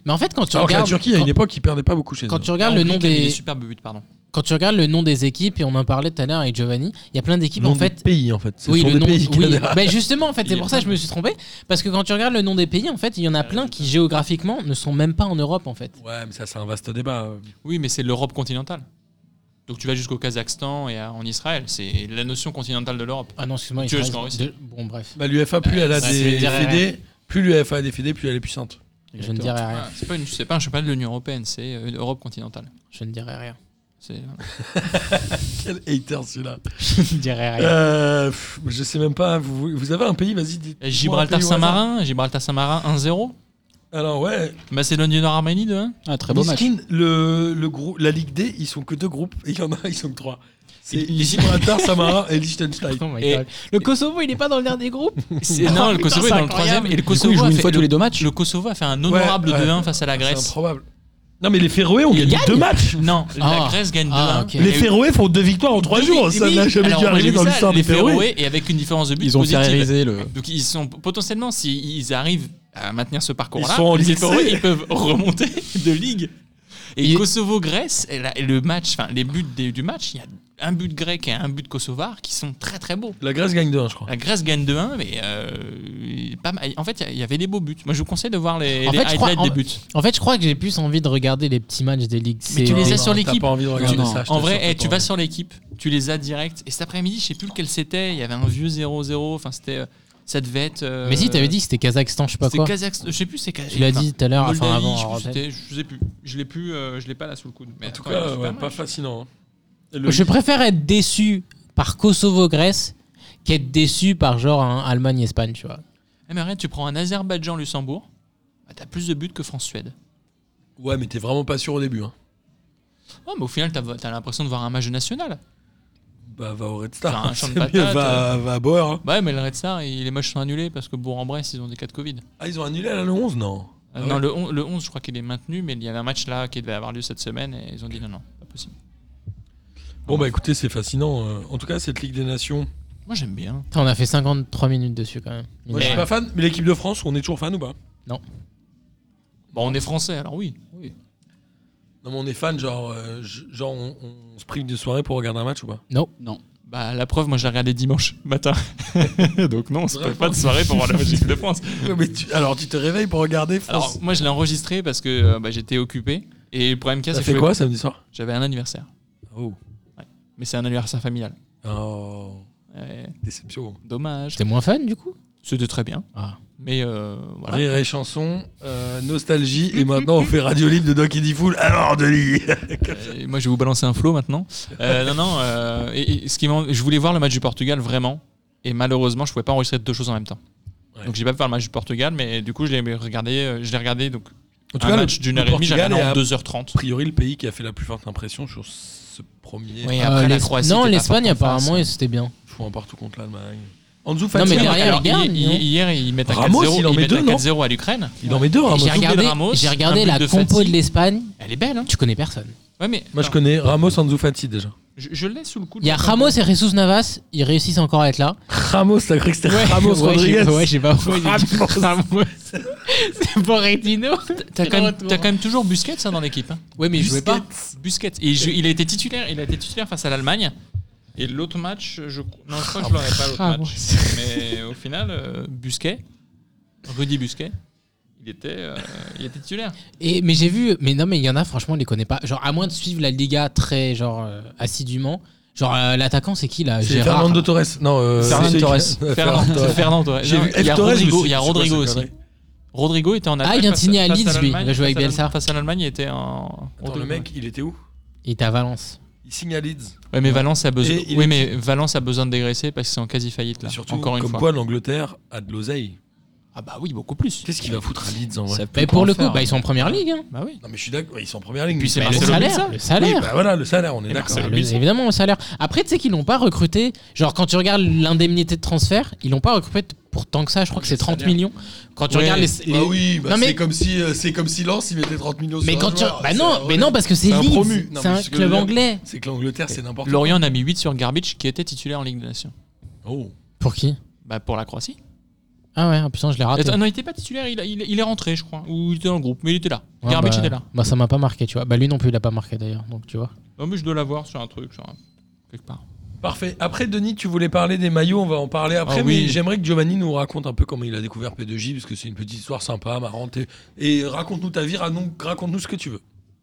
Speaker 5: Mais en fait, quand tu
Speaker 4: Alors que la
Speaker 5: regardes.
Speaker 4: Turquie, à
Speaker 5: quand-
Speaker 4: une époque, ils perdaient pas beaucoup chez
Speaker 5: quand
Speaker 4: eux.
Speaker 5: tu regardes le
Speaker 6: Hongrie
Speaker 5: nom
Speaker 6: qui a mis
Speaker 5: des,
Speaker 6: superbes buts, pardon.
Speaker 5: quand tu regardes le nom des équipes et on en parlait tout à l'heure avec Giovanni, il y a plein d'équipes
Speaker 4: Nom
Speaker 5: en
Speaker 4: des
Speaker 5: fait.
Speaker 4: pays, en fait. Ce
Speaker 5: Oui,
Speaker 4: sont
Speaker 5: le
Speaker 4: des
Speaker 5: nom.
Speaker 4: pays qui
Speaker 5: oui.
Speaker 4: adhèrent.
Speaker 5: Ben justement, en fait,
Speaker 6: Il
Speaker 5: c'est
Speaker 6: y a
Speaker 5: pour ça que je
Speaker 6: plein
Speaker 5: me suis trompé parce que quand tu regardes le nom des pays, en fait, il y en a plein qui géographiquement ne sont même pas en Europe en fait.
Speaker 4: Ouais, mais ça, c'est un vaste débat.
Speaker 6: Oui, mais c'est l'Europe continentale. Donc tu vas jusqu'au Kazakhstan et à- en Israël. C'est la notion continentale de l'Europe.
Speaker 5: Ah non, excuse-moi.
Speaker 6: Tu
Speaker 5: il
Speaker 6: veux
Speaker 5: reste
Speaker 6: jusqu'en Russie
Speaker 5: deux- Bon, bref,
Speaker 4: Bah, l'UFA, plus elle a
Speaker 5: ça,
Speaker 4: des
Speaker 5: c'est derrière
Speaker 4: fédés, plus l'UFA a des fédés, plus elle est puissante.
Speaker 5: je ne dirai rien.
Speaker 6: Ah, c'est pas, une- c'est pas un championnat de l'Union européenne, c'est euh, l'Europe continentale.
Speaker 5: Je ne dirai rien.
Speaker 6: C'est-
Speaker 4: Quel hater celui-là.
Speaker 5: Je ne dirai rien.
Speaker 4: Euh, pff, je sais même pas. Vous, vous avez un pays, vas-y. dites-
Speaker 6: Et
Speaker 4: un
Speaker 6: Gibraltar
Speaker 4: pays au
Speaker 6: Saint-Marin, Gibraltar Saint-Marin 1-0.
Speaker 4: hasard. Alors ouais.
Speaker 6: Macédoine du Nord Arménie 2-1.
Speaker 7: Ah, très beau match.
Speaker 4: Miskin, le, le grou- la Ligue D, ils sont que deux groupes et il y en a, ils sont que trois. C'est
Speaker 6: Et-
Speaker 4: Gibraltar, Samarin et Liechtenstein.
Speaker 5: Oh my
Speaker 6: Et-
Speaker 5: God. Le Kosovo, il est pas dans le dernier groupe
Speaker 6: C'est- Non, le Kosovo est dans le troisième. Et le
Speaker 7: Du coup,
Speaker 6: Kosovo
Speaker 7: ils jouent
Speaker 6: a
Speaker 7: une
Speaker 6: fait-
Speaker 7: fois tous
Speaker 6: le-
Speaker 7: les deux matchs.
Speaker 6: le Kosovo a fait un honorable
Speaker 4: Ouais, ouais.
Speaker 6: 2-1 face à la
Speaker 4: C'est
Speaker 6: Grèce.
Speaker 4: improbable. Non mais les Féroé ont
Speaker 5: Ils
Speaker 4: gagné
Speaker 5: gagnent
Speaker 4: deux matchs.
Speaker 6: Non,
Speaker 5: Ah.
Speaker 6: la Grèce gagne 2-1.
Speaker 5: Ah, ok.
Speaker 4: Les
Speaker 6: Et-
Speaker 4: Féroé font deux victoires en trois
Speaker 6: Oui,
Speaker 4: jours.
Speaker 6: oui,
Speaker 4: Ça
Speaker 6: oui.
Speaker 4: n'a jamais
Speaker 6: Alors,
Speaker 4: dû
Speaker 6: moi, j'ai
Speaker 4: arriver
Speaker 6: vu
Speaker 4: dans
Speaker 6: ça,
Speaker 4: l'histoire des
Speaker 6: les
Speaker 4: Féroé.
Speaker 6: Féroé et avec une différence de but
Speaker 7: Ils ont
Speaker 6: positive.
Speaker 7: terrorisé le.
Speaker 6: Donc ils sont potentiellement s'ils arrivent à maintenir ce
Speaker 4: Ils
Speaker 6: parcours-là,
Speaker 4: sont en
Speaker 6: les
Speaker 4: Ligue C.
Speaker 6: Féroé, ils peuvent remonter de ligue. Et
Speaker 5: Et-
Speaker 6: Kosovo Grèce, et la- et le match, enfin les buts des- du match, il y a un but grec et un but kosovar qui sont très très beaux.
Speaker 4: La Grèce gagne 2-1 je crois.
Speaker 6: La Grèce gagne 2-1, mais euh, pas mal. en fait, il y a- il y, avait des beaux buts. Moi, je vous conseille de voir les,
Speaker 5: En
Speaker 6: les
Speaker 5: fait, je crois-
Speaker 6: highlights
Speaker 5: en-
Speaker 6: des buts.
Speaker 5: En fait, je crois que j'ai plus envie de regarder les petits matchs des ligues.
Speaker 6: Mais tu les as sur
Speaker 4: T'as
Speaker 6: l'équipe.
Speaker 4: pas envie de regarder
Speaker 7: Non, non.
Speaker 5: Ah,
Speaker 4: ça, je
Speaker 6: En
Speaker 4: t'assure,
Speaker 6: vrai,
Speaker 4: t'as
Speaker 6: eh,
Speaker 4: pas
Speaker 6: tu
Speaker 4: envie.
Speaker 6: vas sur l'équipe, tu les as direct. Et cet après-midi, je sais plus lequel c'était. Il y avait un vieux 0-0. Enfin, c'était. euh, Ça devait être. euh,
Speaker 5: Mais si, t'avais dit que c'était Kazakhstan, je sais pas
Speaker 6: C'était
Speaker 5: quoi.
Speaker 6: Kazakhstan. Je sais plus, c'est Kazakhstan.
Speaker 5: Tu l'as dit tout à
Speaker 4: Ah,
Speaker 5: l'heure, enfin
Speaker 6: Moldavie,
Speaker 5: avant.
Speaker 6: je, sais
Speaker 5: en
Speaker 6: plus
Speaker 5: tête.
Speaker 6: c'était, je sais plus. Je l'ai plus, euh, je l'ai pas là sous le coude. Mais
Speaker 4: En tout
Speaker 6: attends,
Speaker 4: cas,
Speaker 6: c'est
Speaker 4: ouais,
Speaker 6: mal.
Speaker 4: pas fascinant. hein. Et le-
Speaker 5: Je préfère être déçu par Kosovo-Grèce qu'être déçu par genre un Allemagne-Espagne, tu vois.
Speaker 6: Eh, mais arrête, tu prends un Azerbaïdjan-Luxembourg, bah, t'as plus de buts que France-Suède.
Speaker 4: Ouais, mais t'es vraiment pas sûr au début. Hein.
Speaker 6: Oh, mais au final, t'as, t'as l'impression de voir un match de national.
Speaker 4: Bah, va au Red Star.
Speaker 6: Enfin, un champ de
Speaker 4: C'est mieux,
Speaker 6: patates,
Speaker 4: va, va à Boer. hein.
Speaker 6: Bah, Ouais, mais le Red Star, il- les matchs sont annulés parce que Bourg-en-Bresse, ils ont des cas de Covid.
Speaker 4: Ah, ils ont annulé la le 11 Non. Ah
Speaker 6: Euh, Non,
Speaker 4: ouais.
Speaker 6: le, on- le 11, je crois qu'il est maintenu, mais il y avait un match là qui devait avoir lieu cette semaine et ils ont dit non, non, pas possible.
Speaker 4: Bon, bah écoutez, c'est fascinant. euh. En tout cas, cette Ligue des Nations.
Speaker 6: Moi, j'aime bien.
Speaker 5: Putain, On a fait 53 minutes dessus quand même.
Speaker 4: Moi, je suis pas fan, mais l'équipe de France, on est toujours fan ou pas
Speaker 6: Bon, on est français, alors oui.
Speaker 4: Non, mais on est fan, genre, euh, j- genre on, on se prive de soirée pour regarder un match ou pas
Speaker 6: Bah, la preuve, moi, je l'ai regardé dimanche matin. Donc, non, on se fait pas de soirée pour voir la match de France.
Speaker 4: mais Alors, tu te réveilles pour regarder
Speaker 6: Alors,
Speaker 4: France.
Speaker 6: moi, je l'ai enregistré parce que euh, bah, j'étais occupé. Et le problème qu'il y a,
Speaker 4: ça
Speaker 6: c'est
Speaker 4: fait
Speaker 6: que
Speaker 4: quoi samedi soir
Speaker 6: j'avais un anniversaire.
Speaker 4: Oh.
Speaker 6: Mais c'est un anniversaire familial.
Speaker 4: Oh.
Speaker 6: Ouais,
Speaker 4: Déception.
Speaker 6: dommage.
Speaker 5: C'était moins fun du coup
Speaker 6: C'était très bien.
Speaker 5: Ah.
Speaker 6: Mais euh, voilà.
Speaker 4: Rire et chanson, euh, nostalgie, et maintenant on fait Radio Libre de Doc Eddie Fool. Alors, Denis
Speaker 6: Euh, moi, je vais vous balancer un flow maintenant. Euh, non, non. euh, et, et ce qui m'en- je voulais voir le match du Portugal vraiment. Et malheureusement, je pouvais pas enregistrer deux choses en même temps.
Speaker 4: Ouais.
Speaker 6: Donc, j'ai pas pu voir le match du Portugal. Mais du coup, je l'ai regardé. euh, Je l'ai regardé donc
Speaker 4: En tout
Speaker 6: Un
Speaker 4: cas, le-
Speaker 6: match d'une
Speaker 4: le
Speaker 6: heure et demie,
Speaker 4: Portugal
Speaker 6: j'avais
Speaker 4: est à-
Speaker 6: en
Speaker 4: a
Speaker 6: 2h30.
Speaker 4: priori le pays qui a fait la plus forte impression sur ce premier.
Speaker 6: Oui. Et après, la
Speaker 5: l'Es-
Speaker 6: Croatie
Speaker 5: Euh, non,
Speaker 6: était pas
Speaker 5: l'Espagne,
Speaker 6: forte en Ah, face.
Speaker 5: apparemment, c'était bien.
Speaker 4: Je vois un partout contre l'Allemagne. Anzu
Speaker 5: mais
Speaker 4: Fati, hein.
Speaker 5: derrière,
Speaker 6: Alors,
Speaker 5: il gagne,
Speaker 6: hier,
Speaker 5: non
Speaker 6: hier, ils mettent un
Speaker 4: Ramos,
Speaker 6: 4-0,
Speaker 4: il en
Speaker 6: ils
Speaker 4: met
Speaker 6: mettent un
Speaker 4: deux, non
Speaker 6: 4-0 à l'Ukraine.
Speaker 4: il en met deux. Ramos.
Speaker 5: J'ai
Speaker 6: doublé de
Speaker 5: regardé,
Speaker 6: Ramos,
Speaker 5: j'ai
Speaker 6: un
Speaker 5: regardé
Speaker 6: but
Speaker 5: la
Speaker 6: de
Speaker 5: compo
Speaker 6: Fati.
Speaker 5: de l'Espagne.
Speaker 6: Elle est belle. Hein.
Speaker 5: Tu connais personne.
Speaker 6: Ouais, mais
Speaker 4: Moi je connais Ramos Anzu Fati déjà.
Speaker 6: je, je l'ai sous le coude.
Speaker 5: Il y a
Speaker 6: la
Speaker 5: Ramos
Speaker 6: compo.
Speaker 5: et Jesus Navas. Ils réussissent encore à être là.
Speaker 4: Ramos, t'as cru que c'était Ramos
Speaker 5: ouais,
Speaker 4: Rodriguez
Speaker 5: j'ai- Ouais, j'ai pas pourquoi j'ai dit
Speaker 4: Ramos.
Speaker 5: Ramos. C'est pour Retino.
Speaker 6: T'as quand, même-
Speaker 5: Heureusement.
Speaker 6: t'as quand même toujours Busquets hein, dans l'équipe. hein.
Speaker 5: Ouais, mais il jouait pas.
Speaker 6: Busquets. Et je- il a été titulaire. Il a été titulaire face à l'Allemagne. Et l'autre match, je non, je crois que je l'aurais pas l'autre
Speaker 5: Ramos.
Speaker 6: match. Mais au final, euh, Busquets, Rudy Busquets, il était, euh, il était titulaire.
Speaker 5: Et, mais j'ai vu, mais non, mais il y en a, franchement, on les connaît pas. Genre, à moins de suivre la Liga très, genre, euh, assidûment. Genre, euh, l'attaquant, c'est qui là
Speaker 4: C'est
Speaker 5: Gérard.
Speaker 4: Fernando Torres. Non, euh,
Speaker 5: Fernando
Speaker 4: c'est-
Speaker 5: Torres.
Speaker 4: Ouais,
Speaker 6: Fernand,
Speaker 4: Fernando Torres.
Speaker 6: Fernand, ouais.
Speaker 4: J'ai
Speaker 6: Non,
Speaker 4: vu
Speaker 6: Il y a
Speaker 4: F. Torres,
Speaker 6: Rodrigo,
Speaker 4: mais
Speaker 6: il y a
Speaker 4: c'est- c'est
Speaker 6: Rodrigo
Speaker 4: quoi cette
Speaker 6: aussi.
Speaker 4: connerie
Speaker 6: Rodrigo était en
Speaker 5: Ah, il
Speaker 6: attaque.
Speaker 5: vient de
Speaker 6: face
Speaker 5: signer à
Speaker 6: face
Speaker 5: Leeds, lui. Il
Speaker 6: l'Allemagne.
Speaker 5: va jouer avec
Speaker 6: Face à
Speaker 5: Bielsa.
Speaker 6: l'Allemagne- Face à l'Allemagne, il était en.
Speaker 4: Attends, le mec, il était où
Speaker 5: Il était à Valence.
Speaker 4: Il signe à Leeds.
Speaker 6: Ouais, mais Valence a besoin.
Speaker 4: Et il
Speaker 6: Oui,
Speaker 4: est-
Speaker 6: mais Valence a besoin de dégraisser parce qu'ils sont en quasi faillite là.
Speaker 4: Et surtout,
Speaker 6: Encore une
Speaker 4: comme
Speaker 6: fois.
Speaker 4: quoi l'Angleterre a de l'oseille.
Speaker 6: Ah bah oui, beaucoup plus.
Speaker 4: Qu'est-ce qu'il va foutre à Leeds en vrai
Speaker 7: Ça peut
Speaker 5: Mais
Speaker 7: encore
Speaker 5: pour le coup,
Speaker 7: faire.
Speaker 5: bah, ils sont en première ligue. hein.
Speaker 6: Bah oui.
Speaker 4: Non, mais je suis d'accord, ouais, ils sont en première ligne.
Speaker 6: puis, c'est
Speaker 4: mais
Speaker 5: Bah, le
Speaker 6: Marcelo
Speaker 5: salaire.
Speaker 6: Bielsa.
Speaker 5: Le
Speaker 4: Oui,
Speaker 5: salaire.
Speaker 4: bah voilà, le salaire, on est d'accord.
Speaker 5: Bah,
Speaker 6: Marcelo
Speaker 5: le-
Speaker 6: Bielsa.
Speaker 5: évidemment, le salaire. Après, tu sais qu'ils l'ont pas recruté. Genre, quand tu regardes l'indemnité de transfert, ils l'ont pas recruté pour tant que ça. Je crois que c'est 30 millions. Quand tu
Speaker 6: Ouais.
Speaker 5: regardes les.
Speaker 4: Bah
Speaker 5: les-
Speaker 4: oui, bah
Speaker 5: Non, mais-
Speaker 4: c'est comme si euh, c'est comme si Lens il mettait 30 millions
Speaker 5: Mais
Speaker 4: sur
Speaker 5: quand
Speaker 4: un
Speaker 5: tu.
Speaker 4: joueur.
Speaker 5: Bah
Speaker 4: C'est
Speaker 5: non,
Speaker 4: un
Speaker 5: mais
Speaker 4: relais.
Speaker 5: non, parce que c'est
Speaker 4: C'est un
Speaker 5: Leeds.
Speaker 4: promu. Non,
Speaker 5: C'est
Speaker 4: mais
Speaker 5: un
Speaker 4: ce que je
Speaker 5: club
Speaker 4: veux dire,
Speaker 5: anglais.
Speaker 4: C'est que l'Angleterre c'est n'importe quoi.
Speaker 6: Lorient en a mis 8 sur Garbage qui était titulaire en Ligue des Nations.
Speaker 4: Oh.
Speaker 5: Pour qui
Speaker 6: Bah pour la Croatie.
Speaker 5: Ah ouais, ah, putain, je l'ai raté.
Speaker 6: Attends, non, il était pas titulaire, il, il- il est rentré, je crois. Ou il était dans le groupe, mais il était là.
Speaker 5: Ouais,
Speaker 6: Garbage
Speaker 5: bah,
Speaker 6: était là.
Speaker 5: Bah ça m'a pas marqué, tu vois. Bah lui non plus, il a pas marqué d'ailleurs. Donc tu vois.
Speaker 6: Non, mais je dois l'avoir sur un truc, sur un- quelque part.
Speaker 4: Parfait. Après Denis, tu voulais parler des maillots, on va en parler après
Speaker 6: Ah oui.
Speaker 4: mais j'aimerais que Giovanni nous raconte un peu comment il a découvert P2J parce que c'est une petite histoire sympa, marrante et, et raconte-nous ta vie, raconte- raconte-nous ce que tu veux.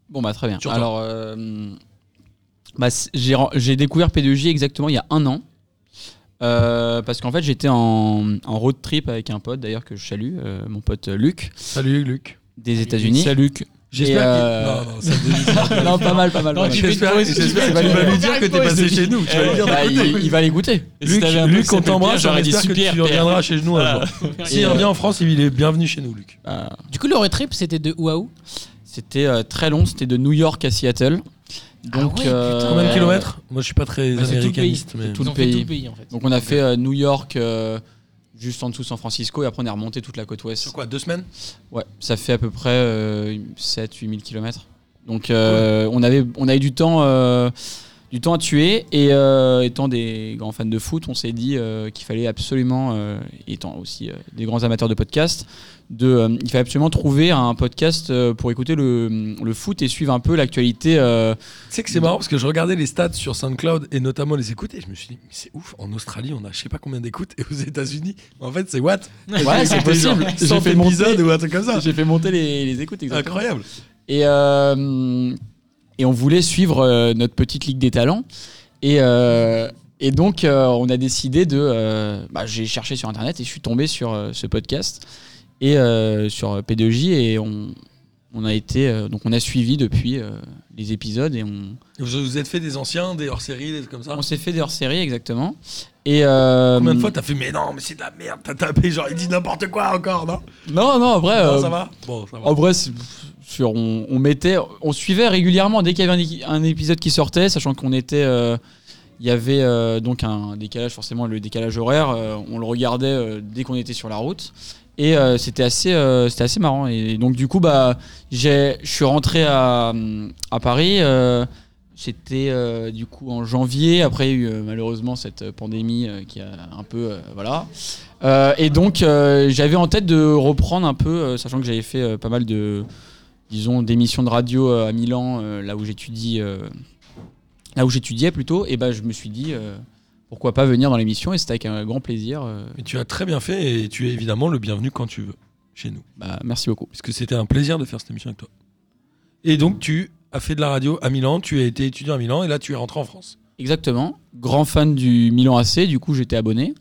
Speaker 7: Bon bah très bien.
Speaker 4: Surtout.
Speaker 7: Alors euh, bah, c'est- j'ai ren- j'ai découvert P2J exactement il y a un an. Euh, parce qu'en fait j'étais en, en road trip avec un pote d'ailleurs que je salue, euh, mon pote euh, Luc
Speaker 4: Salut Luc.
Speaker 7: des États-Unis. Salut Luc.
Speaker 4: J'espère
Speaker 7: Et,
Speaker 4: qu'il-
Speaker 7: euh, Ah,
Speaker 4: Non, non, ça me dégoûte.
Speaker 7: non pas mal, pas mal. pas mal.
Speaker 4: J'espère j'espère que tu vas lui dire que t'es passé chez nous, tu vas lui dire
Speaker 7: Bah, il,
Speaker 4: d'écouter.
Speaker 7: il va l'écouter.
Speaker 6: Et si
Speaker 4: Luc,
Speaker 6: t'avais un
Speaker 4: Luc,
Speaker 6: pote
Speaker 4: on
Speaker 6: qui s'appelait Pierre,
Speaker 4: t'embrasse, on
Speaker 6: j'aurais dit
Speaker 4: espère que
Speaker 6: super
Speaker 4: tu
Speaker 6: Pierre.
Speaker 4: reviendras chez nous un
Speaker 6: Voilà.
Speaker 4: jour. S'il revient en France, il est bienvenu chez nous, Luc.
Speaker 7: Euh,
Speaker 5: Du coup le road trip c'était de Ouahou.
Speaker 7: c'était euh, très long, c'était de New York à Seattle. Donc
Speaker 5: Ah ouais, putain.
Speaker 4: Combien de
Speaker 5: Euh,
Speaker 4: kilomètres Moi, je suis pas très
Speaker 5: Bah, c'est tout le
Speaker 4: américaniste,
Speaker 5: pays.
Speaker 4: mais
Speaker 7: tout
Speaker 5: Ils
Speaker 7: le
Speaker 5: ont fait
Speaker 7: pays.
Speaker 5: tout le pays en fait.
Speaker 7: Donc on a fait euh, New York euh, juste en dessous de San Francisco et après on est remonté toute la côte ouest.
Speaker 4: sur quoi Deux semaines
Speaker 7: Ouais, ça fait à peu près euh, 7-8 000 km. Donc euh, on, avait, on avait du temps, euh, du temps à tuer et euh, étant des grands fans de foot, on s'est dit euh, qu'il fallait absolument, euh, étant aussi euh, des grands amateurs de podcasts, de, euh, il fallait absolument trouver un podcast euh, pour écouter le, le foot et suivre un peu l'actualité. euh,
Speaker 4: Tu sais que c'est marrant parce que je regardais les stats sur SoundCloud et notamment les écoutes et je me suis dit, mais c'est ouf, en Australie on a je sais pas combien d'écoutes et aux États-Unis, en fait c'est what
Speaker 7: Ouais, c'est possible. J'ai
Speaker 4: 100
Speaker 7: fait
Speaker 4: épisodes
Speaker 7: monter-
Speaker 4: ou un truc comme ça.
Speaker 7: J'ai fait monter les, les écoutes. Exactement.
Speaker 4: Incroyable.
Speaker 7: Et, euh, et on voulait suivre euh, notre petite Ligue des Talents. Et, euh, et donc, euh, on a décidé de. euh, bah, J'ai cherché sur Internet et je suis tombé sur euh, ce podcast et euh, sur P2J. Et on, on a été. euh, donc, on a suivi depuis euh, les épisodes et on,
Speaker 4: Vous vous êtes fait des anciens, des hors-séries, des trucs comme ça
Speaker 7: on s'est fait des hors-séries exactement. Et, euh,
Speaker 4: Combien de fois t'as fait, mais non, mais c'est de la merde, t'as tapé, genre il dit n'importe quoi encore, non
Speaker 7: Non, non, en vrai.
Speaker 4: Non,
Speaker 7: euh,
Speaker 4: ça va Bon, ça va.
Speaker 7: En vrai, c'est- sur, on, on mettait, on suivait régulièrement dès qu'il y avait un équi- un, épisode qui sortait, sachant qu'on était, euh, il y avait euh, donc un décalage forcément le décalage horaire. euh, on le regardait euh, dès qu'on était sur la route et euh, c'était assez, euh, c'était assez marrant. Et, donc du coup, bah, j'ai, je suis rentré à, à Paris. euh, c'était euh, du coup en janvier. Après, il y a eu euh, malheureusement cette pandémie euh, qui a un peu, euh, voilà. Euh, et donc euh, j'avais en tête de reprendre un peu, euh, sachant que j'avais fait euh, pas mal de, disons, d'émissions de radio euh, à Milan, euh, là où j'étudie, euh, là où j'étudiais plutôt. Et ben je me suis dit euh, pourquoi pas venir dans l'émission et c'était avec un grand plaisir. euh,
Speaker 4: Mais tu as très bien fait et tu es évidemment le bienvenu quand tu veux chez nous.
Speaker 7: bah, merci beaucoup.
Speaker 4: Parce que c'était un plaisir de faire cette émission avec toi. Et donc tu as fait de la radio à Milan, tu as été étudiant à Milan et là tu es rentré en France.
Speaker 7: Exactement. Grand fan du Milan AC, du coup j'étais abonné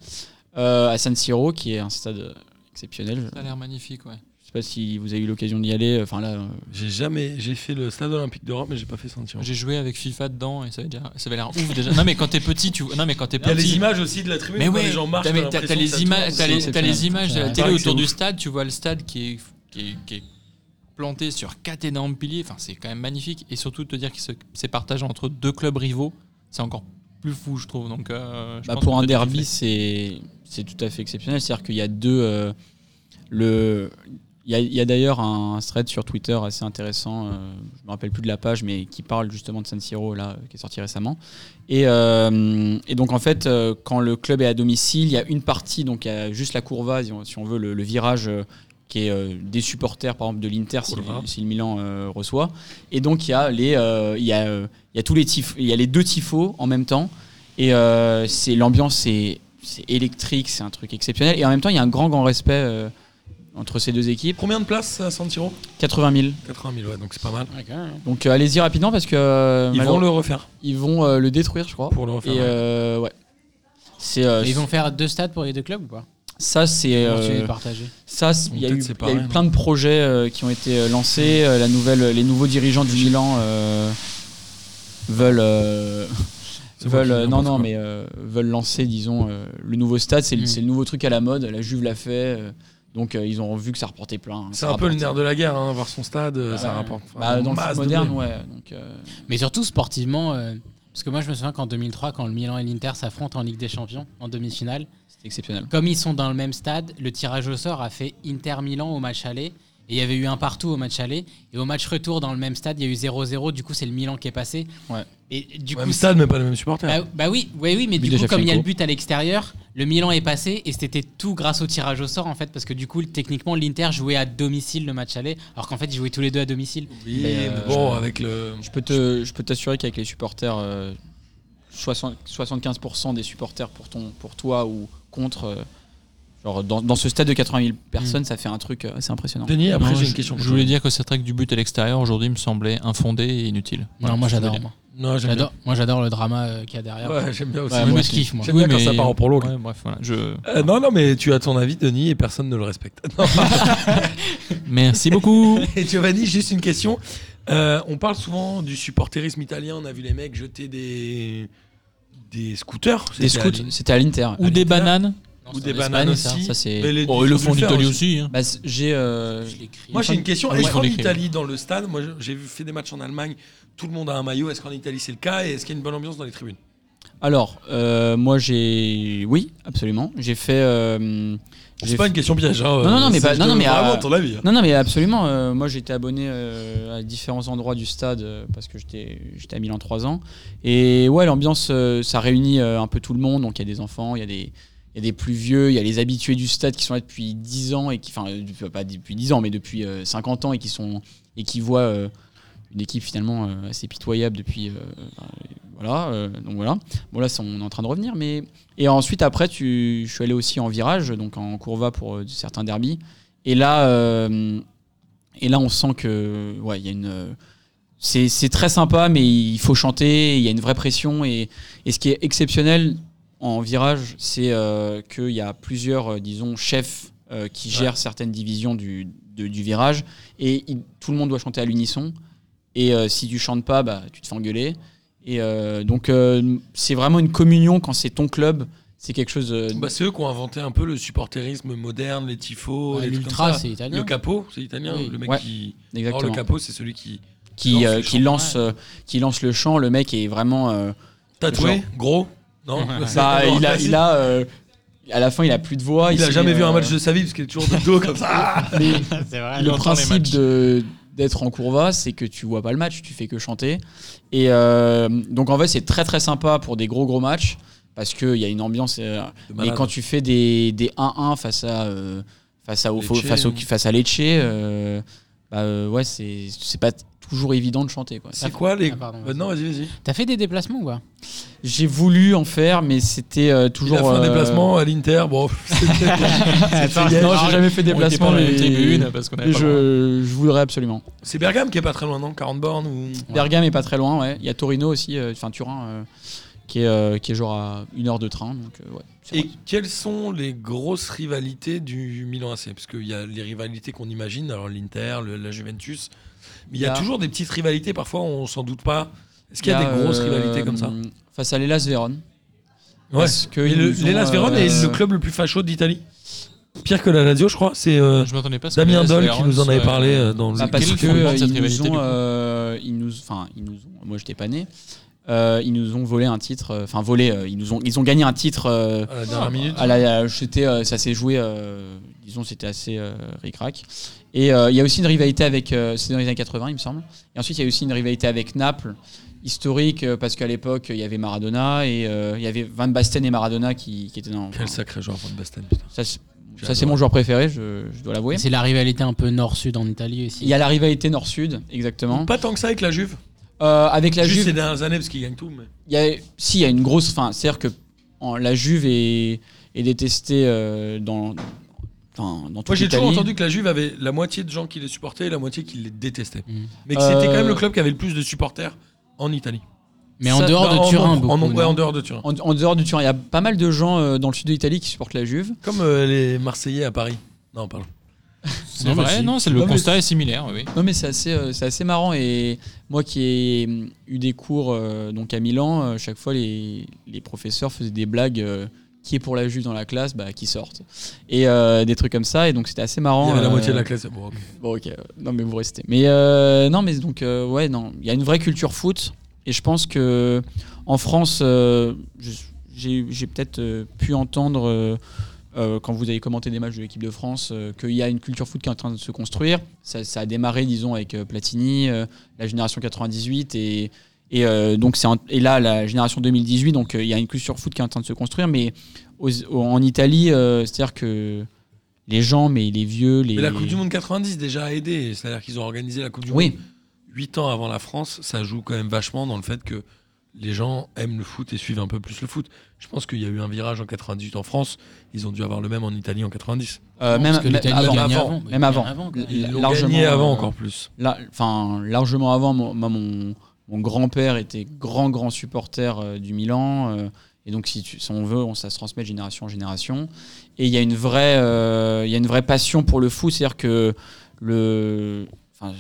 Speaker 7: euh, à San Siro, qui est un stade euh, exceptionnel.
Speaker 6: Ça a l'air magnifique, ouais.
Speaker 7: Je sais pas si vous avez eu l'occasion d'y aller. Enfin là, euh,
Speaker 4: J'ai jamais, j'ai fait le stade olympique d'Europe, mais j'ai pas fait sentir.
Speaker 6: J'ai joué avec FIFA dedans et ça avait, déjà- ça avait l'air ouf déjà. Non, mais quand t'es petit, tu vois. Non, mais quand t'es
Speaker 4: Il y a les
Speaker 6: petit.
Speaker 4: images aussi de la tribune.
Speaker 6: Mais
Speaker 4: quand
Speaker 6: ouais,
Speaker 4: les gens marchent.
Speaker 6: t'as mais t'as-
Speaker 4: l'impression
Speaker 6: t'as
Speaker 4: que
Speaker 6: les
Speaker 4: ça
Speaker 6: ima-
Speaker 4: tourne.
Speaker 6: t'as les- t'as les images de la
Speaker 4: Ouais.
Speaker 6: télé
Speaker 4: Ouais,
Speaker 6: autour
Speaker 4: c'est
Speaker 6: du
Speaker 4: ouf.
Speaker 6: stade, tu vois le stade qui est, qui est- qui est- planté sur quatre énormes piliers, enfin, c'est quand même magnifique. Et surtout, de te dire qu'il se- s'est partagé entre deux clubs rivaux, c'est encore plus fou, je trouve. Donc, euh, je
Speaker 7: Bah,
Speaker 6: pense
Speaker 7: pour
Speaker 6: que
Speaker 7: un
Speaker 6: peut-être il
Speaker 7: derby,
Speaker 6: fait-
Speaker 7: c'est c'est tout à fait exceptionnel. C'est-à-dire qu'il y a deux. euh, le il y a, il y a d'ailleurs un thread sur Twitter assez intéressant. euh, je me rappelle plus de la page, mais qui parle justement de San Siro là, euh, qui est sorti récemment. Et, euh, et donc en fait, euh, quand le club est à domicile, il y a une partie, donc il y a juste la courva, si on, si on veut, le, le virage. euh, qui est euh, des supporters par exemple de l'Inter si,
Speaker 4: Courva.
Speaker 7: si le Milan euh, reçoit et donc il y a les euh, il y a, euh, il y a tous les tif- il y a les deux tifos en même temps et euh, c'est l'ambiance est, c'est électrique, c'est un truc exceptionnel. Et en même temps, il y a un grand, grand respect euh, entre ces deux équipes.
Speaker 4: Combien de places à San Siro
Speaker 7: 80 000.
Speaker 4: 80 000, ouais, donc c'est pas mal.
Speaker 7: Donc euh, allez-y rapidement parce que euh,
Speaker 4: Ils vont
Speaker 7: malheureux-
Speaker 4: le refaire
Speaker 7: ils vont, euh, le détruire, je crois.
Speaker 4: pour le refaire.
Speaker 7: Et
Speaker 4: ouais.
Speaker 7: euh, ouais. C'est euh,
Speaker 5: Et Ils vont faire deux stades pour les deux clubs ou pas
Speaker 7: ça, c'est
Speaker 5: Comment tu
Speaker 7: euh,
Speaker 5: les partager
Speaker 7: ça. c'est- Il y a
Speaker 4: Peut-être
Speaker 7: eu,
Speaker 4: c'est
Speaker 7: il y a eu
Speaker 4: pareil,
Speaker 7: plein de projets euh, qui ont été euh, lancés. Euh, la nouvelle, les nouveaux dirigeants du Milan euh, veulent euh,
Speaker 4: C'est moi
Speaker 7: veulent
Speaker 4: qui dis
Speaker 7: euh, non
Speaker 4: n'importe
Speaker 7: non
Speaker 4: quoi.
Speaker 7: mais euh, veulent lancer disons euh, le nouveau stade c'est le-
Speaker 5: Mm.
Speaker 7: c'est le nouveau truc à la mode la Juve l'a fait euh, donc euh, ils ont vu que ça reportait plein hein,
Speaker 4: C'est
Speaker 7: ça
Speaker 4: un peu le
Speaker 7: rapportait.
Speaker 4: nerf de la guerre, hein, voir son stade, euh, ça
Speaker 7: ouais.
Speaker 4: rapporte. enfin,
Speaker 7: Bah, dans le
Speaker 4: masse
Speaker 7: foot
Speaker 4: de
Speaker 7: moderne
Speaker 4: blé.
Speaker 7: ouais donc euh,
Speaker 5: Mais surtout sportivement, euh, parce que moi je me souviens qu'en 2003, quand le Milan et l'Inter s'affrontent en Ligue des Champions, en demi-finale,
Speaker 7: c'était exceptionnel
Speaker 5: comme ils sont dans le même stade, le tirage au sort a fait Inter-Milan au match aller. Et il y avait eu un partout au match aller. Et au match retour dans le même stade, il y a eu 0-0. Du coup, c'est le Milan qui est passé.
Speaker 7: Ouais.
Speaker 5: Et du coup,
Speaker 4: Même stade, mais pas le même supporter.
Speaker 5: Bah, bah oui, oui, oui, mais
Speaker 7: But
Speaker 5: du
Speaker 7: de
Speaker 5: coup, comme il y a le
Speaker 7: Shevchenko.
Speaker 5: but à l'extérieur, le Milan est passé et c'était tout grâce au tirage au sort en fait, parce que du coup, techniquement, l'Inter jouait à domicile le match aller, alors qu'en fait, ils jouaient tous les deux à domicile.
Speaker 4: oui,
Speaker 7: mais,
Speaker 4: mais
Speaker 7: euh,
Speaker 4: bon, avec le.
Speaker 7: je peux te je peux t'assurer qu'avec les supporters euh, 60 75% des supporters pour ton pour toi ou contre euh, genre dans, dans ce stade de 80 000 personnes ça fait un truc euh, assez impressionnant
Speaker 4: Denis, après,
Speaker 6: Non,
Speaker 4: j'ai
Speaker 6: je-
Speaker 4: une question.
Speaker 6: Je voulais dire que cette règle du but à l'extérieur aujourd'hui me semblait infondée et inutile. Voilà,
Speaker 5: non, moi
Speaker 6: je voulais
Speaker 5: j'adore.
Speaker 6: dire.
Speaker 5: Moi
Speaker 4: Non, j'aime bien.
Speaker 5: j'adore, moi, j'adore le drama euh, qu'il y a derrière.
Speaker 4: Ouais, j'aime bien aussi.
Speaker 5: Ouais,
Speaker 4: Moi,
Speaker 5: moi je
Speaker 4: aussi.
Speaker 5: kiffe moi.
Speaker 4: J'aime bien quand ça part en prolo. le-
Speaker 6: Ouais, bref, voilà. Je...
Speaker 4: Euh, non, non, mais tu as ton avis, Denis, et personne ne le respecte. Non.
Speaker 6: Merci beaucoup.
Speaker 4: Et Giovanni, juste une question. Euh, on parle souvent du supporterisme italien. On a vu les mecs jeter des des scooters,
Speaker 7: des
Speaker 4: c'était à
Speaker 7: scouts
Speaker 4: l'I-
Speaker 7: c'était à l'Inter
Speaker 6: Ou des bananes.
Speaker 5: Non,
Speaker 4: ou
Speaker 5: c'est
Speaker 4: des
Speaker 5: en Espagne,
Speaker 4: bananes
Speaker 5: ça.
Speaker 4: aussi.
Speaker 7: ça c'est
Speaker 4: Mais les-
Speaker 6: Oh, ils le font en
Speaker 4: le faire
Speaker 6: Italie
Speaker 4: aussi.
Speaker 6: aussi. hein.
Speaker 7: Bah, c'est- j'ai euh,
Speaker 5: Je l'ai crié.
Speaker 4: Moi, j'ai une question.
Speaker 6: Ah oui,
Speaker 4: Est-ce
Speaker 6: ils
Speaker 4: qu'en
Speaker 6: font des crimes.
Speaker 4: Italie, dans le stade, moi, je- j'ai vu- fait des matchs en Allemagne, tout le monde a un maillot. Est-ce qu'en Italie, c'est le cas Et est-ce qu'il y a une bonne ambiance dans les tribunes
Speaker 7: Alors, euh, moi j'ai. Oui, absolument. J'ai fait. euh, j'ai
Speaker 4: C'est pas
Speaker 7: fait-
Speaker 4: une question piège. hein,
Speaker 7: Non, non, non,
Speaker 4: euh,
Speaker 7: mais
Speaker 4: c'est-
Speaker 7: pas-
Speaker 4: je
Speaker 7: non, non,
Speaker 4: donne
Speaker 7: mais,
Speaker 4: vraiment
Speaker 7: euh,
Speaker 4: ton avis. hein.
Speaker 7: Non, non, mais absolument. euh, moi j'étais abonné euh, à différents endroits du stade euh, parce que j'étais j'étais à Milan 3 ans. Et ouais, l'ambiance, euh, ça réunit euh, un peu tout le monde. Donc il y a des enfants, il y a des. Il y a des plus vieux, il y a les habitués du stade qui sont là depuis 10 ans, et qui, enfin, euh, depuis- pas depuis 10 ans, mais depuis euh, 50 ans, et qui, sont, et qui voient euh, une équipe finalement euh, assez pitoyable depuis. euh, enfin, voilà, euh, donc voilà. Bon, là, ça, on est en train de revenir, mais. Et ensuite, après, tu... je suis allé aussi en virage, donc en courva pour euh, certains derbys. Et là, euh, et là, on sent que, ouais, il y a une. euh, C'est c'est très sympa, mais il faut chanter. Il y a une vraie pression. Et, et ce qui est exceptionnel en virage, c'est euh, qu'il y a plusieurs, euh, disons, chefs euh, qui gèrent certaines divisions du, de- du virage. Et il- tout le monde doit chanter à l'unisson. Et euh, si tu chantes pas, bah, tu te fais engueuler. Et euh, donc, euh, c'est vraiment une communion quand c'est ton club. C'est quelque chose. euh,
Speaker 4: Bah, c'est eux qui ont inventé un peu le supporterisme moderne, les tifos,
Speaker 5: Ouais,
Speaker 4: les trucs
Speaker 5: L'ultra,
Speaker 4: comme ça.
Speaker 5: c'est
Speaker 4: Le
Speaker 5: italien.
Speaker 4: capot, c'est italien.
Speaker 5: Oui.
Speaker 4: Le mec
Speaker 7: Ouais,
Speaker 4: qui. Or,
Speaker 7: exactement.
Speaker 4: le capot, c'est celui qui.
Speaker 7: qui,
Speaker 4: lance
Speaker 7: euh,
Speaker 4: le
Speaker 7: qui,
Speaker 4: chant.
Speaker 7: lance,
Speaker 5: Ouais.
Speaker 7: euh, qui lance le chant. Le mec est vraiment. euh,
Speaker 4: Tatoué, gros. Non,
Speaker 6: Bah,
Speaker 4: c'est
Speaker 7: bah,
Speaker 4: vraiment
Speaker 7: il a,
Speaker 4: classique.
Speaker 7: il a, euh, à la fin, il a plus de voix.
Speaker 4: Il a
Speaker 7: s'est,
Speaker 4: jamais vu
Speaker 7: euh, Ah,
Speaker 4: un match de sa vie parce qu'il est toujours de dos comme ça. Ah,
Speaker 7: mais
Speaker 5: C'est vrai.
Speaker 7: le
Speaker 6: entend les
Speaker 7: principe
Speaker 6: matchs.
Speaker 7: de d'être en courva, c'est que tu vois pas le match, tu fais que chanter. Et euh, donc en fait, c'est très très sympa pour des gros gros matchs parce qu'il y a une ambiance. euh,
Speaker 4: De
Speaker 7: mais
Speaker 4: malade.
Speaker 7: quand tu fais des, des 1-1 face à euh, face à au-
Speaker 4: Lecce,
Speaker 7: face, au,
Speaker 4: hein.
Speaker 7: face à Lecce, euh, bah euh, ouais, c'est c'est pas toujours évident de chanter quoi.
Speaker 4: C'est quoi les.
Speaker 5: Ah, pardon,
Speaker 4: Bah, non, vas-y, vas-y.
Speaker 5: T'as fait des déplacements ou pas
Speaker 7: J'ai voulu en faire, mais c'était euh,
Speaker 4: Il
Speaker 7: toujours.
Speaker 4: a fait un
Speaker 7: euh,
Speaker 4: déplacement à l'Inter. Bon, c'était- c'était-
Speaker 7: Ah, Non, j'ai jamais fait de
Speaker 6: On était
Speaker 7: déplacement.
Speaker 6: pas dans les
Speaker 7: mais-
Speaker 6: tribunes parce qu'on avait
Speaker 7: mais
Speaker 6: pas le droit.
Speaker 7: je, je voudrais absolument.
Speaker 4: C'est Bergame qui est pas très loin, non 40 bornes ou.
Speaker 7: Bergame est pas très loin, ouais. Il y a Torino aussi, euh, enfin Turin, euh, qui, est, euh, qui est genre à une heure de train. Donc, euh, ouais, c'est
Speaker 4: Et
Speaker 7: vrai.
Speaker 4: quelles sont les grosses rivalités du Milan AC Parce qu'il y a les rivalités qu'on imagine, alors l'Inter, le- la Juventus. Mais il y a
Speaker 7: Il y a-
Speaker 4: toujours des petites rivalités, parfois on s'en doute pas. Est-ce qu'il y a, des
Speaker 7: euh,
Speaker 4: grosses rivalités comme ça
Speaker 7: Face à l'Elas Vérone.
Speaker 4: Ouais.
Speaker 7: Parce que
Speaker 4: Et
Speaker 7: ils
Speaker 4: le-
Speaker 7: nous ont,
Speaker 4: L'Elas Vérone
Speaker 7: euh,
Speaker 4: est le club le plus facho d'Italie. pire que la Lazio, je crois. C'est euh,
Speaker 6: Je m'attendais pas à ce que
Speaker 4: Damien
Speaker 6: les
Speaker 4: Doll qui
Speaker 6: Lions,
Speaker 4: nous en avait
Speaker 6: euh,
Speaker 4: parlé euh, dans le.
Speaker 7: Bah, parce
Speaker 6: Quel
Speaker 7: que
Speaker 6: fondement
Speaker 7: euh,
Speaker 6: de cette
Speaker 7: ils
Speaker 6: rivalité,
Speaker 7: nous
Speaker 6: du
Speaker 7: ont,
Speaker 6: coup
Speaker 7: euh, ils nous, enfin, ils nous ont. Moi, j'étais pas né. Euh, ils nous ont volé un titre. euh, Enfin, volé. euh, ils nous ont, ils ont gagné un titre. euh,
Speaker 4: À la dernière minute.
Speaker 7: à la, à- c'était, euh, ça s'est joué. euh, disons, c'était assez euh, ric-rac. Et euh, il y a aussi une rivalité avec. euh, c'est dans les années 80, il me semble. Et ensuite, il y a aussi une rivalité avec Naples historique euh, parce qu'à l'époque, il y avait Maradona et euh, il y avait Van Basten et Maradona qui, qui étaient dans.
Speaker 4: Quel
Speaker 7: enfin,
Speaker 4: sacré joueur, Van Basten. putain.
Speaker 7: ça, c'est-
Speaker 4: J'ai
Speaker 7: ça, c'est mon joueur préféré. Je, je dois l'avouer.
Speaker 5: C'est la rivalité un peu nord-sud en Italie
Speaker 7: Il y
Speaker 5: aussi.
Speaker 7: a la rivalité Nord-Sud, exactement.
Speaker 4: Pas tant que ça avec la Juve.
Speaker 7: Euh, avec la
Speaker 4: Juste
Speaker 7: Juve,
Speaker 4: ces dernières années parce qu'il gagne tout. mais-
Speaker 7: il y a, si, il y a une grosse. Enfin, c'est-à-dire que en- la Juve est, est détestée euh, dans, enfin, dans toute
Speaker 4: Moi j'ai toujours
Speaker 7: l'Italie.
Speaker 4: entendu que la Juve avait la moitié de gens qui les supportaient et la moitié qui les détestaient.
Speaker 5: Mm.
Speaker 4: Mais que c'était
Speaker 7: Euh,
Speaker 4: quand même le club qui avait le plus de supporters en Italie.
Speaker 5: Mais en
Speaker 7: ça-
Speaker 5: dehors
Speaker 4: Bah,
Speaker 5: de
Speaker 4: en
Speaker 5: Turin,
Speaker 4: nombre-
Speaker 5: beaucoup.
Speaker 4: en nombre- ouais,
Speaker 5: non
Speaker 4: en dehors de Turin.
Speaker 7: En, en dehors du Turin, il y a pas mal de gens euh, dans le sud de l'Italie qui supportent la Juve.
Speaker 4: Comme euh, les Marseillais à Paris. Non, pardon.
Speaker 6: C'est
Speaker 7: Non, mais
Speaker 6: vrai,
Speaker 7: si.
Speaker 6: non, c'est le
Speaker 7: Non, mais
Speaker 6: constat est similaire, oui.
Speaker 7: Non, mais c'est assez, euh, c'est assez marrant. Et moi qui ai hum, eu des cours euh, donc à Milan, euh, chaque fois les, les professeurs faisaient des blagues. euh, qui est pour la Juve dans la classe, bah, qui sortent. Et euh, des trucs comme ça. Et donc c'était assez marrant.
Speaker 4: Il y avait la
Speaker 7: euh,
Speaker 4: moitié de la classe. Bon, ok.
Speaker 7: Bon, ok. euh, Non, mais vous restez. Mais euh, non, mais donc, euh, ouais, non. Il y a une vraie culture foot. Et je pense que en France, euh, je- j'ai j'ai peut-être euh, pu entendre, euh, euh, quand vous avez commenté des matchs de l'équipe de France, euh, qu'il y a une culture foot qui est en train de se construire. Ça, ça a démarré, disons, avec euh, Platini, euh, la génération 98 et. Et, euh, donc c'est en- et là, la génération 2018, donc euh, il y a une culture foot qui est en train de se construire, mais aux- aux- en Italie, euh, c'est-à-dire que les gens, mais les vieux, les...
Speaker 4: Mais la Coupe du Monde 90 déjà a aidé. C'est-à-dire qu'ils ont organisé la Coupe du
Speaker 7: Oui,
Speaker 4: Monde 8 ans avant la France. Ça joue quand même vachement dans le fait que les gens aiment le foot et suivent un peu plus le foot. Je pense qu'il y a eu un virage en 98 en France. Ils ont dû avoir le même en Italie en 90.
Speaker 7: Euh,
Speaker 5: Non,
Speaker 7: même,
Speaker 5: parce que
Speaker 7: même
Speaker 5: l'Italie
Speaker 7: avant,
Speaker 5: a gagné
Speaker 7: avant,
Speaker 5: avant,
Speaker 7: même
Speaker 5: oui,
Speaker 7: avant,
Speaker 5: bien avant, quand même.
Speaker 4: Ils
Speaker 7: L-
Speaker 4: l'ont gagné avant
Speaker 7: euh,
Speaker 4: encore plus.
Speaker 7: la- enfin, largement avant. Mon, moi, mon, mon grand-père était grand, grand supporter euh, du Milan. euh, et donc, si, tu- si on veut, on, ça se transmet de génération en génération. Et il y a une vraie, euh, il y a une vraie passion pour le foot. C'est-à-dire que le, enfin,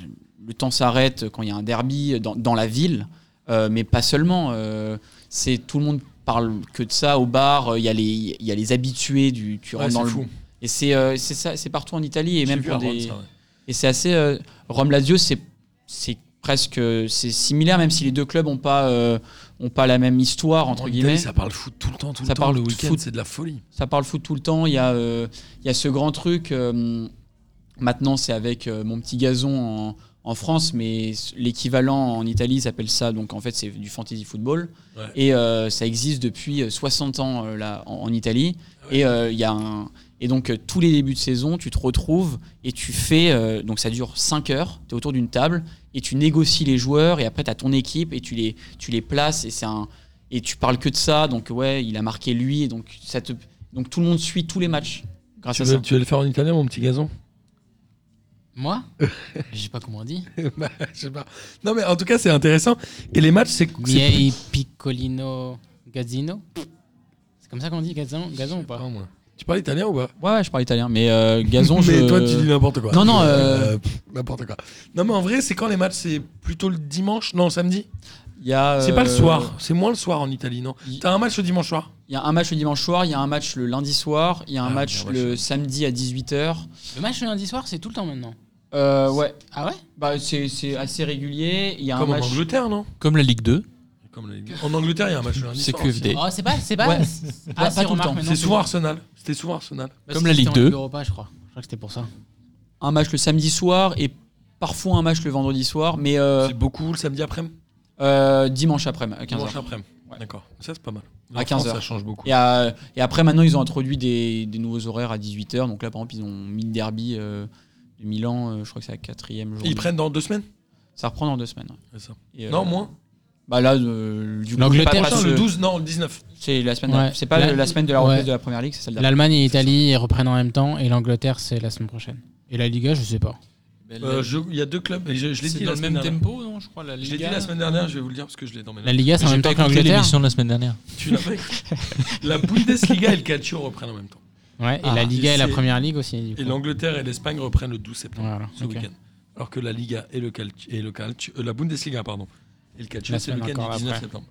Speaker 7: le temps s'arrête quand il y a un derby dans, dans la ville, euh, mais pas seulement. euh, c'est tout le monde parle que de ça au bar. euh, Il y a les, il y a les habitués du, tu
Speaker 4: Ouais,
Speaker 7: rentres dans
Speaker 4: c'est
Speaker 7: le
Speaker 4: fou.
Speaker 7: et c'est euh, c'est ça, c'est partout en Italie et
Speaker 4: J'ai
Speaker 7: même
Speaker 4: vu
Speaker 7: pour
Speaker 4: à Rome,
Speaker 7: des-
Speaker 4: ça, ouais.
Speaker 7: et c'est assez euh, Rome Lazio, c'est c'est presque euh, c'est similaire même si les deux clubs ont pas euh, ont pas la même histoire entre
Speaker 4: En Italie,
Speaker 7: guillemets.
Speaker 4: ça parle foot tout le temps, tout
Speaker 7: Ça
Speaker 4: le temps.
Speaker 7: parle
Speaker 4: Le week-end,
Speaker 7: foot. Ah,
Speaker 4: c'est de la folie.
Speaker 7: ça parle foot tout le temps. Il y a, euh, il y a ce grand truc. euh, maintenant, c'est avec euh, mon petit gazon en, en France, mais s- l'équivalent en Italie s'appelle ça. Donc, en fait, c'est du fantasy football.
Speaker 4: Ouais.
Speaker 7: Et euh, ça existe depuis euh, 60 ans euh, là, en, en Italie.
Speaker 4: Ah
Speaker 7: Et euh, il y a un- Et donc euh, tous les débuts de saison, tu te retrouves et tu fais, euh, donc ça dure 5 heures, tu es autour d'une table et tu négocies les joueurs et après tu as ton équipe et tu les, tu les places et c'est un... Et tu parles que de ça, donc ouais, il a marqué lui, et donc ça te donc tout le monde suit tous les matchs grâce
Speaker 4: Tu
Speaker 7: à
Speaker 4: veux,
Speaker 7: ça.
Speaker 4: tu veux le faire en italien, mon petit gazon
Speaker 5: Moi J'ai pas comment on dit.
Speaker 4: Bah, je sais pas. Non, mais en tout cas, c'est intéressant. Et les matchs, c'est. c'est-
Speaker 5: Miei Piccolino Gazzino C'est comme ça qu'on dit Gazon, gazon ou pas
Speaker 4: Pardon, Ah, moi. Tu parles italien ou pas
Speaker 7: Ouais, ouais, je parle italien, mais euh, gazon, je.
Speaker 4: Mais toi, tu dis n'importe quoi.
Speaker 7: Non, non,
Speaker 4: Euh,
Speaker 7: euh,
Speaker 4: pff, n'importe quoi. Non, mais en vrai, c'est quand les matchs C'est plutôt le dimanche Non, le samedi
Speaker 7: Il y a,
Speaker 4: C'est pas le
Speaker 7: euh,
Speaker 4: soir. C'est moins le soir en Italie, non
Speaker 7: il-
Speaker 4: T'as un match le dimanche soir
Speaker 7: Il y a un match le dimanche soir, il y a un match le lundi soir, il y a un
Speaker 4: Ah,
Speaker 7: match
Speaker 4: ouais,
Speaker 7: le
Speaker 4: ouais.
Speaker 7: samedi à 18h.
Speaker 5: Le match le lundi soir, c'est tout le temps maintenant.
Speaker 7: Euh, ouais,
Speaker 5: Ah ouais
Speaker 7: bah, c'est c'est assez régulier. Il y a
Speaker 4: Comme
Speaker 7: un
Speaker 4: en
Speaker 7: match.
Speaker 4: Angleterre, non
Speaker 6: Comme la Ligue 2,
Speaker 4: Comme la Ligue. En Angleterre, il y a un match le lundi
Speaker 6: c'est
Speaker 4: soir. aussi.
Speaker 6: QFD.
Speaker 5: Oh, c'est pas. C'est pas.
Speaker 7: Ouais.
Speaker 5: Ah,
Speaker 7: Pas-
Speaker 5: si,
Speaker 7: pas tout le
Speaker 5: remarque,
Speaker 7: temps.
Speaker 5: maintenant,
Speaker 4: C'est souvent Arsenal. C'était souvent Arsenal.
Speaker 5: Bah,
Speaker 6: Comme
Speaker 5: si,
Speaker 6: la
Speaker 5: c'était
Speaker 6: Ligue
Speaker 5: en
Speaker 6: 2.
Speaker 5: Europa, je crois. Je crois que c'était pour ça.
Speaker 7: Un match le samedi soir et parfois un match le vendredi soir, mais euh,
Speaker 4: C'est beaucoup le samedi après-midi
Speaker 7: euh, dimanche après, à 15h.
Speaker 4: Dimanche après-midi. D'accord. Ça, c'est pas mal.
Speaker 7: À
Speaker 4: En France,
Speaker 7: 15 heures.
Speaker 4: Ça change beaucoup.
Speaker 7: Et, à- et après, maintenant, ils ont introduit des, des nouveaux horaires à 18h. Donc là, par exemple, ils ont mis le derby euh, de Milan, euh, je crois que c'est la quatrième journée.
Speaker 4: Ils prennent dans deux semaines
Speaker 7: Ça reprend dans deux semaines. ouais.
Speaker 4: C'est ça.
Speaker 7: Et, euh,
Speaker 4: Non, moins.
Speaker 7: Bah là, euh, du coup,
Speaker 5: L'Angleterre,
Speaker 7: c'est pas- pas
Speaker 4: Prochain,
Speaker 7: ce-
Speaker 4: le 12, non, le 19.
Speaker 7: C'est la semaine.
Speaker 5: Ouais.
Speaker 7: C'est pas
Speaker 5: La-
Speaker 7: la, semaine de la reprise
Speaker 5: ouais.
Speaker 7: de la première ligue, c'est celle d'après.
Speaker 5: L'Allemagne et l'Italie ils reprennent en même temps et l'Angleterre c'est la semaine prochaine. Et la Liga, je sais pas.
Speaker 4: Euh, je- Il y a deux clubs, et je, je l'ai
Speaker 6: C'est
Speaker 4: dit
Speaker 6: dans
Speaker 4: la
Speaker 6: le
Speaker 4: semaine
Speaker 6: même
Speaker 4: dernière.
Speaker 6: tempo, non Je crois la
Speaker 4: Je
Speaker 6: Ligue
Speaker 4: l'ai dit la semaine dernière, je vais vous le dire parce que je l'ai dans mes
Speaker 5: La
Speaker 4: notes.
Speaker 5: Liga, c'est en même temps que l'Angleterre.
Speaker 6: l'émission de la semaine dernière.
Speaker 4: Tu l'as pas écrit. La Bundesliga et le Calcio reprennent en même temps.
Speaker 5: Ouais, et
Speaker 6: Ah,
Speaker 5: la Liga et la
Speaker 4: c'est-
Speaker 5: Première Ligue aussi. du
Speaker 4: Et
Speaker 5: coup.
Speaker 4: l'Angleterre et l'Espagne reprennent le 12 septembre,
Speaker 5: Voilà,
Speaker 4: ce
Speaker 5: ok.
Speaker 4: week-end. Alors que la Liga et le Calcio, et le Calcio- euh, la Bundesliga, pardon, et le Calcio,
Speaker 5: La
Speaker 4: c'est le
Speaker 5: semaine
Speaker 4: week-end
Speaker 5: encore
Speaker 4: du 19
Speaker 5: après.
Speaker 4: septembre.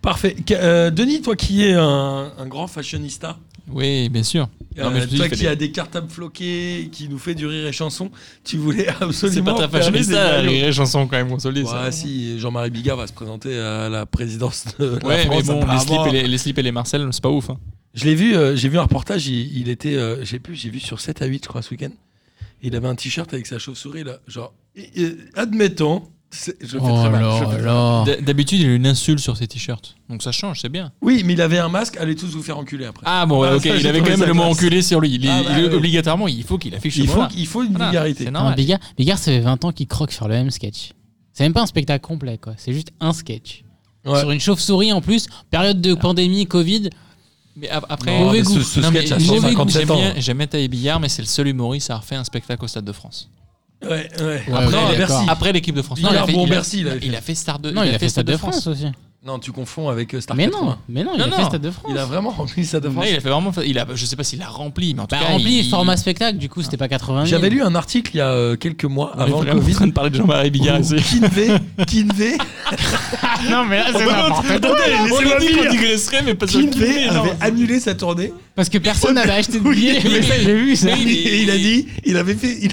Speaker 4: Parfait. Ca- euh, Denis, toi qui es un, un grand fashionista, euh,
Speaker 6: Oui, bien sûr.
Speaker 7: Non, mais je te dis,
Speaker 4: toi
Speaker 7: il fait
Speaker 4: qui
Speaker 7: des-
Speaker 4: a des cartables floqués, qui nous fait du rire et chanson, tu voulais
Speaker 6: C'est
Speaker 4: absolument.
Speaker 6: pas ta
Speaker 4: fermer des
Speaker 6: fashionista,
Speaker 4: radios.
Speaker 6: les vraies chansons quand même, on se le dit. ça.
Speaker 4: Ouais, si, Jean-Marie Bigard va se présenter à la présidence de la
Speaker 6: Ouais, mais
Speaker 4: France,
Speaker 6: bon, les
Speaker 4: apparemment.
Speaker 6: slips, et les, les slips et les Marcel, c'est pas ouf. hein.
Speaker 4: Je l'ai vu, euh, j'ai vu un reportage, il, il était, euh, j'ai plus, j'ai vu sur 7 à 8, je crois, ce week-end. Il avait un t-shirt avec sa chauve-souris, là. Genre, et- et- admettons, c'est- je le
Speaker 5: euh,
Speaker 6: Oh
Speaker 4: fais très mal.
Speaker 5: oh
Speaker 4: je le fais très mal.
Speaker 6: D- D'habitude, il y a une insulte sur ses t-shirts. Donc ça change, c'est bien.
Speaker 4: Oui, mais il avait un masque, allez tous vous faire enculer après.
Speaker 6: Ah bon, ouais,
Speaker 4: Ah,
Speaker 6: ok,
Speaker 4: ça,
Speaker 6: il
Speaker 4: j'ai
Speaker 6: avait
Speaker 4: trouvé
Speaker 6: quand
Speaker 4: ça
Speaker 6: même le mot
Speaker 4: classe.
Speaker 6: enculé sur lui. Il, est-
Speaker 4: Ah, bah,
Speaker 6: il est-
Speaker 4: ouais.
Speaker 6: Obligatoirement, il faut qu'il affiche
Speaker 4: il,
Speaker 6: ce
Speaker 4: faut,
Speaker 6: mot-là.
Speaker 4: qu'il- il faut une
Speaker 6: Voilà,
Speaker 4: vulgarité.
Speaker 6: c'est
Speaker 5: Non,
Speaker 6: normal.
Speaker 5: Bigard, Bigard, ça fait 20 ans qu'il croque sur le même sketch. C'est même pas un spectacle complet, quoi. C'est juste un sketch.
Speaker 4: Ouais. Ah.
Speaker 5: Sur une chauve-souris en plus, période de pandémie, Covid.
Speaker 6: Mais ap- après,
Speaker 4: Non,
Speaker 5: Mauvais
Speaker 4: mais
Speaker 5: goût.
Speaker 4: ce, ce
Speaker 6: Non, mais
Speaker 4: sketch a
Speaker 6: j'aime-
Speaker 4: 157
Speaker 6: j'aime
Speaker 4: ans.
Speaker 6: bien- J'aime bien Taï Billard, mais c'est le seul humoriste à refaire un spectacle au Stade de France.
Speaker 4: Ouais, ouais.
Speaker 5: Ouais,
Speaker 4: Après, euh,
Speaker 5: ouais,
Speaker 4: Bercy.
Speaker 5: d'accord.
Speaker 6: Après l'équipe de France.
Speaker 4: Billard,
Speaker 6: il a fait-
Speaker 4: bon,
Speaker 6: il a-
Speaker 4: Bercy, il
Speaker 6: il
Speaker 4: avait
Speaker 6: a-
Speaker 4: fait.
Speaker 6: il a fait Star de.
Speaker 5: Non, il, a fait Stade de France, aussi.
Speaker 4: Non, tu confonds avec euh, Star
Speaker 5: Mais
Speaker 4: 80.
Speaker 5: non, mais non, il
Speaker 6: Non,
Speaker 5: a fait
Speaker 6: non.
Speaker 5: Stade de France.
Speaker 4: Il a vraiment rempli ça de
Speaker 6: Ouais,
Speaker 4: France.
Speaker 6: il a fait vraiment. Il a, je sais pas s'il a rempli, mais en tout
Speaker 5: Bah,
Speaker 6: cas.
Speaker 5: rempli
Speaker 6: il-
Speaker 5: format spectacle, du coup, c'était pas 80 000.
Speaker 4: J'avais lu un article il y a euh, quelques mois
Speaker 6: On est
Speaker 4: avant le
Speaker 6: vraiment en
Speaker 4: Covid.
Speaker 6: train de parler de Jean-Marie Bigard. ici.
Speaker 4: Kinvey, Kinvey,
Speaker 5: non,
Speaker 6: Ah,
Speaker 5: mais là, c'est n'importe quoi.
Speaker 6: On a dit qu'on digresserait, mais pas sur le
Speaker 4: Kinvey
Speaker 6: Kinvey, non.
Speaker 4: avait annulé sa tournée
Speaker 5: Parce que personne n'avait acheté de billets.
Speaker 6: oui,
Speaker 5: mais ça, j'ai vu ça.
Speaker 6: oui, mais-
Speaker 4: et il a dit, il avait fait, il,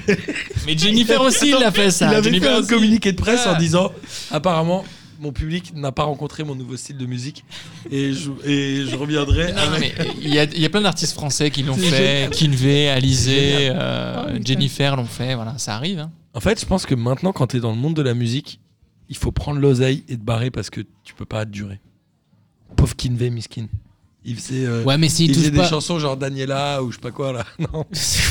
Speaker 6: Mais Jennifer aussi, il a fait ça.
Speaker 4: il avait fait
Speaker 6: Jennifer
Speaker 4: un
Speaker 6: aussi.
Speaker 4: communiqué de presse en
Speaker 6: Ah.
Speaker 4: disant apparemment mon public n'a pas rencontré mon nouveau style de musique et je, et je reviendrai.
Speaker 6: Non,
Speaker 4: avec-
Speaker 6: mais euh, il y, a, il y a plein d'artistes français qui l'ont fait, Kinvey, Alizé,
Speaker 4: Oh,
Speaker 6: euh, Jennifer l'ont fait, voilà, ça arrive. hein.
Speaker 4: En fait, je pense que maintenant, quand t'es dans le monde de la musique, il faut prendre l'oseille et te barrer parce que tu peux pas te durer. Pauvre Kinvey, miskin. Il faisait, euh,
Speaker 5: Ouais, mais s'il
Speaker 4: il faisait
Speaker 5: touche
Speaker 4: des
Speaker 5: pas.
Speaker 4: chansons genre Daniela ou je sais pas quoi là. Non.
Speaker 6: Euh,
Speaker 4: c'est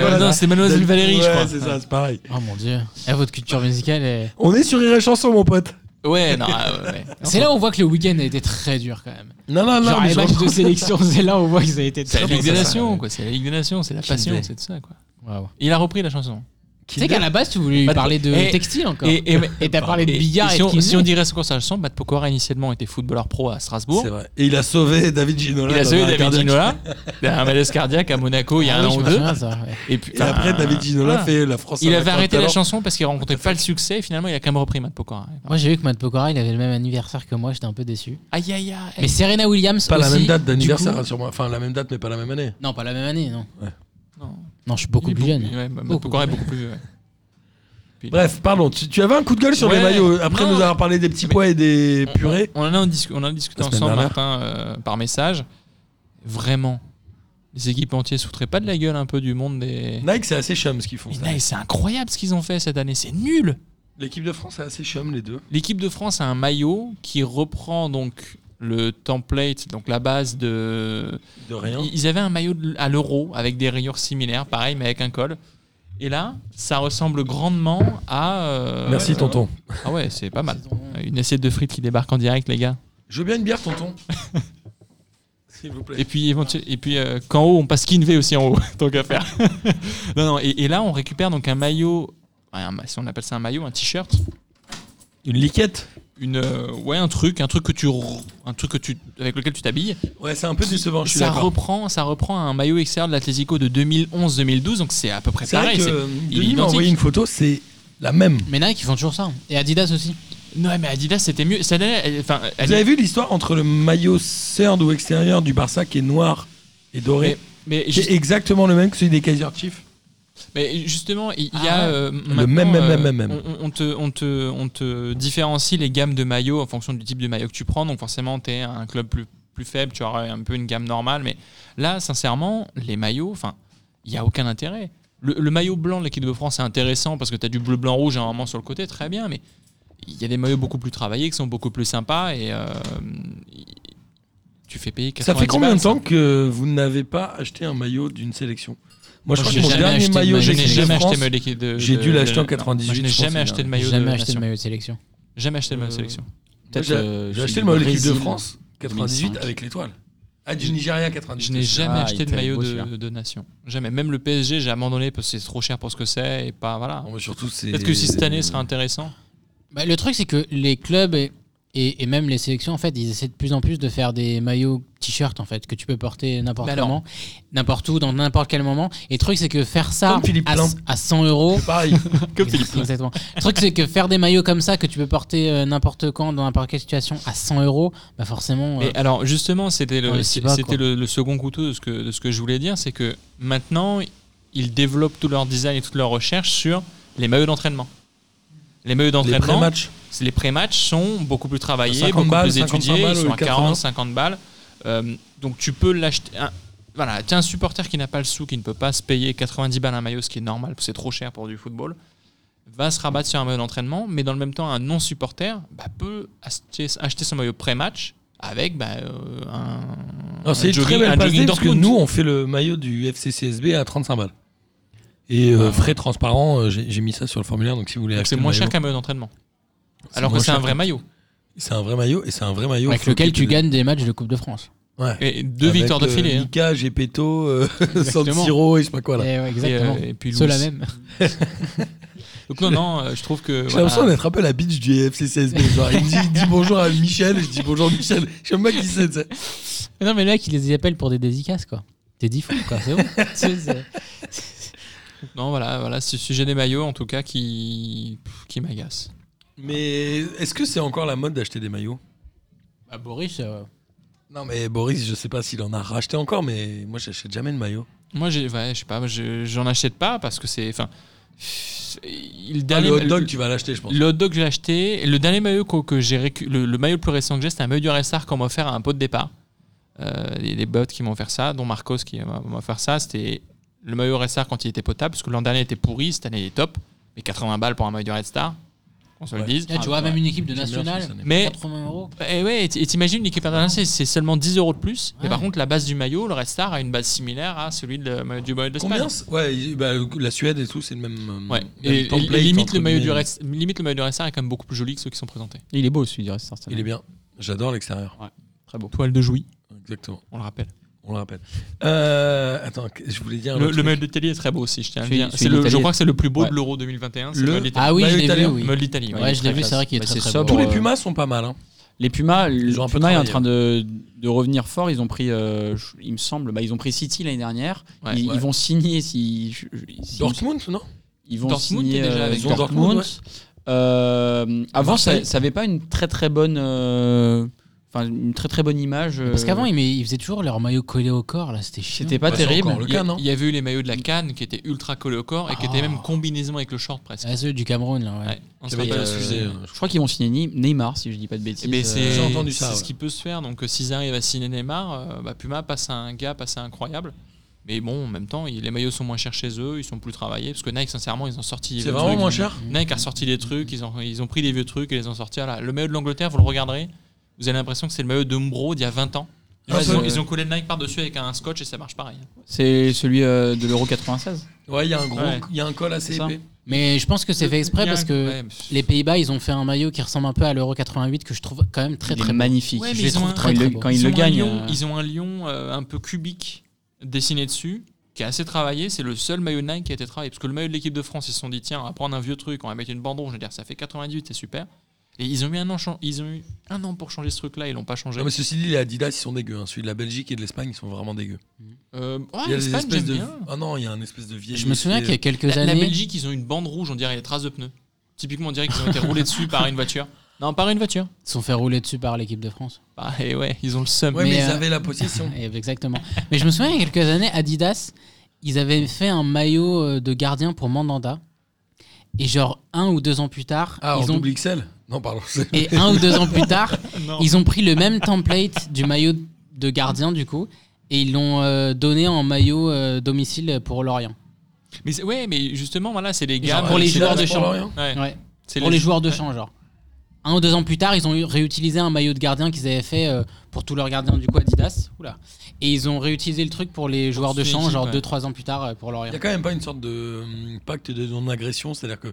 Speaker 4: quoi, là,
Speaker 6: non, c'est Mademoiselle Valérie,
Speaker 4: Ouais,
Speaker 6: je crois.
Speaker 4: C'est ça, c'est pareil.
Speaker 5: Oh mon dieu. Eh, votre culture musicale est.
Speaker 4: On est sur Rire et Chanson, mon pote.
Speaker 6: Ouais, non, euh, ouais.
Speaker 5: C'est là où on voit que le week-end a été très dur quand même.
Speaker 4: Non, non, Ah, non.
Speaker 5: Genre
Speaker 4: mais
Speaker 5: les
Speaker 4: je
Speaker 5: matchs
Speaker 4: reprends-
Speaker 5: de sélection, c'est là où on voit qu'ils ont été
Speaker 6: C'est
Speaker 5: très
Speaker 6: la
Speaker 5: durs.
Speaker 6: Ligue des Nations, quoi. C'est la Ligue des Nations, c'est la passion,
Speaker 4: Kinvey.
Speaker 6: c'est de ça, quoi.
Speaker 5: Waouh.
Speaker 6: Il a repris la chanson.
Speaker 5: Tu sais qu'à la base, tu voulais lui
Speaker 6: Bah,
Speaker 5: parler de
Speaker 6: et-
Speaker 5: textile encore.
Speaker 6: Et, et-
Speaker 5: Et t'as parlé de
Speaker 6: et-
Speaker 5: billard
Speaker 6: et
Speaker 5: et,
Speaker 6: si,
Speaker 5: de
Speaker 6: on,
Speaker 5: kiné.
Speaker 6: si on dirait ce qu'on chanson, Matt Pokora initialement était footballeur pro à Strasbourg.
Speaker 4: C'est vrai. Et il a sauvé David Ginola.
Speaker 6: Il a
Speaker 4: dans
Speaker 6: sauvé
Speaker 4: un
Speaker 6: David
Speaker 4: cardiaque.
Speaker 6: Ginola d'un malaise cardiaque à Monaco il y a
Speaker 5: Ah
Speaker 6: un
Speaker 5: oui,
Speaker 6: an
Speaker 5: je
Speaker 6: ou
Speaker 5: me
Speaker 6: deux.
Speaker 5: souviens de ça, ouais.
Speaker 6: Et, puis,
Speaker 4: Et après,
Speaker 6: ben,
Speaker 4: David Ginola
Speaker 6: voilà.
Speaker 4: fait la France.
Speaker 6: Il
Speaker 4: a
Speaker 6: avait
Speaker 4: vingt
Speaker 6: arrêté la
Speaker 4: talents.
Speaker 6: chanson parce qu'il rencontrait pas le succès et finalement il a quand même repris Matt Pokora.
Speaker 5: Moi j'ai vu que Matt Pokora il avait le même anniversaire que moi, j'étais un peu déçu.
Speaker 6: Aïe aïe aïe.
Speaker 5: Mais Serena Williams
Speaker 4: Pas la
Speaker 5: aussi,
Speaker 4: même date d'anniversaire,
Speaker 5: du coup-
Speaker 4: rassure-moi. Enfin, la même date, mais pas la même année.
Speaker 5: Non, pas la même année, non.
Speaker 6: Non.
Speaker 5: Non, je suis beaucoup
Speaker 6: Il est
Speaker 5: plus jeune.
Speaker 6: ouais, Matt
Speaker 5: Beaucoup
Speaker 6: Pokora est
Speaker 5: plus
Speaker 6: beaucoup plus. ouais.
Speaker 4: Bref, pardon, tu, tu avais un coup de gueule sur les
Speaker 6: Ouais.
Speaker 4: maillots. Après
Speaker 6: Non,
Speaker 4: nous avoir parlé des petits
Speaker 6: mais-
Speaker 4: pois et des
Speaker 6: On-
Speaker 4: purées.
Speaker 6: On, on en a, en discu- on en a discuté
Speaker 4: La semaine
Speaker 6: ensemble,
Speaker 4: dernière.
Speaker 6: Martin, euh, par message. Vraiment, les équipes entières souffraient pas de la gueule un peu du monde des.
Speaker 4: Nike, c'est assez chum ce qu'ils font.
Speaker 6: Mais
Speaker 4: ça.
Speaker 6: Nike, c'est incroyable ce qu'ils ont fait cette année, c'est nul.
Speaker 4: L'équipe de France, c'est assez chum, les deux.
Speaker 6: L'équipe de France a un maillot qui reprend donc le template, donc la base de.
Speaker 4: De rien.
Speaker 6: Ils ils avaient un maillot de- à l'euro avec des rayures similaires, pareil, mais avec un col. Et là, ça ressemble grandement à. euh,
Speaker 4: Merci,
Speaker 6: euh,
Speaker 4: tonton.
Speaker 6: Ah ouais, c'est pas mal.
Speaker 5: Saison-
Speaker 6: Une assiette de frites qui débarque en direct, les gars.
Speaker 4: Je veux bien une bière, tonton. S'il vous plaît.
Speaker 6: Et puis, éventu- et puis euh, qu'en haut, on passe Kinvey aussi en haut, tant qu'à faire. non, non, et, et là, on récupère donc un maillot, un ma- si on appelle ça un maillot, un t-shirt,
Speaker 4: Une liquette
Speaker 6: une, euh, ouais, un truc, un truc que tu, r- un truc que tu, avec lequel tu t'habilles.
Speaker 4: Ouais, c'est un peu décevant, je suis
Speaker 6: Ça
Speaker 4: d'accord.
Speaker 6: reprend, ça reprend un maillot extérieur de l'Atlético de 2011-2012, donc c'est à peu près
Speaker 4: C'est vrai
Speaker 6: pareil.
Speaker 4: que
Speaker 6: c'est-
Speaker 4: euh,
Speaker 6: il est
Speaker 4: Denis m'a
Speaker 6: identique.
Speaker 4: envoyé une photo, c'est la même.
Speaker 5: Mais Nike ils font toujours ça. hein. Et Adidas aussi.
Speaker 6: Non, mais Adidas, c'était mieux. Cette année, elle- enfin,
Speaker 4: Vous
Speaker 6: elle-
Speaker 4: avez vu l'histoire entre le maillot cerne ou extérieur du Barça qui est noir et doré
Speaker 6: mais,
Speaker 4: C'est
Speaker 6: juste-
Speaker 4: exactement le même que celui des Kaiser Chiefs.
Speaker 6: Mais justement, il il y
Speaker 5: Ah
Speaker 6: a
Speaker 5: ouais.
Speaker 6: euh, maintenant,
Speaker 4: même, même,
Speaker 6: euh,
Speaker 4: même, même, même.
Speaker 6: On, on te, on, te, on te différencie les gammes de maillots en fonction du type de maillot que tu prends. Donc forcément, tu es un club plus, plus faible, tu auras un peu une gamme normale. Mais là, sincèrement, les maillots, enfin, il n'y a aucun intérêt. Le, le maillot blanc de l'équipe de France, c'est intéressant parce que tu as du bleu, blanc, rouge à un moment sur le côté, très bien. Mais il y a des maillots beaucoup plus travaillés qui sont beaucoup plus sympas et euh, y- tu fais payer 90
Speaker 4: Ça fait combien
Speaker 6: balles,
Speaker 4: de temps que vous n'avez pas acheté un maillot d'une sélection Moi, je
Speaker 5: Moi,
Speaker 4: crois
Speaker 5: j'ai
Speaker 4: que mon
Speaker 5: jamais
Speaker 4: dernier
Speaker 5: acheté de
Speaker 4: maillot,
Speaker 5: maillot.
Speaker 6: Je
Speaker 4: j'ai
Speaker 6: n'ai
Speaker 5: J'ai
Speaker 6: jamais acheté
Speaker 4: France.
Speaker 6: de l'équipe de.
Speaker 4: J'ai
Speaker 6: de-
Speaker 4: dû l'acheter en
Speaker 6: non,
Speaker 4: 98,
Speaker 6: moi, Je n'ai
Speaker 4: je pense,
Speaker 6: jamais
Speaker 4: c'est
Speaker 6: acheté de
Speaker 5: J'ai
Speaker 6: maillot de
Speaker 5: jamais
Speaker 6: la
Speaker 5: acheté de
Speaker 6: sélection.
Speaker 5: maillot de sélection.
Speaker 6: Jamais acheté de maillot de
Speaker 7: Euh,
Speaker 6: sélection.
Speaker 4: Moi,
Speaker 7: Peut-être,
Speaker 4: J'ai
Speaker 7: euh,
Speaker 4: j'ai
Speaker 7: celui
Speaker 4: acheté
Speaker 7: du
Speaker 4: le maillot de l'équipe de
Speaker 7: Brésil.
Speaker 4: France 98
Speaker 7: 2005.
Speaker 4: avec l'étoile. Ah, du Nigeria
Speaker 6: Je
Speaker 4: 98.
Speaker 6: n'ai jamais
Speaker 7: Ah, il
Speaker 6: acheté de
Speaker 7: était
Speaker 6: maillot
Speaker 7: beau,
Speaker 6: de,
Speaker 7: celui-là.
Speaker 6: de nation. Jamais. Même le PSG, j'ai abandonné parce que c'est trop cher pour ce que c'est et pas voilà.
Speaker 4: Bon, mais surtout, c'est.
Speaker 6: Peut-être que si cette année sera intéressant.
Speaker 5: Bah, le truc c'est que les clubs et Et, et même les sélections, en fait, ils essaient de plus en plus de faire des maillots, t-shirts, en fait, que tu peux porter n'importe
Speaker 7: Bah alors.
Speaker 5: comment, n'importe où, dans n'importe quel moment. Et le truc, c'est que faire ça
Speaker 4: Comme Philippe
Speaker 5: à,
Speaker 4: Plein.
Speaker 5: à 100 euros.
Speaker 4: Pareil.
Speaker 5: Exactement. Le truc, c'est que faire des maillots comme ça, que tu peux porter euh, n'importe quand, dans n'importe quelle situation, à 100 euros, bah forcément. euh,
Speaker 6: Mais alors justement, c'était
Speaker 5: On
Speaker 6: le,
Speaker 5: les suit pas, quoi.
Speaker 6: c'était le, le second couteau de ce, que, de ce que je voulais dire, c'est que maintenant, ils développent tout leur design et toute leur recherche sur les maillots d'entraînement. Les maillots
Speaker 4: Les
Speaker 6: d'entraînement,
Speaker 4: pré-matchs.
Speaker 6: c'est- les pré-matchs sont beaucoup plus travaillés,
Speaker 4: 50
Speaker 6: beaucoup
Speaker 4: balles,
Speaker 6: plus
Speaker 4: 55
Speaker 6: étudiés,
Speaker 4: balles
Speaker 6: ils sont
Speaker 4: ou
Speaker 6: à
Speaker 4: 80.
Speaker 6: 40, 50 balles. Euh, donc tu peux l'acheter. un- voilà, tu as un supporter qui n'a pas le sou, qui ne peut pas se payer 90 balles un maillot, ce qui est normal, c'est trop cher pour du football, va se rabattre sur un maillot d'entraînement, mais dans le même temps, un non-supporter bah, peut acheter, acheter son maillot pré-match avec bah, euh, un,
Speaker 4: Non,
Speaker 6: un
Speaker 4: Ah, C'est une très
Speaker 6: jogging-
Speaker 4: belle
Speaker 6: un
Speaker 4: passe
Speaker 6: jogging
Speaker 4: D, parce que
Speaker 6: Dortmund.
Speaker 4: nous, on fait le maillot du FCCSB à 35 balles. Et euh, frais transparent, euh, j'ai j'ai mis ça sur le formulaire, donc si vous voulez
Speaker 6: Ah. Donc,
Speaker 4: acheter
Speaker 6: c'est
Speaker 4: le
Speaker 6: moins cher
Speaker 4: maillot,
Speaker 6: qu'un maillot d'entraînement. Alors que
Speaker 4: moins
Speaker 6: c'est un
Speaker 4: cher
Speaker 6: vrai maillot.
Speaker 4: C'est un vrai maillot, et c'est un vrai maillot.
Speaker 5: avec
Speaker 4: faut
Speaker 5: lequel
Speaker 4: que
Speaker 5: tu gagnes des matches de Coupe de France.
Speaker 4: Ouais.
Speaker 6: Et deux
Speaker 4: Avec,
Speaker 6: victoires de
Speaker 4: euh,
Speaker 6: filet. hein.
Speaker 4: Mika, Gepetto, euh, San
Speaker 6: Exactement.
Speaker 4: Siro, et je sais pas quoi là.
Speaker 5: Et Eh ouais,
Speaker 6: Et,
Speaker 5: exactement.
Speaker 6: euh, et puis
Speaker 5: Ceux-là
Speaker 6: Luis.
Speaker 5: même.
Speaker 6: Donc non, non, euh, je trouve
Speaker 4: J'ai
Speaker 6: que... voilà.
Speaker 4: l'impression d'être un peu la bitch du FCCSB. Genre, il me dit, il dit bonjour à Michel, et je dis bonjour Michel. Je sais même pas qui c'est, tu sais.
Speaker 5: Mais Non, mais le mec, il les appelle pour des dédicaces, quoi. T'es dit fou, quoi, c'est bon. Tu sais, c'est-
Speaker 6: Non, voilà, voilà, ce sujet des maillots, en tout cas, qui, pff, qui m'agace.
Speaker 4: Mais est-ce que c'est encore la mode d'acheter des maillots
Speaker 5: Bah, Boris, euh,
Speaker 4: Non, mais Boris, je sais pas s'il en a racheté encore, mais moi, j'achète jamais de maillot.
Speaker 6: Moi, j'ai, ouais, je sais pas, je- j'en achète pas parce que c'est, enfin, le
Speaker 4: Ah,
Speaker 6: dernier
Speaker 4: le hot dog,
Speaker 6: le-
Speaker 4: tu vas l'acheter, je pense.
Speaker 6: le hot dog que j'ai acheté, le dernier maillot que, que j'ai récu- le, le maillot le plus récent que j'ai, c'était un maillot du RSR qu'on m'a offert à un pot de départ. Euh, Il y a des bots qui m'ont offert ça, dont Marcos qui m'a m'a offert ça. C'était le maillot RSR quand il était potable, parce que l'an dernier il était pourri, cette année il est top. Mais 80 balles pour un maillot du Red Star, on se le
Speaker 4: ah, Ouais.
Speaker 6: dise.
Speaker 5: là, Ah, tu vois, même une équipe de
Speaker 4: J'aime bien
Speaker 5: nationale,
Speaker 4: ça, ça n'est-
Speaker 6: Mais-
Speaker 5: 80 euros.
Speaker 6: Bah, Et ouais, et t- et t'imagines l'équipe internationale, c'est seulement 10 euros de plus. Mais
Speaker 5: Ouais.
Speaker 6: par contre, la base du maillot, le Red Star a une base similaire à celui de- du maillot de l'Espagne.
Speaker 4: Combien c'est- Ouais, il- bah, la Suède et tout, c'est le même. euh,
Speaker 6: Ouais.
Speaker 4: même
Speaker 6: Et, et
Speaker 4: template,
Speaker 6: limite,
Speaker 4: entre
Speaker 6: le maillot du
Speaker 4: guillemets.
Speaker 6: Red, limite, le maillot du Red Star est quand même beaucoup plus joli que ceux qui sont présentés.
Speaker 7: Il est beau celui du reste,
Speaker 4: Il est bien. J'adore l'extérieur.
Speaker 7: très beau.
Speaker 6: Toile de Jouy,
Speaker 4: Exactement.
Speaker 6: on le rappelle.
Speaker 4: On le rappelle. Euh, attends, que- je voulais dire. un
Speaker 6: Le,
Speaker 4: autre
Speaker 6: le
Speaker 4: truc.
Speaker 6: maillot d'Italie est très beau aussi, je tiens à le
Speaker 7: Celui-
Speaker 6: dire.
Speaker 7: celui
Speaker 6: C'est le- je
Speaker 7: d'Italie
Speaker 6: crois que c'est le plus beau
Speaker 7: Ouais.
Speaker 6: de l'euro 2021. c'est
Speaker 4: Le-
Speaker 6: Le maillot d'Italie.
Speaker 5: Ah oui, je
Speaker 4: Maillot
Speaker 5: l'ai vu,
Speaker 4: italien,
Speaker 5: oui.
Speaker 6: Maillot de l'Italie,
Speaker 5: Ouais,
Speaker 6: ouais.
Speaker 5: je l'ai vu, c'est vrai qu'il est
Speaker 7: Bah,
Speaker 5: très
Speaker 7: c'est
Speaker 5: très
Speaker 7: sobre.
Speaker 5: beau.
Speaker 4: Tous les
Speaker 7: euh,
Speaker 4: Pumas sont pas mal. hein.
Speaker 7: Les Pumas, le
Speaker 4: ont un peu
Speaker 7: Puma
Speaker 4: travaillé,
Speaker 7: est en
Speaker 4: hein.
Speaker 7: train de, de revenir fort. Ils ont pris, euh, je- il me semble, bah, ils ont pris City l'année dernière.
Speaker 6: Ouais,
Speaker 7: ils,
Speaker 4: ouais.
Speaker 7: ils vont signer si, je- je- si-
Speaker 4: Dortmund, non
Speaker 7: ils vont
Speaker 6: Dortmund
Speaker 7: signer
Speaker 6: est déjà
Speaker 7: euh,
Speaker 6: avec
Speaker 7: Dortmund.
Speaker 4: Dortmund, ouais.
Speaker 7: Euh, avant, ça,
Speaker 4: Marseille.
Speaker 7: ça avait pas une très très bonne, euh, enfin une très très bonne image.
Speaker 5: Parce
Speaker 7: euh,
Speaker 5: qu'avant, ils, met- ils faisaient toujours leur maillot collé au corps, là, c'était chiant.
Speaker 7: c'était pas
Speaker 4: Bah, c'est
Speaker 7: terrible.
Speaker 4: encore le
Speaker 6: Il y,
Speaker 4: cas,
Speaker 6: a-
Speaker 4: non
Speaker 6: il y avait eu les maillots de la Cannes qui étaient ultra collés au corps et qui étaient
Speaker 5: Ah.
Speaker 6: même combinaison avec le short presque.
Speaker 5: Ah, celui du Cameroun, là, ouais.
Speaker 6: Ouais, on se
Speaker 4: J'avais
Speaker 6: rappelle.
Speaker 4: pas sujet, euh,
Speaker 7: Je crois qu'ils vont signer Ni- Neymar, si je dis pas de bêtises.
Speaker 6: Eh ben, c'est
Speaker 4: J'ai entendu ça,
Speaker 6: c'est
Speaker 4: ouais.
Speaker 6: ce qui peut se faire. Donc, euh, s'ils arrivent à signer Neymar, euh, bah, Puma passe à un gap assez incroyable. Mais bon, en même temps, il- les maillots sont moins chers chez eux, ils sont plus travaillés. Parce que Nike, sincèrement, ils ont sorti.
Speaker 4: C'est
Speaker 6: le
Speaker 4: vraiment
Speaker 6: truc.
Speaker 4: moins cher
Speaker 6: Nike a ressorti des trucs, ils ont, ils ont pris des vieux trucs et les ont sortis. Voilà, le maillot de l'Angleterre, vous le regarderez, vous avez l'impression que c'est le maillot de Umbro d'il y a 20 ans.
Speaker 4: Un
Speaker 6: ils, ont,
Speaker 4: peu.
Speaker 6: ils ont collé le Nike par-dessus avec un scotch et ça marche pareil.
Speaker 7: C'est celui euh, de l'Euro 96.
Speaker 4: Ouais, il y a un gros,
Speaker 6: Ouais.
Speaker 4: il y a un col assez
Speaker 7: C'est ça.
Speaker 4: épais.
Speaker 5: Mais je pense que c'est fait exprès
Speaker 6: Il y a un-
Speaker 5: parce que
Speaker 6: ouais, mais-
Speaker 5: les Pays-Bas, ils ont fait un maillot qui ressemble un peu à l'Euro 88 que je trouve quand même très
Speaker 7: Il est
Speaker 5: très beau.
Speaker 7: magnifique.
Speaker 6: Ouais, mais
Speaker 7: Je
Speaker 6: ils
Speaker 7: les
Speaker 6: ont
Speaker 7: trouve
Speaker 6: un-
Speaker 7: quand il
Speaker 5: très,
Speaker 7: le-
Speaker 5: très
Speaker 7: quand
Speaker 5: beau.
Speaker 7: il
Speaker 6: ils
Speaker 7: le
Speaker 6: ont un
Speaker 7: gagne.
Speaker 6: lion-
Speaker 7: euh,
Speaker 6: Ils ont un lion euh, un peu cubique dessiné dessus, qui est assez travaillé. C'est le seul maillot Nike qui a été travaillé. Parce que le maillot de l'équipe de France, ils se sont dit tiens, on va prendre un vieux truc, on va mettre une bandeau. Je veux dire, ça fait 98, c'est super. Et ils ont, mis un an, chan- ils ont eu un an pour changer ce truc-là, ils l'ont pas changé.
Speaker 4: Non, mais ceci dit, les Adidas, ils sont dégueux. hein. Celui de la Belgique et de l'Espagne, ils sont vraiment dégueux.
Speaker 6: Euh, ouais,
Speaker 4: il y a des
Speaker 6: l'Espagne,
Speaker 4: espèces
Speaker 6: j'aime
Speaker 4: de.
Speaker 6: bien.
Speaker 4: Ah non, il y a un espèce de vieil.
Speaker 5: Je me souviens qu'il y a quelques
Speaker 6: La, la
Speaker 5: années,
Speaker 6: Belgique, ils ont une bande rouge, on dirait des traces de pneus. Typiquement, on dirait qu'ils ont été roulés dessus par une voiture. Non, par une voiture.
Speaker 5: ils se sont fait rouler dessus par l'équipe de France.
Speaker 6: Bah, et ouais, ils ont le seum.
Speaker 4: Ouais, mais,
Speaker 5: mais,
Speaker 4: ils
Speaker 5: euh,
Speaker 4: avaient la possession.
Speaker 5: Et- Exactement. Mais je me souviens, il y a quelques années, Adidas, ils avaient fait un maillot euh, de gardien pour Mandanda. Et genre, un ou deux ans plus tard,
Speaker 4: Ah, en
Speaker 5: ils ont...
Speaker 4: double XL Non, pardon. c'est-
Speaker 5: et un ou deux ans plus tard,
Speaker 6: Non.
Speaker 5: ils ont pris le même template du maillot de gardien, du coup, et ils l'ont euh, donné en maillot euh, domicile pour Lorient.
Speaker 6: Mais c'est- ouais, mais justement, voilà, c'est les
Speaker 5: Ils
Speaker 6: gars.
Speaker 4: euh,
Speaker 5: ont- pour les
Speaker 6: c'est-
Speaker 5: joueurs
Speaker 4: Adidas
Speaker 5: de
Speaker 4: pour
Speaker 5: champ.
Speaker 4: Lorient
Speaker 6: Ouais,
Speaker 5: Ouais.
Speaker 6: c'est
Speaker 5: Pour les joueurs de
Speaker 6: ouais.
Speaker 5: champ, genre. Un ou deux ans plus tard, ils ont eu- réutilisé un maillot de gardien qu'ils avaient fait euh, pour tous leurs gardiens, du coup, Adidas. Oula. Et ils ont réutilisé le truc pour les joueurs de
Speaker 6: toute
Speaker 5: champ,
Speaker 6: l'équipe,
Speaker 5: genre
Speaker 6: ouais.
Speaker 5: 2-3 ans plus tard euh, pour
Speaker 4: Il
Speaker 5: Lorient.
Speaker 4: n'y a quand même pas une sorte de hum, pacte de non-agression, c'est-à-dire que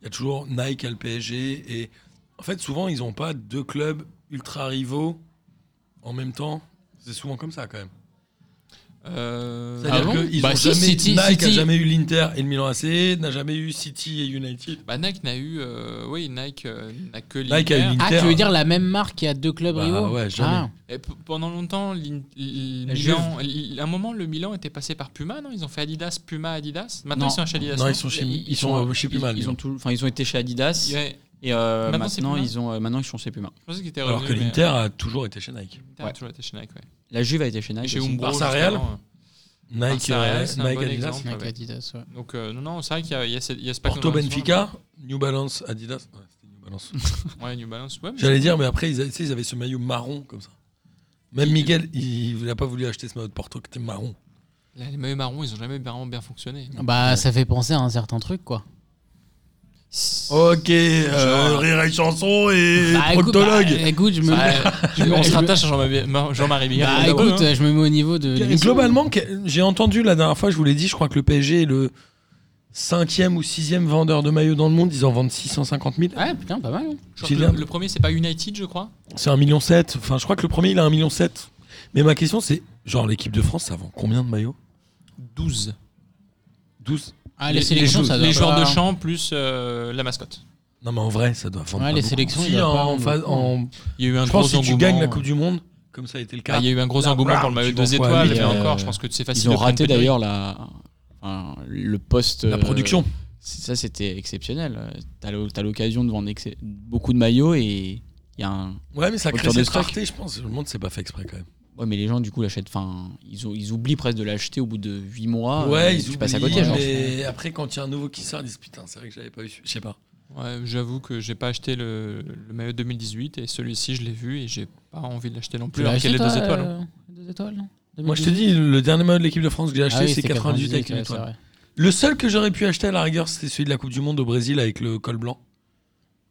Speaker 4: il y a toujours Nike à le PSG et en fait souvent ils n'ont pas deux
Speaker 6: Ah
Speaker 4: clubs ultra rivaux en même temps. C'est souvent comme ça quand même.
Speaker 6: Euh,
Speaker 4: C'est-à-dire
Speaker 5: Ah bon
Speaker 4: que ils
Speaker 5: Bah
Speaker 4: ont
Speaker 5: si,
Speaker 4: jamais-
Speaker 5: City-
Speaker 4: Nike n'a
Speaker 5: City-
Speaker 4: jamais eu l'Inter et le Milan AC, n'a jamais eu City et United.
Speaker 6: bah, Nike n'a eu. euh, oui, Nike euh, n'a que
Speaker 4: Nike a eu
Speaker 6: l'Inter.
Speaker 4: l'Inter.
Speaker 5: Ah, tu veux dire la même marque qui a deux clubs
Speaker 4: Bah,
Speaker 5: rivaux
Speaker 4: ouais, jamais.
Speaker 6: Et p- pendant longtemps, l'In- l-
Speaker 5: La
Speaker 6: Milan- l- à un moment, le Milan était passé par Puma, non Ils ont fait Adidas, Puma, Adidas. Maintenant,
Speaker 7: Non.
Speaker 6: ils sont chez Adidas.
Speaker 4: Non,
Speaker 6: non
Speaker 4: ils sont chez, ils sont, euh, chez Puma.
Speaker 7: Ils,
Speaker 4: les
Speaker 7: ils ont
Speaker 4: gens.
Speaker 7: tout, enfin, ils ont été chez Adidas
Speaker 6: Ouais,
Speaker 7: et euh,
Speaker 6: Maintenant, c'est
Speaker 7: maintenant,
Speaker 6: Puma
Speaker 7: ils ont, euh, maintenant ils sont chez Puma.
Speaker 6: je pensais qu'ils étaient
Speaker 4: Alors que
Speaker 6: revenus, mais,
Speaker 4: l'Inter a toujours été chez Nike.
Speaker 6: euh, l'Inter a
Speaker 7: Ouais.
Speaker 6: toujours été chez Nike, ouais.
Speaker 7: La Juve a été chez Nike.
Speaker 6: Et chez
Speaker 7: aussi.
Speaker 6: Umbro.
Speaker 4: Barça
Speaker 6: juste
Speaker 4: Real.
Speaker 6: avant,
Speaker 4: Nike,
Speaker 6: Barça,
Speaker 4: euh,
Speaker 6: c'est un
Speaker 4: Nike
Speaker 6: bon
Speaker 4: Adidas.
Speaker 6: exemple.
Speaker 5: Nike
Speaker 6: Ouais.
Speaker 5: Adidas, ouais.
Speaker 6: euh. Donc, euh, non, non, c'est vrai qu'il y a, il y a cette- il y a ce paquet
Speaker 4: Porto
Speaker 6: de relations.
Speaker 4: Benfica, New Balance, Adidas. Ouais, c'était New Balance.
Speaker 6: Ouais, New Balance. Ouais, mais-
Speaker 4: J'allais dire, mais après, ils avaient, tu sais, ils avaient ce maillot marron comme ça. Même Miguel, il n'a pas voulu acheter ce maillot de Porto qui était marron.
Speaker 6: Là, les maillots marrons, ils ont jamais vraiment bien fonctionné.
Speaker 5: Bah, ça fait penser à un certain truc, quoi.
Speaker 4: Ok, euh, rire et chanson et
Speaker 5: Bah, écoute,
Speaker 4: proctologue.
Speaker 5: bah, écoute, je me. je me-
Speaker 6: on se
Speaker 5: je me-
Speaker 6: rattache à Jean-Marie- Mar- Jean-Marie Bigard.
Speaker 5: Bah, écoute,
Speaker 6: hein.
Speaker 5: je me mets au niveau de.
Speaker 4: Et
Speaker 5: l'émission.
Speaker 4: Globalement, que- j'ai entendu la dernière fois, je vous l'ai dit, je crois que le PSG est le cinquième ou sixième vendeur de maillots dans le monde. Ils en vendent 650 000.
Speaker 5: Ouais, putain, pas mal. hein.
Speaker 6: Je crois que
Speaker 4: Kylian-
Speaker 6: le, le premier, c'est pas United, je crois.
Speaker 4: C'est 1,7 million. Enfin, je crois que le premier, il a 1,7 million. Mais ma question, c'est genre, l'équipe de France, ça vend combien de maillots
Speaker 6: 12.
Speaker 4: 12
Speaker 5: Ah, les, sélections,
Speaker 6: jou-
Speaker 5: ça doit
Speaker 6: les
Speaker 5: pas-
Speaker 6: joueurs de champ plus euh, la mascotte.
Speaker 4: Non, mais en vrai, ça doit vendre.
Speaker 5: Ouais,
Speaker 4: pas
Speaker 5: les
Speaker 4: beaucoup.
Speaker 5: sélections,
Speaker 4: Si,
Speaker 5: ils doivent
Speaker 4: en-
Speaker 5: pas
Speaker 4: en
Speaker 5: vendre
Speaker 4: phase-
Speaker 5: beaucoup.
Speaker 4: en-
Speaker 6: Il y a eu un
Speaker 4: Je
Speaker 6: gros
Speaker 4: pense que si tu
Speaker 6: engouement.
Speaker 4: gagnes la Coupe du Monde, comme ça a été le
Speaker 6: Ah,
Speaker 4: cas.
Speaker 6: il y a eu un gros
Speaker 4: Là,
Speaker 6: engouement
Speaker 4: blam,
Speaker 6: pour le maillot
Speaker 4: tu
Speaker 6: 2
Speaker 4: vois,
Speaker 6: étoiles,
Speaker 4: oui,
Speaker 6: mais
Speaker 4: euh,
Speaker 6: encore, je pense que c'est facile.
Speaker 7: Ils ont
Speaker 6: de prendre
Speaker 7: raté
Speaker 6: Pedri.
Speaker 7: d'ailleurs la, enfin, le poste.
Speaker 4: La
Speaker 7: euh,
Speaker 4: production.
Speaker 7: c'est- ça, c'était exceptionnel. Euh, T'as l'o- t'as l'occasion de vendre excès- beaucoup de maillots et il y a un.
Speaker 4: Ouais, mais ça
Speaker 7: Autour
Speaker 4: crée
Speaker 7: de
Speaker 4: cette
Speaker 7: Stark.
Speaker 4: rareté, je pense. Le monde, c'est pas fait exprès quand même.
Speaker 7: Ouais, mais les gens, du coup, l'achètent. Enfin, ils, ou- ils oublient presque de l'acheter au bout de 8 mois. euh,
Speaker 4: ouais,
Speaker 7: et
Speaker 4: ils
Speaker 7: tu
Speaker 4: oublient.
Speaker 7: passes à côté, genre.
Speaker 4: mais après, quand il y a un nouveau qui sort, ils disent putain, c'est vrai que j'avais pas eu. Je sais pas.
Speaker 6: Ouais, J'avoue que j'ai pas acheté le, le maillot 2018 et celui-ci, je l'ai vu et j'ai pas envie de l'acheter non
Speaker 5: Tu
Speaker 6: plus.
Speaker 5: l'as
Speaker 6: Alors
Speaker 5: acheté,
Speaker 6: qu'il est
Speaker 5: toi,
Speaker 6: deux étoiles. hein. Ah
Speaker 5: euh, Deux étoiles
Speaker 7: Mm.
Speaker 4: Moi, je te dis, le dernier maillot de l'équipe de France que j'ai
Speaker 7: Ah
Speaker 4: acheté, c'est 98 avec une étoile. Le seul que j'aurais pu acheter à la rigueur, c'était celui de la Coupe du Monde au Brésil avec le col blanc.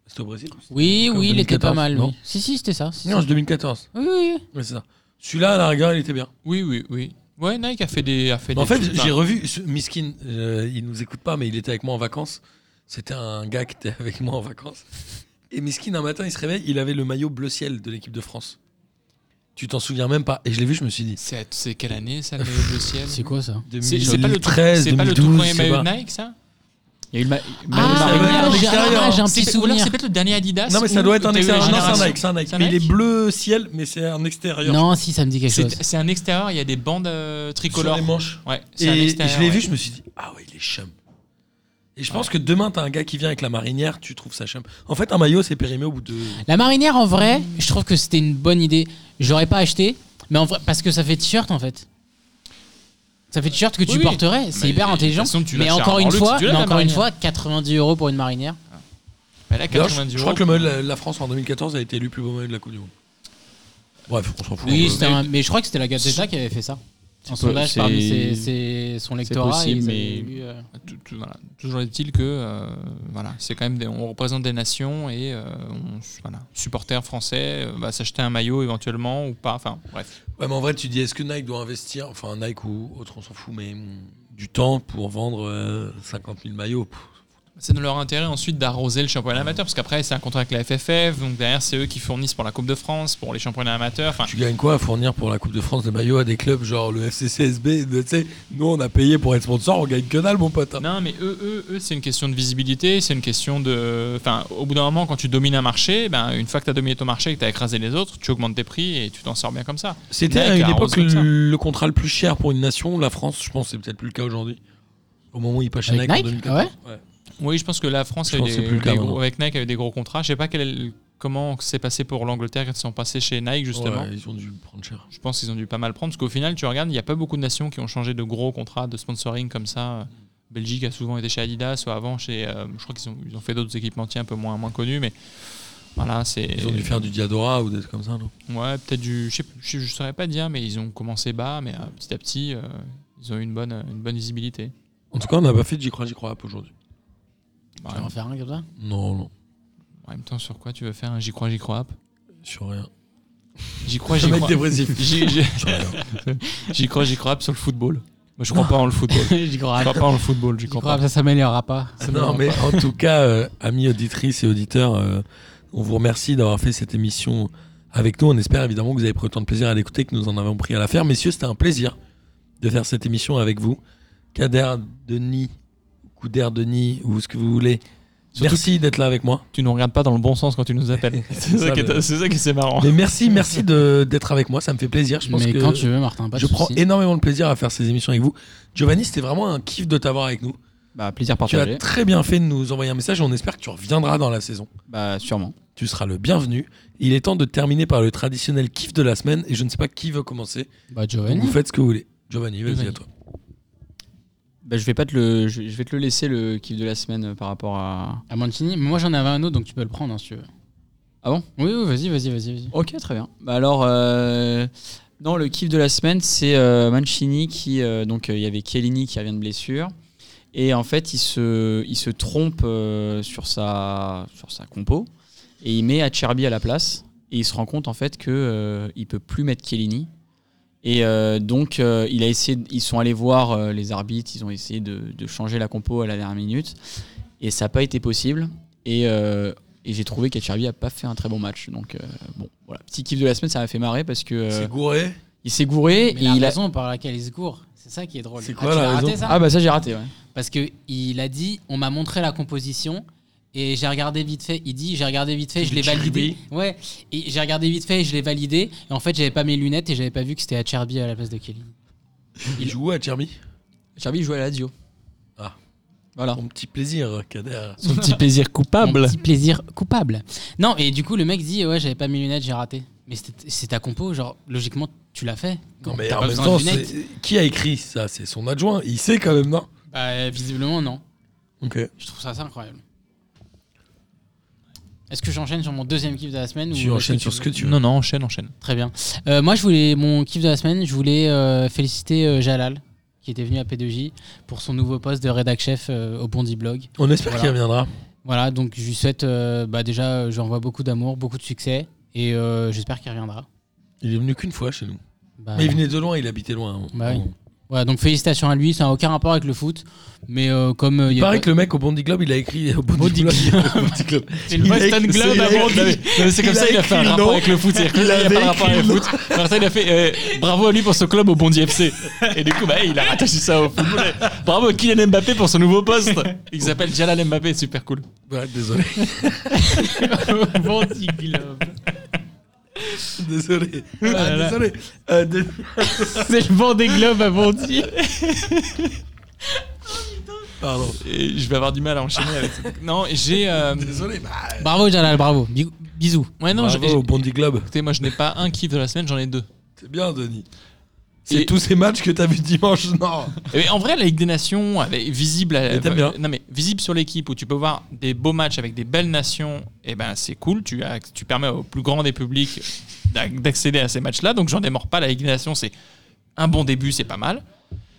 Speaker 4: C'était au Brésil
Speaker 7: Ah,
Speaker 5: Oui,
Speaker 4: Comme
Speaker 5: oui, il était pas
Speaker 4: 2014,
Speaker 5: mal.
Speaker 4: non
Speaker 5: oui. Si, si, c'était ça. si,
Speaker 4: Non,
Speaker 5: si.
Speaker 4: c'est 2014.
Speaker 5: Oui, oui. oui.
Speaker 4: Ouais, c'est ça. Celui-là, à la rigueur, il était bien.
Speaker 5: euh
Speaker 6: Oui, oui, oui. Ouais, Nike a fait des. A fait
Speaker 4: Mais en
Speaker 6: des
Speaker 4: fait,
Speaker 6: trucs,
Speaker 4: j'ai
Speaker 6: enfin,
Speaker 4: revu ce- Miskin, euh, il nous écoute pas, mais il était avec moi en vacances. C'était un gars qui était avec moi en vacances. Et Miskin, un matin, il se réveille, il avait le maillot bleu ciel de l'équipe de France. Tu t'en souviens même pas. Et je l'ai vu, je me suis dit.
Speaker 6: C'est c'est quelle année ça, le maillot bleu ciel
Speaker 5: C'est quoi ça
Speaker 6: C'est c'est pas le tout- c'est pas le tout
Speaker 4: 2012,
Speaker 6: premier
Speaker 4: je sais
Speaker 6: maillot
Speaker 4: pas.
Speaker 6: Nike, ça
Speaker 7: Il y a eu le ma-
Speaker 4: Ah,
Speaker 7: Mario
Speaker 4: ça
Speaker 7: Mario-
Speaker 4: va.
Speaker 5: ah,
Speaker 4: être un
Speaker 5: j'ai-
Speaker 4: extérieur.
Speaker 5: ah, j'ai un
Speaker 6: C'est-
Speaker 5: petit
Speaker 6: Ou alors
Speaker 5: souvenir.
Speaker 6: c'est peut-être le dernier Adidas.
Speaker 4: Non, mais ça
Speaker 6: où
Speaker 4: doit être un
Speaker 6: t'as eu la
Speaker 4: extérieur. Non, c'est
Speaker 6: génération-
Speaker 4: un Nike, c'est un Nike.
Speaker 6: C'est un
Speaker 4: Mais il est
Speaker 6: Nike
Speaker 4: bleu ciel, mais c'est un extérieur.
Speaker 5: Non, si, ça me dit quelque chose.
Speaker 6: C'est c'est un extérieur, il y a des bandes euh,
Speaker 4: Sur
Speaker 6: tricolores.
Speaker 4: les manches.
Speaker 6: Ouais,
Speaker 4: Et,
Speaker 6: c'est un
Speaker 4: et
Speaker 6: extérieur.
Speaker 4: je l'ai
Speaker 6: ouais.
Speaker 4: vu, je me suis dit, ah ouais, il est chum. Et je pense que demain, t'as un gars qui vient avec la marinière, tu trouves ça chum. En fait, un maillot, c'est périmé au bout de.
Speaker 5: La marinière, en vrai, je trouve que c'était une bonne idée. J'aurais pas acheté, mais en vrai, parce que ça fait t-shirt en fait. Ça fait t-shirt que tu
Speaker 6: Oui, oui.
Speaker 5: porterais, c'est
Speaker 6: Mais
Speaker 5: hyper
Speaker 6: de toute
Speaker 5: intelligent.
Speaker 6: façon, tu
Speaker 5: mais
Speaker 6: l'achètes
Speaker 5: encore
Speaker 6: en
Speaker 5: une
Speaker 6: luxe,
Speaker 5: fois,
Speaker 6: tu l'as,
Speaker 5: mais
Speaker 6: ta
Speaker 5: encore une
Speaker 6: marinière.
Speaker 5: fois, 90 euros pour une marinière.
Speaker 6: Mais là,
Speaker 4: D'ailleurs,
Speaker 6: 90
Speaker 4: je, je crois
Speaker 6: euros.
Speaker 4: que le maillot de la, la France en 2014 a été élu plus beau maillot de la Coupe du Monde. Bref, on s'en fout.
Speaker 5: Oui,
Speaker 4: Euh,
Speaker 5: c'était un- mais je crois que c'était la Gazeta qui avait fait ça. En sondage
Speaker 7: c'est-
Speaker 5: parmi ses- ses- son lectorat.
Speaker 7: possible,
Speaker 5: ils
Speaker 7: mais-
Speaker 5: avaient eu, euh,
Speaker 6: Tout- tout- voilà. Toujours est-il que euh, voilà, c'est quand même des- on représente des nations et euh, on, voilà, supporter français euh, va s'acheter un maillot éventuellement ou pas. Enfin bref.
Speaker 4: Ouais, mais en vrai, tu dis, est-ce que Nike doit investir, enfin Nike ou autre, on s'en fout, mais mm, du temps pour vendre euh, 50 000 maillots Pff,
Speaker 6: C'est dans leur intérêt ensuite d'arroser le championnat amateur parce qu'après c'est un contrat avec la FFF donc derrière c'est eux qui fournissent pour la Coupe de France pour les championnats amateurs. Enfin
Speaker 4: Tu gagnes quoi à fournir pour la Coupe de France des maillots à des clubs genre le FCCSB Tu sais, nous, on a payé pour être sponsor, on gagne que dalle, mon pote. hein.
Speaker 6: non mais eux eux, eux, c'est une question de visibilité c'est une question de enfin au bout d'un moment quand tu domines un marché ben une fois que tu as dominé ton marché et que tu as écrasé les autres tu augmentes tes prix et tu t'en sors bien comme ça.
Speaker 4: C'était
Speaker 6: Nike
Speaker 4: à une
Speaker 6: a
Speaker 4: époque
Speaker 6: arrosé comme ça.
Speaker 4: le contrat le plus cher pour une nation, la France, je pense, c'est peut-être plus le cas aujourd'hui. Au moment où il passe chez
Speaker 5: Avec
Speaker 4: Nike, en
Speaker 5: Nike
Speaker 4: 2014.
Speaker 6: Ah
Speaker 4: Ouais.
Speaker 6: Oui, je pense que la France
Speaker 4: Je
Speaker 6: a eu
Speaker 4: pense que
Speaker 6: des,
Speaker 4: c'est plus le cas
Speaker 6: des gros-
Speaker 4: maintenant.
Speaker 6: avec Nike a eu des gros contrats. Je sais pas quel est le- comment c'est passé pour l'Angleterre quand ils sont passés chez Nike justement.
Speaker 4: Ouais, ils ont dû prendre cher.
Speaker 6: Je pense qu'ils ont dû pas mal prendre parce qu'au final, tu regardes, il n'y a pas beaucoup de nations qui ont changé de gros contrats de sponsoring comme ça. Belgique a souvent été chez Adidas ou avant chez. euh, je crois qu'ils ont, ils ont fait d'autres équipementiers un peu moins, moins connus, mais voilà, c'est.
Speaker 4: Ils ont dû faire du Diadora ou des trucs comme ça, non
Speaker 6: Ouais, peut-être du. Je sais- je ne saurais pas dire, mais ils ont commencé bas, mais euh, petit à petit, euh, ils ont eu une bonne, euh, une bonne visibilité.
Speaker 4: En tout cas, on n'a pas fait de J'y crois, J'y crois pas aujourd'hui.
Speaker 6: Bah,
Speaker 5: Tu vas en faire un comme ça
Speaker 4: Non, non,
Speaker 6: en même temps, sur quoi tu veux faire un J'y crois, j'y crois app
Speaker 4: sur rien.
Speaker 6: J'y crois,
Speaker 4: Je
Speaker 6: j'y
Speaker 4: vais
Speaker 6: crois.
Speaker 4: être dépressif.
Speaker 6: J'y- j'y-
Speaker 4: Sur rien.
Speaker 6: J'y crois, j'y crois pas sur le football. Moi, je crois pas en le football.
Speaker 5: J'y
Speaker 6: Je
Speaker 5: crois.
Speaker 6: crois pas en le football, j'y
Speaker 5: J'y
Speaker 6: crois
Speaker 5: crois,
Speaker 6: pas.
Speaker 5: ça s'améliorera pas.
Speaker 4: non,
Speaker 5: s'améliorera
Speaker 4: mais
Speaker 5: pas.
Speaker 4: en tout cas, euh, amis auditrices et auditeurs, euh, on vous remercie d'avoir fait cette émission avec nous. On espère évidemment que vous avez pris autant de plaisir à l'écouter que nous en avons pris à la faire. Messieurs, c'était un plaisir de faire cette émission avec vous. Kader, Denis, Couder, Denis, ou ce que vous voulez.
Speaker 6: Surtout
Speaker 4: merci d'être là avec moi.
Speaker 6: Tu nous regardes pas dans le bon sens quand tu nous appelles. c'est ça,
Speaker 4: ça,
Speaker 6: qui
Speaker 4: le-
Speaker 6: est- c'est ça qui est c'est marrant.
Speaker 4: Mais merci, merci de- d'être avec moi. Ça me fait plaisir. Je pense
Speaker 5: Mais
Speaker 4: que
Speaker 5: quand tu veux, Martin, pas de
Speaker 4: je prends
Speaker 5: soucis.
Speaker 4: énormément de plaisir à faire ces émissions avec vous. Giovanni, c'était vraiment un kiff de t'avoir avec nous.
Speaker 7: Bah, plaisir
Speaker 4: Tu
Speaker 7: partagé.
Speaker 4: as très bien fait de nous envoyer un message et on espère que tu reviendras dans la saison.
Speaker 7: Bah, sûrement.
Speaker 4: Tu seras le bienvenu. Il est temps de terminer par le traditionnel kiff de la semaine et je ne sais pas qui veut commencer.
Speaker 5: Bah,
Speaker 4: Donc
Speaker 5: Giovanni.
Speaker 4: vous faites ce que vous voulez. Giovanni, vas-y
Speaker 5: Giovanni.
Speaker 4: à toi.
Speaker 7: Bah, je vais pas te le, je je vais te le laisser le kiff de la semaine euh, par rapport à.
Speaker 5: À Mancini. Moi, j'en avais un autre, donc tu peux le prendre hein, si tu veux.
Speaker 7: Ah bon
Speaker 5: Oui, oui, vas-y, vas-y, vas-y. vas-y.
Speaker 7: Ok, très bien. Bah alors, euh, non, le kiff de la semaine, c'est euh, Mancini qui, euh, donc, euh, il y avait Chiellini qui revient de blessure. Et en fait, il se, il se trompe euh, sur, sa, sur sa compo. Et il met Acerbi à la place. Et il se rend compte, en fait, que euh, il peut plus mettre Chiellini. Et euh, donc, euh, il a essayé, ils sont allés voir euh, les arbitres. Ils ont essayé de, de changer la compo à la dernière minute. Et ça n'a pas été possible. Et, euh, et j'ai trouvé qu'Acerbi n'a pas fait un très bon match. Donc, euh, bon, voilà. Petit kiff de la semaine, ça m'a fait marrer parce que euh,
Speaker 4: C'est gouré.
Speaker 7: il s'est gouré.
Speaker 5: Mais
Speaker 7: et
Speaker 5: la
Speaker 7: il a...
Speaker 5: raison par laquelle il se court, c'est ça qui est drôle.
Speaker 4: C'est
Speaker 5: Ah,
Speaker 4: quoi
Speaker 5: tu
Speaker 4: la
Speaker 5: l'as raté,
Speaker 4: raison
Speaker 5: ça
Speaker 7: Ah, bah ça, j'ai raté, ouais.
Speaker 5: Parce que il a dit, on m'a montré la composition et j'ai regardé vite fait. Il dit, j'ai regardé vite fait, je l'ai validé. Ouais. Et j'ai regardé vite fait, et je l'ai validé. Et en fait, j'avais pas mes lunettes et j'avais pas vu que c'était Acerbi à la place de Kelly.
Speaker 4: Il joue où à Tchermi
Speaker 7: Acerbi jouait à la Lazio.
Speaker 4: Ah.
Speaker 7: Voilà.
Speaker 4: Mon petit plaisir, Kader.
Speaker 7: Son petit plaisir
Speaker 5: Mon
Speaker 7: coupable.
Speaker 5: petit plaisir coupable. Non, et du coup, le mec dit, ouais, j'avais pas mes lunettes, j'ai raté. Mais c'était- c'est ta compo, genre logiquement, tu l'as fait.
Speaker 4: Non, mais
Speaker 5: T'as
Speaker 4: en
Speaker 5: pas
Speaker 4: même
Speaker 5: besoin de
Speaker 4: temps,
Speaker 5: lunettes.
Speaker 4: c'est- qui a écrit ça C'est son adjoint. Il sait quand même, non
Speaker 5: Bah, visiblement non.
Speaker 4: Ok.
Speaker 5: Je trouve ça assez incroyable. Est-ce que j'enchaîne sur mon deuxième kiff de la semaine
Speaker 4: Tu
Speaker 5: ou-
Speaker 4: enchaînes sur ce que tu veux.
Speaker 6: Non, non, enchaîne, enchaîne.
Speaker 5: Très bien. Euh, moi, je voulais mon kiff de la semaine. Je voulais euh, féliciter euh, Jalal, qui était venu à P2J pour son nouveau poste de rédac chef euh, au Bondi Blog.
Speaker 4: On espère
Speaker 5: Voilà.
Speaker 4: qu'il reviendra.
Speaker 5: Voilà, donc je lui souhaite euh, bah, déjà, euh, je lui envoie beaucoup d'amour, beaucoup de succès, et euh, j'espère qu'il reviendra.
Speaker 4: Il est venu qu'une fois chez nous.
Speaker 5: Bah,
Speaker 4: Mais il venait de loin, il habitait loin.
Speaker 5: Bah oui. Voilà, donc félicitations à lui. Ça n'a aucun rapport avec le foot, mais euh, comme euh, il
Speaker 4: Il
Speaker 5: y a
Speaker 4: paraît
Speaker 5: pas-
Speaker 4: que le mec au Bondi Globe, il a écrit au
Speaker 5: Bondi
Speaker 4: Bondi, Globe. au Bondi Globe.
Speaker 6: C'est le
Speaker 4: Il a
Speaker 6: Boston
Speaker 4: écrit-
Speaker 6: Globe
Speaker 4: il a
Speaker 6: avant.
Speaker 4: écrit-
Speaker 6: Non, mais- non, C'est comme
Speaker 4: il
Speaker 6: ça
Speaker 4: a
Speaker 6: il a fait un
Speaker 4: écrit
Speaker 6: rapport
Speaker 4: non.
Speaker 6: avec le foot. C'est-à-dire que
Speaker 4: Il
Speaker 6: là, Il n'y a
Speaker 4: avait
Speaker 6: pas de rapport
Speaker 4: écrit
Speaker 6: avec le foot. Martin, il a fait euh, bravo à lui pour ce club au Bondi FC. Et du coup, bah, il a rattaché ça au football. Bravo à Kylian Mbappé pour son nouveau poste. Il s'appelle Jalal Mbappé, super cool.
Speaker 4: Ouais, désolé.
Speaker 6: Bondi Globe.
Speaker 4: désolé. Ah,
Speaker 6: là là.
Speaker 4: désolé. Euh, dé-
Speaker 6: C'est le Vendée Globe à Bondi.
Speaker 4: Pardon.
Speaker 6: Et je vais avoir du mal à enchaîner avec cette- Non, j'ai. euh,
Speaker 4: Désolé. Bah,
Speaker 5: Bravo Jalal, bravo, Big- bisous.
Speaker 6: Ouais, non, j'ai-
Speaker 4: bravo au Bondi Globe.
Speaker 6: Écoutez, moi, je n'ai pas un kiff de la semaine, j'en ai deux.
Speaker 4: C'est bien, Denis. C'est
Speaker 6: Et-
Speaker 4: tous ces matchs que t'as vu dimanche, non
Speaker 6: Mais en vrai, la Ligue des Nations, elle est visible, à-
Speaker 4: Elle était bien.
Speaker 6: non, mais visible sur l'équipe où tu peux voir des beaux matchs avec des belles nations, et ben c'est cool. Tu, as- tu permets au plus grand des publics d'ac- d'accéder à ces matchs-là. Donc j'en démords pas. La Ligue des Nations, c'est un bon début, c'est pas mal.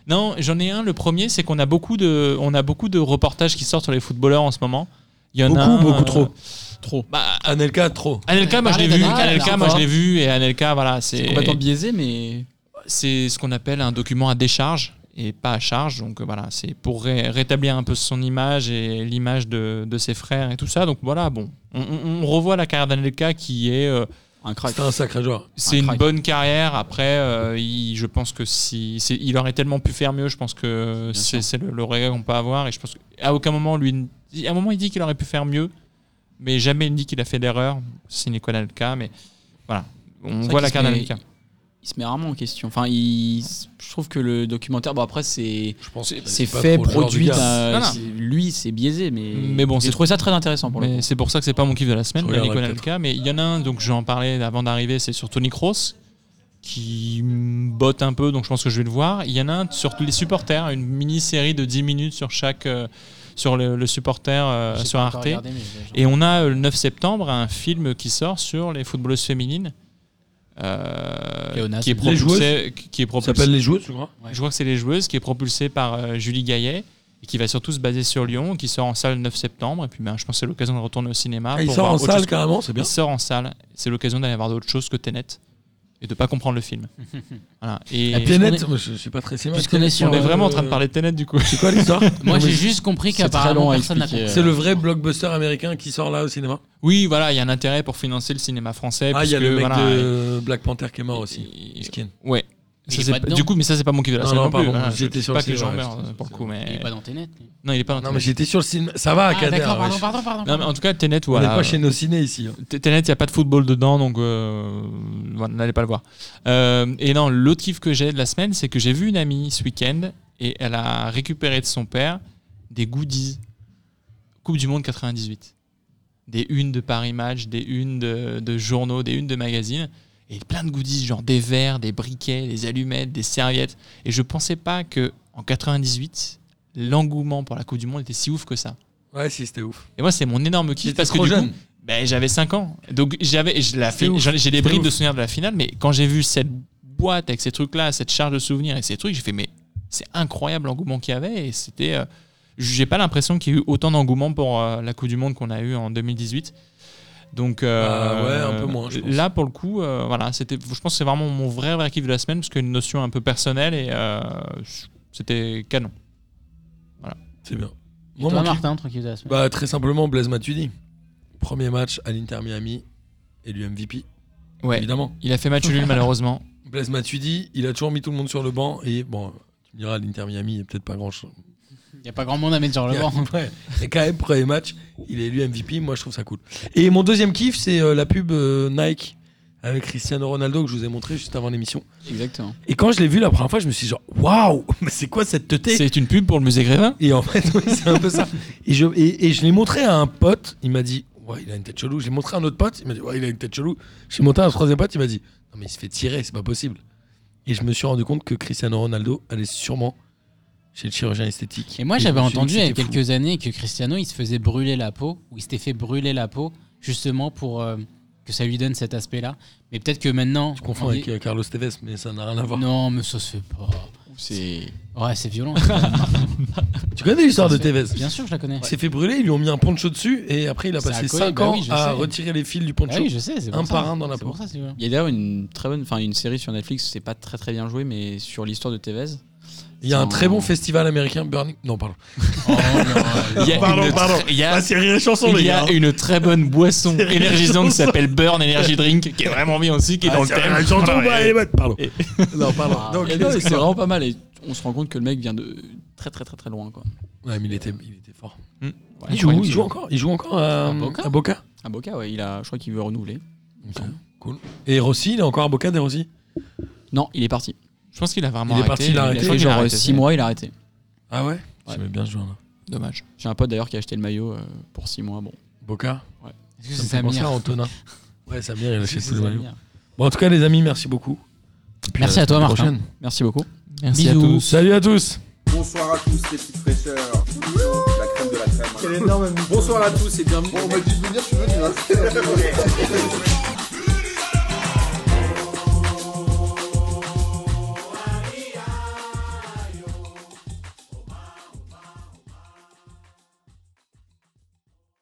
Speaker 6: Non, j'en ai un. Le premier, c'est qu'on a beaucoup de, on a beaucoup de reportages qui sortent sur les footballeurs en ce moment. Il y en a
Speaker 4: Beaucoup,
Speaker 6: un,
Speaker 4: beaucoup
Speaker 6: euh,
Speaker 4: trop.
Speaker 6: Trop. Bah,
Speaker 4: Anelka, trop.
Speaker 6: Anelka, moi je l'ai
Speaker 5: Parlez
Speaker 6: vu.
Speaker 5: d'Anelka,
Speaker 6: Anelka,
Speaker 5: alors,
Speaker 6: moi je
Speaker 5: quoi.
Speaker 6: l'ai vu. Et Anelka, voilà, c'est
Speaker 7: C'est complètement biaisé, mais.
Speaker 6: c'est ce qu'on appelle un document à décharge et pas à charge. Donc euh, voilà, c'est pour ré- rétablir un peu son image et l'image de, de ses frères et tout ça. Donc voilà, bon, on, on- on revoit la carrière d'Anelka qui est, euh,
Speaker 7: Un crack.
Speaker 4: C'était un sacré joueur.
Speaker 6: c'est
Speaker 7: Un
Speaker 6: une
Speaker 7: crack.
Speaker 6: bonne carrière. Après, euh, il- je pense que si c'est- il aurait tellement pu faire mieux, je pense que
Speaker 7: Bien
Speaker 6: c'est c'est le, le regret qu'on peut avoir. Et je pense qu'à aucun moment lui, à un moment il dit qu'il aurait pu faire mieux, mais jamais il dit qu'il a fait d'erreur. C'est Nicolas Anelka, mais voilà, on
Speaker 7: vrai
Speaker 6: voit la
Speaker 7: qu'il
Speaker 6: carrière
Speaker 7: se met-
Speaker 6: d'Anelka.
Speaker 7: Il se met rarement en question. Enfin, il... je trouve que le documentaire, bon après, c'est.
Speaker 4: Je pense que
Speaker 7: C'est
Speaker 4: pas
Speaker 7: fait,
Speaker 4: trop le genre du
Speaker 7: produit.
Speaker 4: gars.
Speaker 7: euh,
Speaker 6: Non, non.
Speaker 7: c'est- Lui, c'est biaisé, mais.
Speaker 6: Mais bon,
Speaker 7: j'ai
Speaker 6: c'est-
Speaker 7: trouvé ça très intéressant pour le
Speaker 6: Mais
Speaker 7: coup.
Speaker 6: c'est pour ça que c'est pas mon kiff de la semaine,
Speaker 4: Je
Speaker 6: de
Speaker 4: regarderai
Speaker 6: Nicolas Anelka. Mais il y en a un, donc j'en parlais avant d'arriver, c'est sur Tony Kroos, qui me botte un peu, donc je pense que je vais le voir. Il y en a un sur les supporters, une mini-série de 10 minutes sur chaque, euh, sur le, le supporter, euh,
Speaker 5: J'ai
Speaker 6: sur
Speaker 5: pas encore
Speaker 6: Arte.
Speaker 5: regardé, mais je-
Speaker 6: Et on a euh, le 9 septembre un film qui sort sur les footballeuses féminines, euh,
Speaker 4: Ah,
Speaker 5: Léonas.
Speaker 6: qui est
Speaker 5: Les
Speaker 6: propulsé, qui est
Speaker 4: Ça s'appelle
Speaker 6: propulsé
Speaker 4: les joueuses, tu crois
Speaker 6: je crois que c'est les joueuses qui est propulsée par euh, Julie Gaillet et qui va surtout se baser sur Lyon, qui sort en salle le 9 septembre. Et puis ben, je pense que c'est l'occasion de retourner au cinéma.
Speaker 4: Ah, Il
Speaker 6: pour
Speaker 4: sort
Speaker 6: voir
Speaker 4: en
Speaker 6: autre chose
Speaker 4: salle
Speaker 6: que-
Speaker 4: carrément, c'est bien.
Speaker 6: Il sort en salle. C'est l'occasion d'aller voir d'autres choses que Tenet et de pas comprendre le film. voilà. Et
Speaker 5: La
Speaker 6: on
Speaker 5: pièce-
Speaker 4: Tenet,
Speaker 5: puisqu'on
Speaker 4: moi, je je suis pas très cinéma.
Speaker 5: puisqu'on est sur,
Speaker 6: est vraiment
Speaker 4: Euh,
Speaker 6: en train de parler de Tenet du coup.
Speaker 4: C'est quoi l'histoire
Speaker 5: Moi,
Speaker 4: Non,
Speaker 5: j'ai
Speaker 4: mais
Speaker 5: juste compris
Speaker 7: c'est très long
Speaker 5: qu'apparemment
Speaker 7: à
Speaker 5: personne n'a
Speaker 7: expliquer,
Speaker 5: compris.
Speaker 4: C'est le vrai blockbuster américain qui sort là au cinéma.
Speaker 6: Oui, voilà, il y a un intérêt pour financer le cinéma français.
Speaker 4: Ah, il y a
Speaker 6: puisque,
Speaker 4: le mec
Speaker 6: voilà,
Speaker 4: de Black Panther qui est mort
Speaker 6: et-
Speaker 4: aussi.
Speaker 6: et-
Speaker 4: Miskin.
Speaker 6: Ouais.
Speaker 5: Il
Speaker 6: Ça,
Speaker 5: est
Speaker 6: c'est
Speaker 5: pas
Speaker 6: pas-
Speaker 5: dedans.
Speaker 6: du coup, mais ça, c'est pas mon kiff de la
Speaker 4: Non,
Speaker 6: scène.
Speaker 4: non,
Speaker 6: non plus,
Speaker 4: pardon,
Speaker 6: hein.
Speaker 4: j'étais
Speaker 6: Je dis
Speaker 4: sur
Speaker 6: pas
Speaker 4: le
Speaker 6: que les
Speaker 4: site,
Speaker 6: gens
Speaker 4: ouais,
Speaker 6: meurent
Speaker 4: c'est-
Speaker 6: pour le coup.
Speaker 5: Il
Speaker 6: Mais...
Speaker 5: est pas dans tes nets. lui.
Speaker 6: Non, il est pas dans
Speaker 4: Non, mais
Speaker 6: Tenet.
Speaker 4: j'étais sur le cinéma. Ça va, à
Speaker 5: Ah,
Speaker 4: Kader.
Speaker 5: d'accord,
Speaker 4: ouais.
Speaker 5: pardon, pardon, pardon.
Speaker 6: Non, mais en tout cas, Tenet,
Speaker 4: On n'est
Speaker 6: voilà.
Speaker 4: pas chez nos ciné ici. hein.
Speaker 6: T- Tenet, il n'y a pas de football dedans, donc euh, voilà, n'allez pas le voir. Euh, et non, l'autre kiff que j'ai de la semaine, c'est que j'ai vu une amie ce week-end et elle a récupéré de son père des goodies Coupe du Monde 98. Des unes de Paris Match, des unes de, de journaux, des unes de magazines. Et plein de goodies, genre des verres, des briquets, des allumettes, des serviettes. Et je pensais pas que en 98, l'engouement pour la Coupe du Monde était si ouf que ça.
Speaker 4: Ouais, si, c'était ouf.
Speaker 6: Et moi, c'est mon énorme kiff
Speaker 4: J'étais
Speaker 6: parce que
Speaker 4: trop
Speaker 6: du coup,
Speaker 4: jeune.
Speaker 6: ben, j'avais 5 ans. Donc j'avais je la
Speaker 4: C'est
Speaker 6: fin-
Speaker 4: ouf.
Speaker 6: j'en ai- j'ai des
Speaker 4: C'est
Speaker 6: bribes
Speaker 4: ouf.
Speaker 6: de souvenirs de la finale mais quand j'ai vu cette boîte avec ces trucs là, cette charge de souvenirs et ces trucs, j'ai fait mais c'est incroyable l'engouement qu'il y avait et c'était euh, j'ai pas l'impression qu'il y ait eu autant d'engouement pour euh, la Coupe du monde qu'on a eu en 2018. Donc euh,
Speaker 4: Ah ouais, un peu moins, je pense.
Speaker 6: là pour le coup euh, voilà, c'était je pense que c'est vraiment mon vrai vrai kiff de la semaine parce qu'il y a une notion un peu personnelle et euh, c'était canon.
Speaker 4: C'est bien.
Speaker 5: Et
Speaker 4: Moi,
Speaker 5: toi,
Speaker 4: mon kiff-
Speaker 5: Martin, tranquille de la semaine.
Speaker 4: Bah, très simplement, Blaise Matuidi. Premier match à l'Inter Miami, élu MVP,
Speaker 6: Ouais,
Speaker 4: évidemment.
Speaker 6: il a fait match nul malheureusement.
Speaker 4: Blaise Matuidi, il a toujours mis tout le monde sur le banc et bon, tu me diras, l'Inter Miami, il n'y a peut-être pas grand-chose.
Speaker 5: Il n'y a pas grand monde à mettre sur le banc.
Speaker 4: Ouais. Et quand même, premier match, il est élu MVP, moi je trouve ça cool. Et mon deuxième kiff, c'est euh, la pub euh, Nike avec Cristiano Ronaldo que je vous ai montré juste avant l'émission.
Speaker 7: Exactement.
Speaker 4: Et quand je l'ai vu la première fois, je me suis dit genre, waouh, mais c'est quoi cette teuté
Speaker 6: C'est une pub pour le musée Grévin
Speaker 4: Et en fait, oui, c'est un peu ça. Et je, et, et je l'ai montré à un pote, il m'a dit, ouais, il a une tête chelou. J'ai montré à un autre pote, il m'a dit, ouais, il a une tête chelou. J'ai montré à un troisième pote, il m'a dit, non, mais il se fait tirer, c'est pas possible. Et je me suis rendu compte que Cristiano Ronaldo allait sûrement chez le chirurgien esthétique.
Speaker 5: Et moi,
Speaker 4: je
Speaker 5: j'avais
Speaker 4: me suis dit
Speaker 5: entendu
Speaker 4: que
Speaker 5: il y a
Speaker 4: c'était fou.
Speaker 5: quelques années que Cristiano, il se faisait brûler la peau, ou il s'était fait brûler la peau, justement pour euh, que ça lui donne cet aspect-là. Mais peut-être que maintenant.
Speaker 4: Je confonds
Speaker 5: on
Speaker 4: avec
Speaker 5: dit-
Speaker 4: euh, Carlos Tevez, mais ça n'a rien à voir.
Speaker 5: Non, mais ça se fait pas.
Speaker 7: C'est
Speaker 5: Ouais, c'est violent.
Speaker 4: Tu connais l'histoire de
Speaker 5: Ça se fait.
Speaker 4: Tevez
Speaker 5: Bien sûr, je la connais.
Speaker 4: Il s'est fait brûler, ils lui ont mis un poncho dessus, et après il a
Speaker 5: Ça a
Speaker 4: passé
Speaker 5: collé,
Speaker 4: 5
Speaker 5: bah
Speaker 4: ans
Speaker 5: oui, je
Speaker 4: à
Speaker 5: sais.
Speaker 4: retirer les fils du
Speaker 5: Ah
Speaker 4: poncho.
Speaker 5: oui, je sais, c'est pour
Speaker 4: Un
Speaker 5: ça.
Speaker 4: par un dans la
Speaker 5: C'est
Speaker 4: peau.
Speaker 5: pour ça, c'est violent.
Speaker 7: Il y a d'ailleurs une très bonne, enfin une série sur Netflix, c'est pas très très bien joué, mais sur l'histoire de Tevez.
Speaker 4: Il y a un
Speaker 7: Non.
Speaker 4: très bon festival américain, Burning. Non, pardon.
Speaker 6: Il y a
Speaker 1: Pardon,
Speaker 6: une
Speaker 1: pardon. Ah,
Speaker 6: tr- il y a-
Speaker 1: c'est rire et chanson, hein.
Speaker 6: il y a une très bonne boisson énergisante qui s'appelle Burn Energy Drink, qui est vraiment bien aussi,
Speaker 1: Ah,
Speaker 6: qui est dans le thème.
Speaker 1: bah,
Speaker 6: Voilà, et-
Speaker 4: Pardon.
Speaker 6: et-
Speaker 4: Non, pardon.
Speaker 5: Ah.
Speaker 4: Donc,
Speaker 7: Et Ah, non, mais c'est vraiment pas mal et on se rend compte que le mec vient de très très très très loin quoi.
Speaker 4: Ouais, mais il était, il était fort.
Speaker 7: Ouais,
Speaker 4: Il joue, où
Speaker 7: incroyable.
Speaker 4: il joue encore, il joue encore euh, à,
Speaker 5: À Boca
Speaker 4: à Boca.
Speaker 7: À Boca, ouais, il a, je crois qu'il veut renouveler.
Speaker 4: Cool. Et Rossi, il est encore à Boca, des Rossi.
Speaker 7: Non, il est parti.
Speaker 6: Je pense qu'il a vraiment
Speaker 4: Il est parti,
Speaker 6: arrêté.
Speaker 4: il a
Speaker 6: Je
Speaker 4: arrêté.
Speaker 6: crois
Speaker 7: Il fait
Speaker 6: qu'il a euh,
Speaker 7: genre
Speaker 6: arrêté,
Speaker 7: 6
Speaker 6: c'est-
Speaker 7: mois, il a arrêté.
Speaker 4: Ah ouais.
Speaker 7: Ouais.
Speaker 4: J'aimais bien ce joueur-là.
Speaker 6: Dommage.
Speaker 7: J'ai un pote d'ailleurs qui a acheté le maillot euh, pour 6 mois. Bon,
Speaker 4: Boca.
Speaker 5: Est-ce que
Speaker 4: Ça
Speaker 5: c'est
Speaker 4: me fait penser à
Speaker 5: Samir
Speaker 4: Antonin. Ouais, Samir, il a
Speaker 5: Est-ce que
Speaker 4: chez
Speaker 5: c'est
Speaker 4: tous les maillots.
Speaker 5: Samir
Speaker 4: Bon, en tout cas, les amis, merci beaucoup. Et puis,
Speaker 5: Merci à toi,
Speaker 4: la
Speaker 5: Martin.
Speaker 4: prochaine.
Speaker 7: merci beaucoup.
Speaker 6: Merci à
Speaker 5: Bisous.
Speaker 6: tous.
Speaker 4: Salut à tous.
Speaker 1: Bonsoir à tous les petites fraîcheurs. La crème hein. de la crème. Bonsoir à tous et bienvenue. On va juste venir, tu veux, tu vas.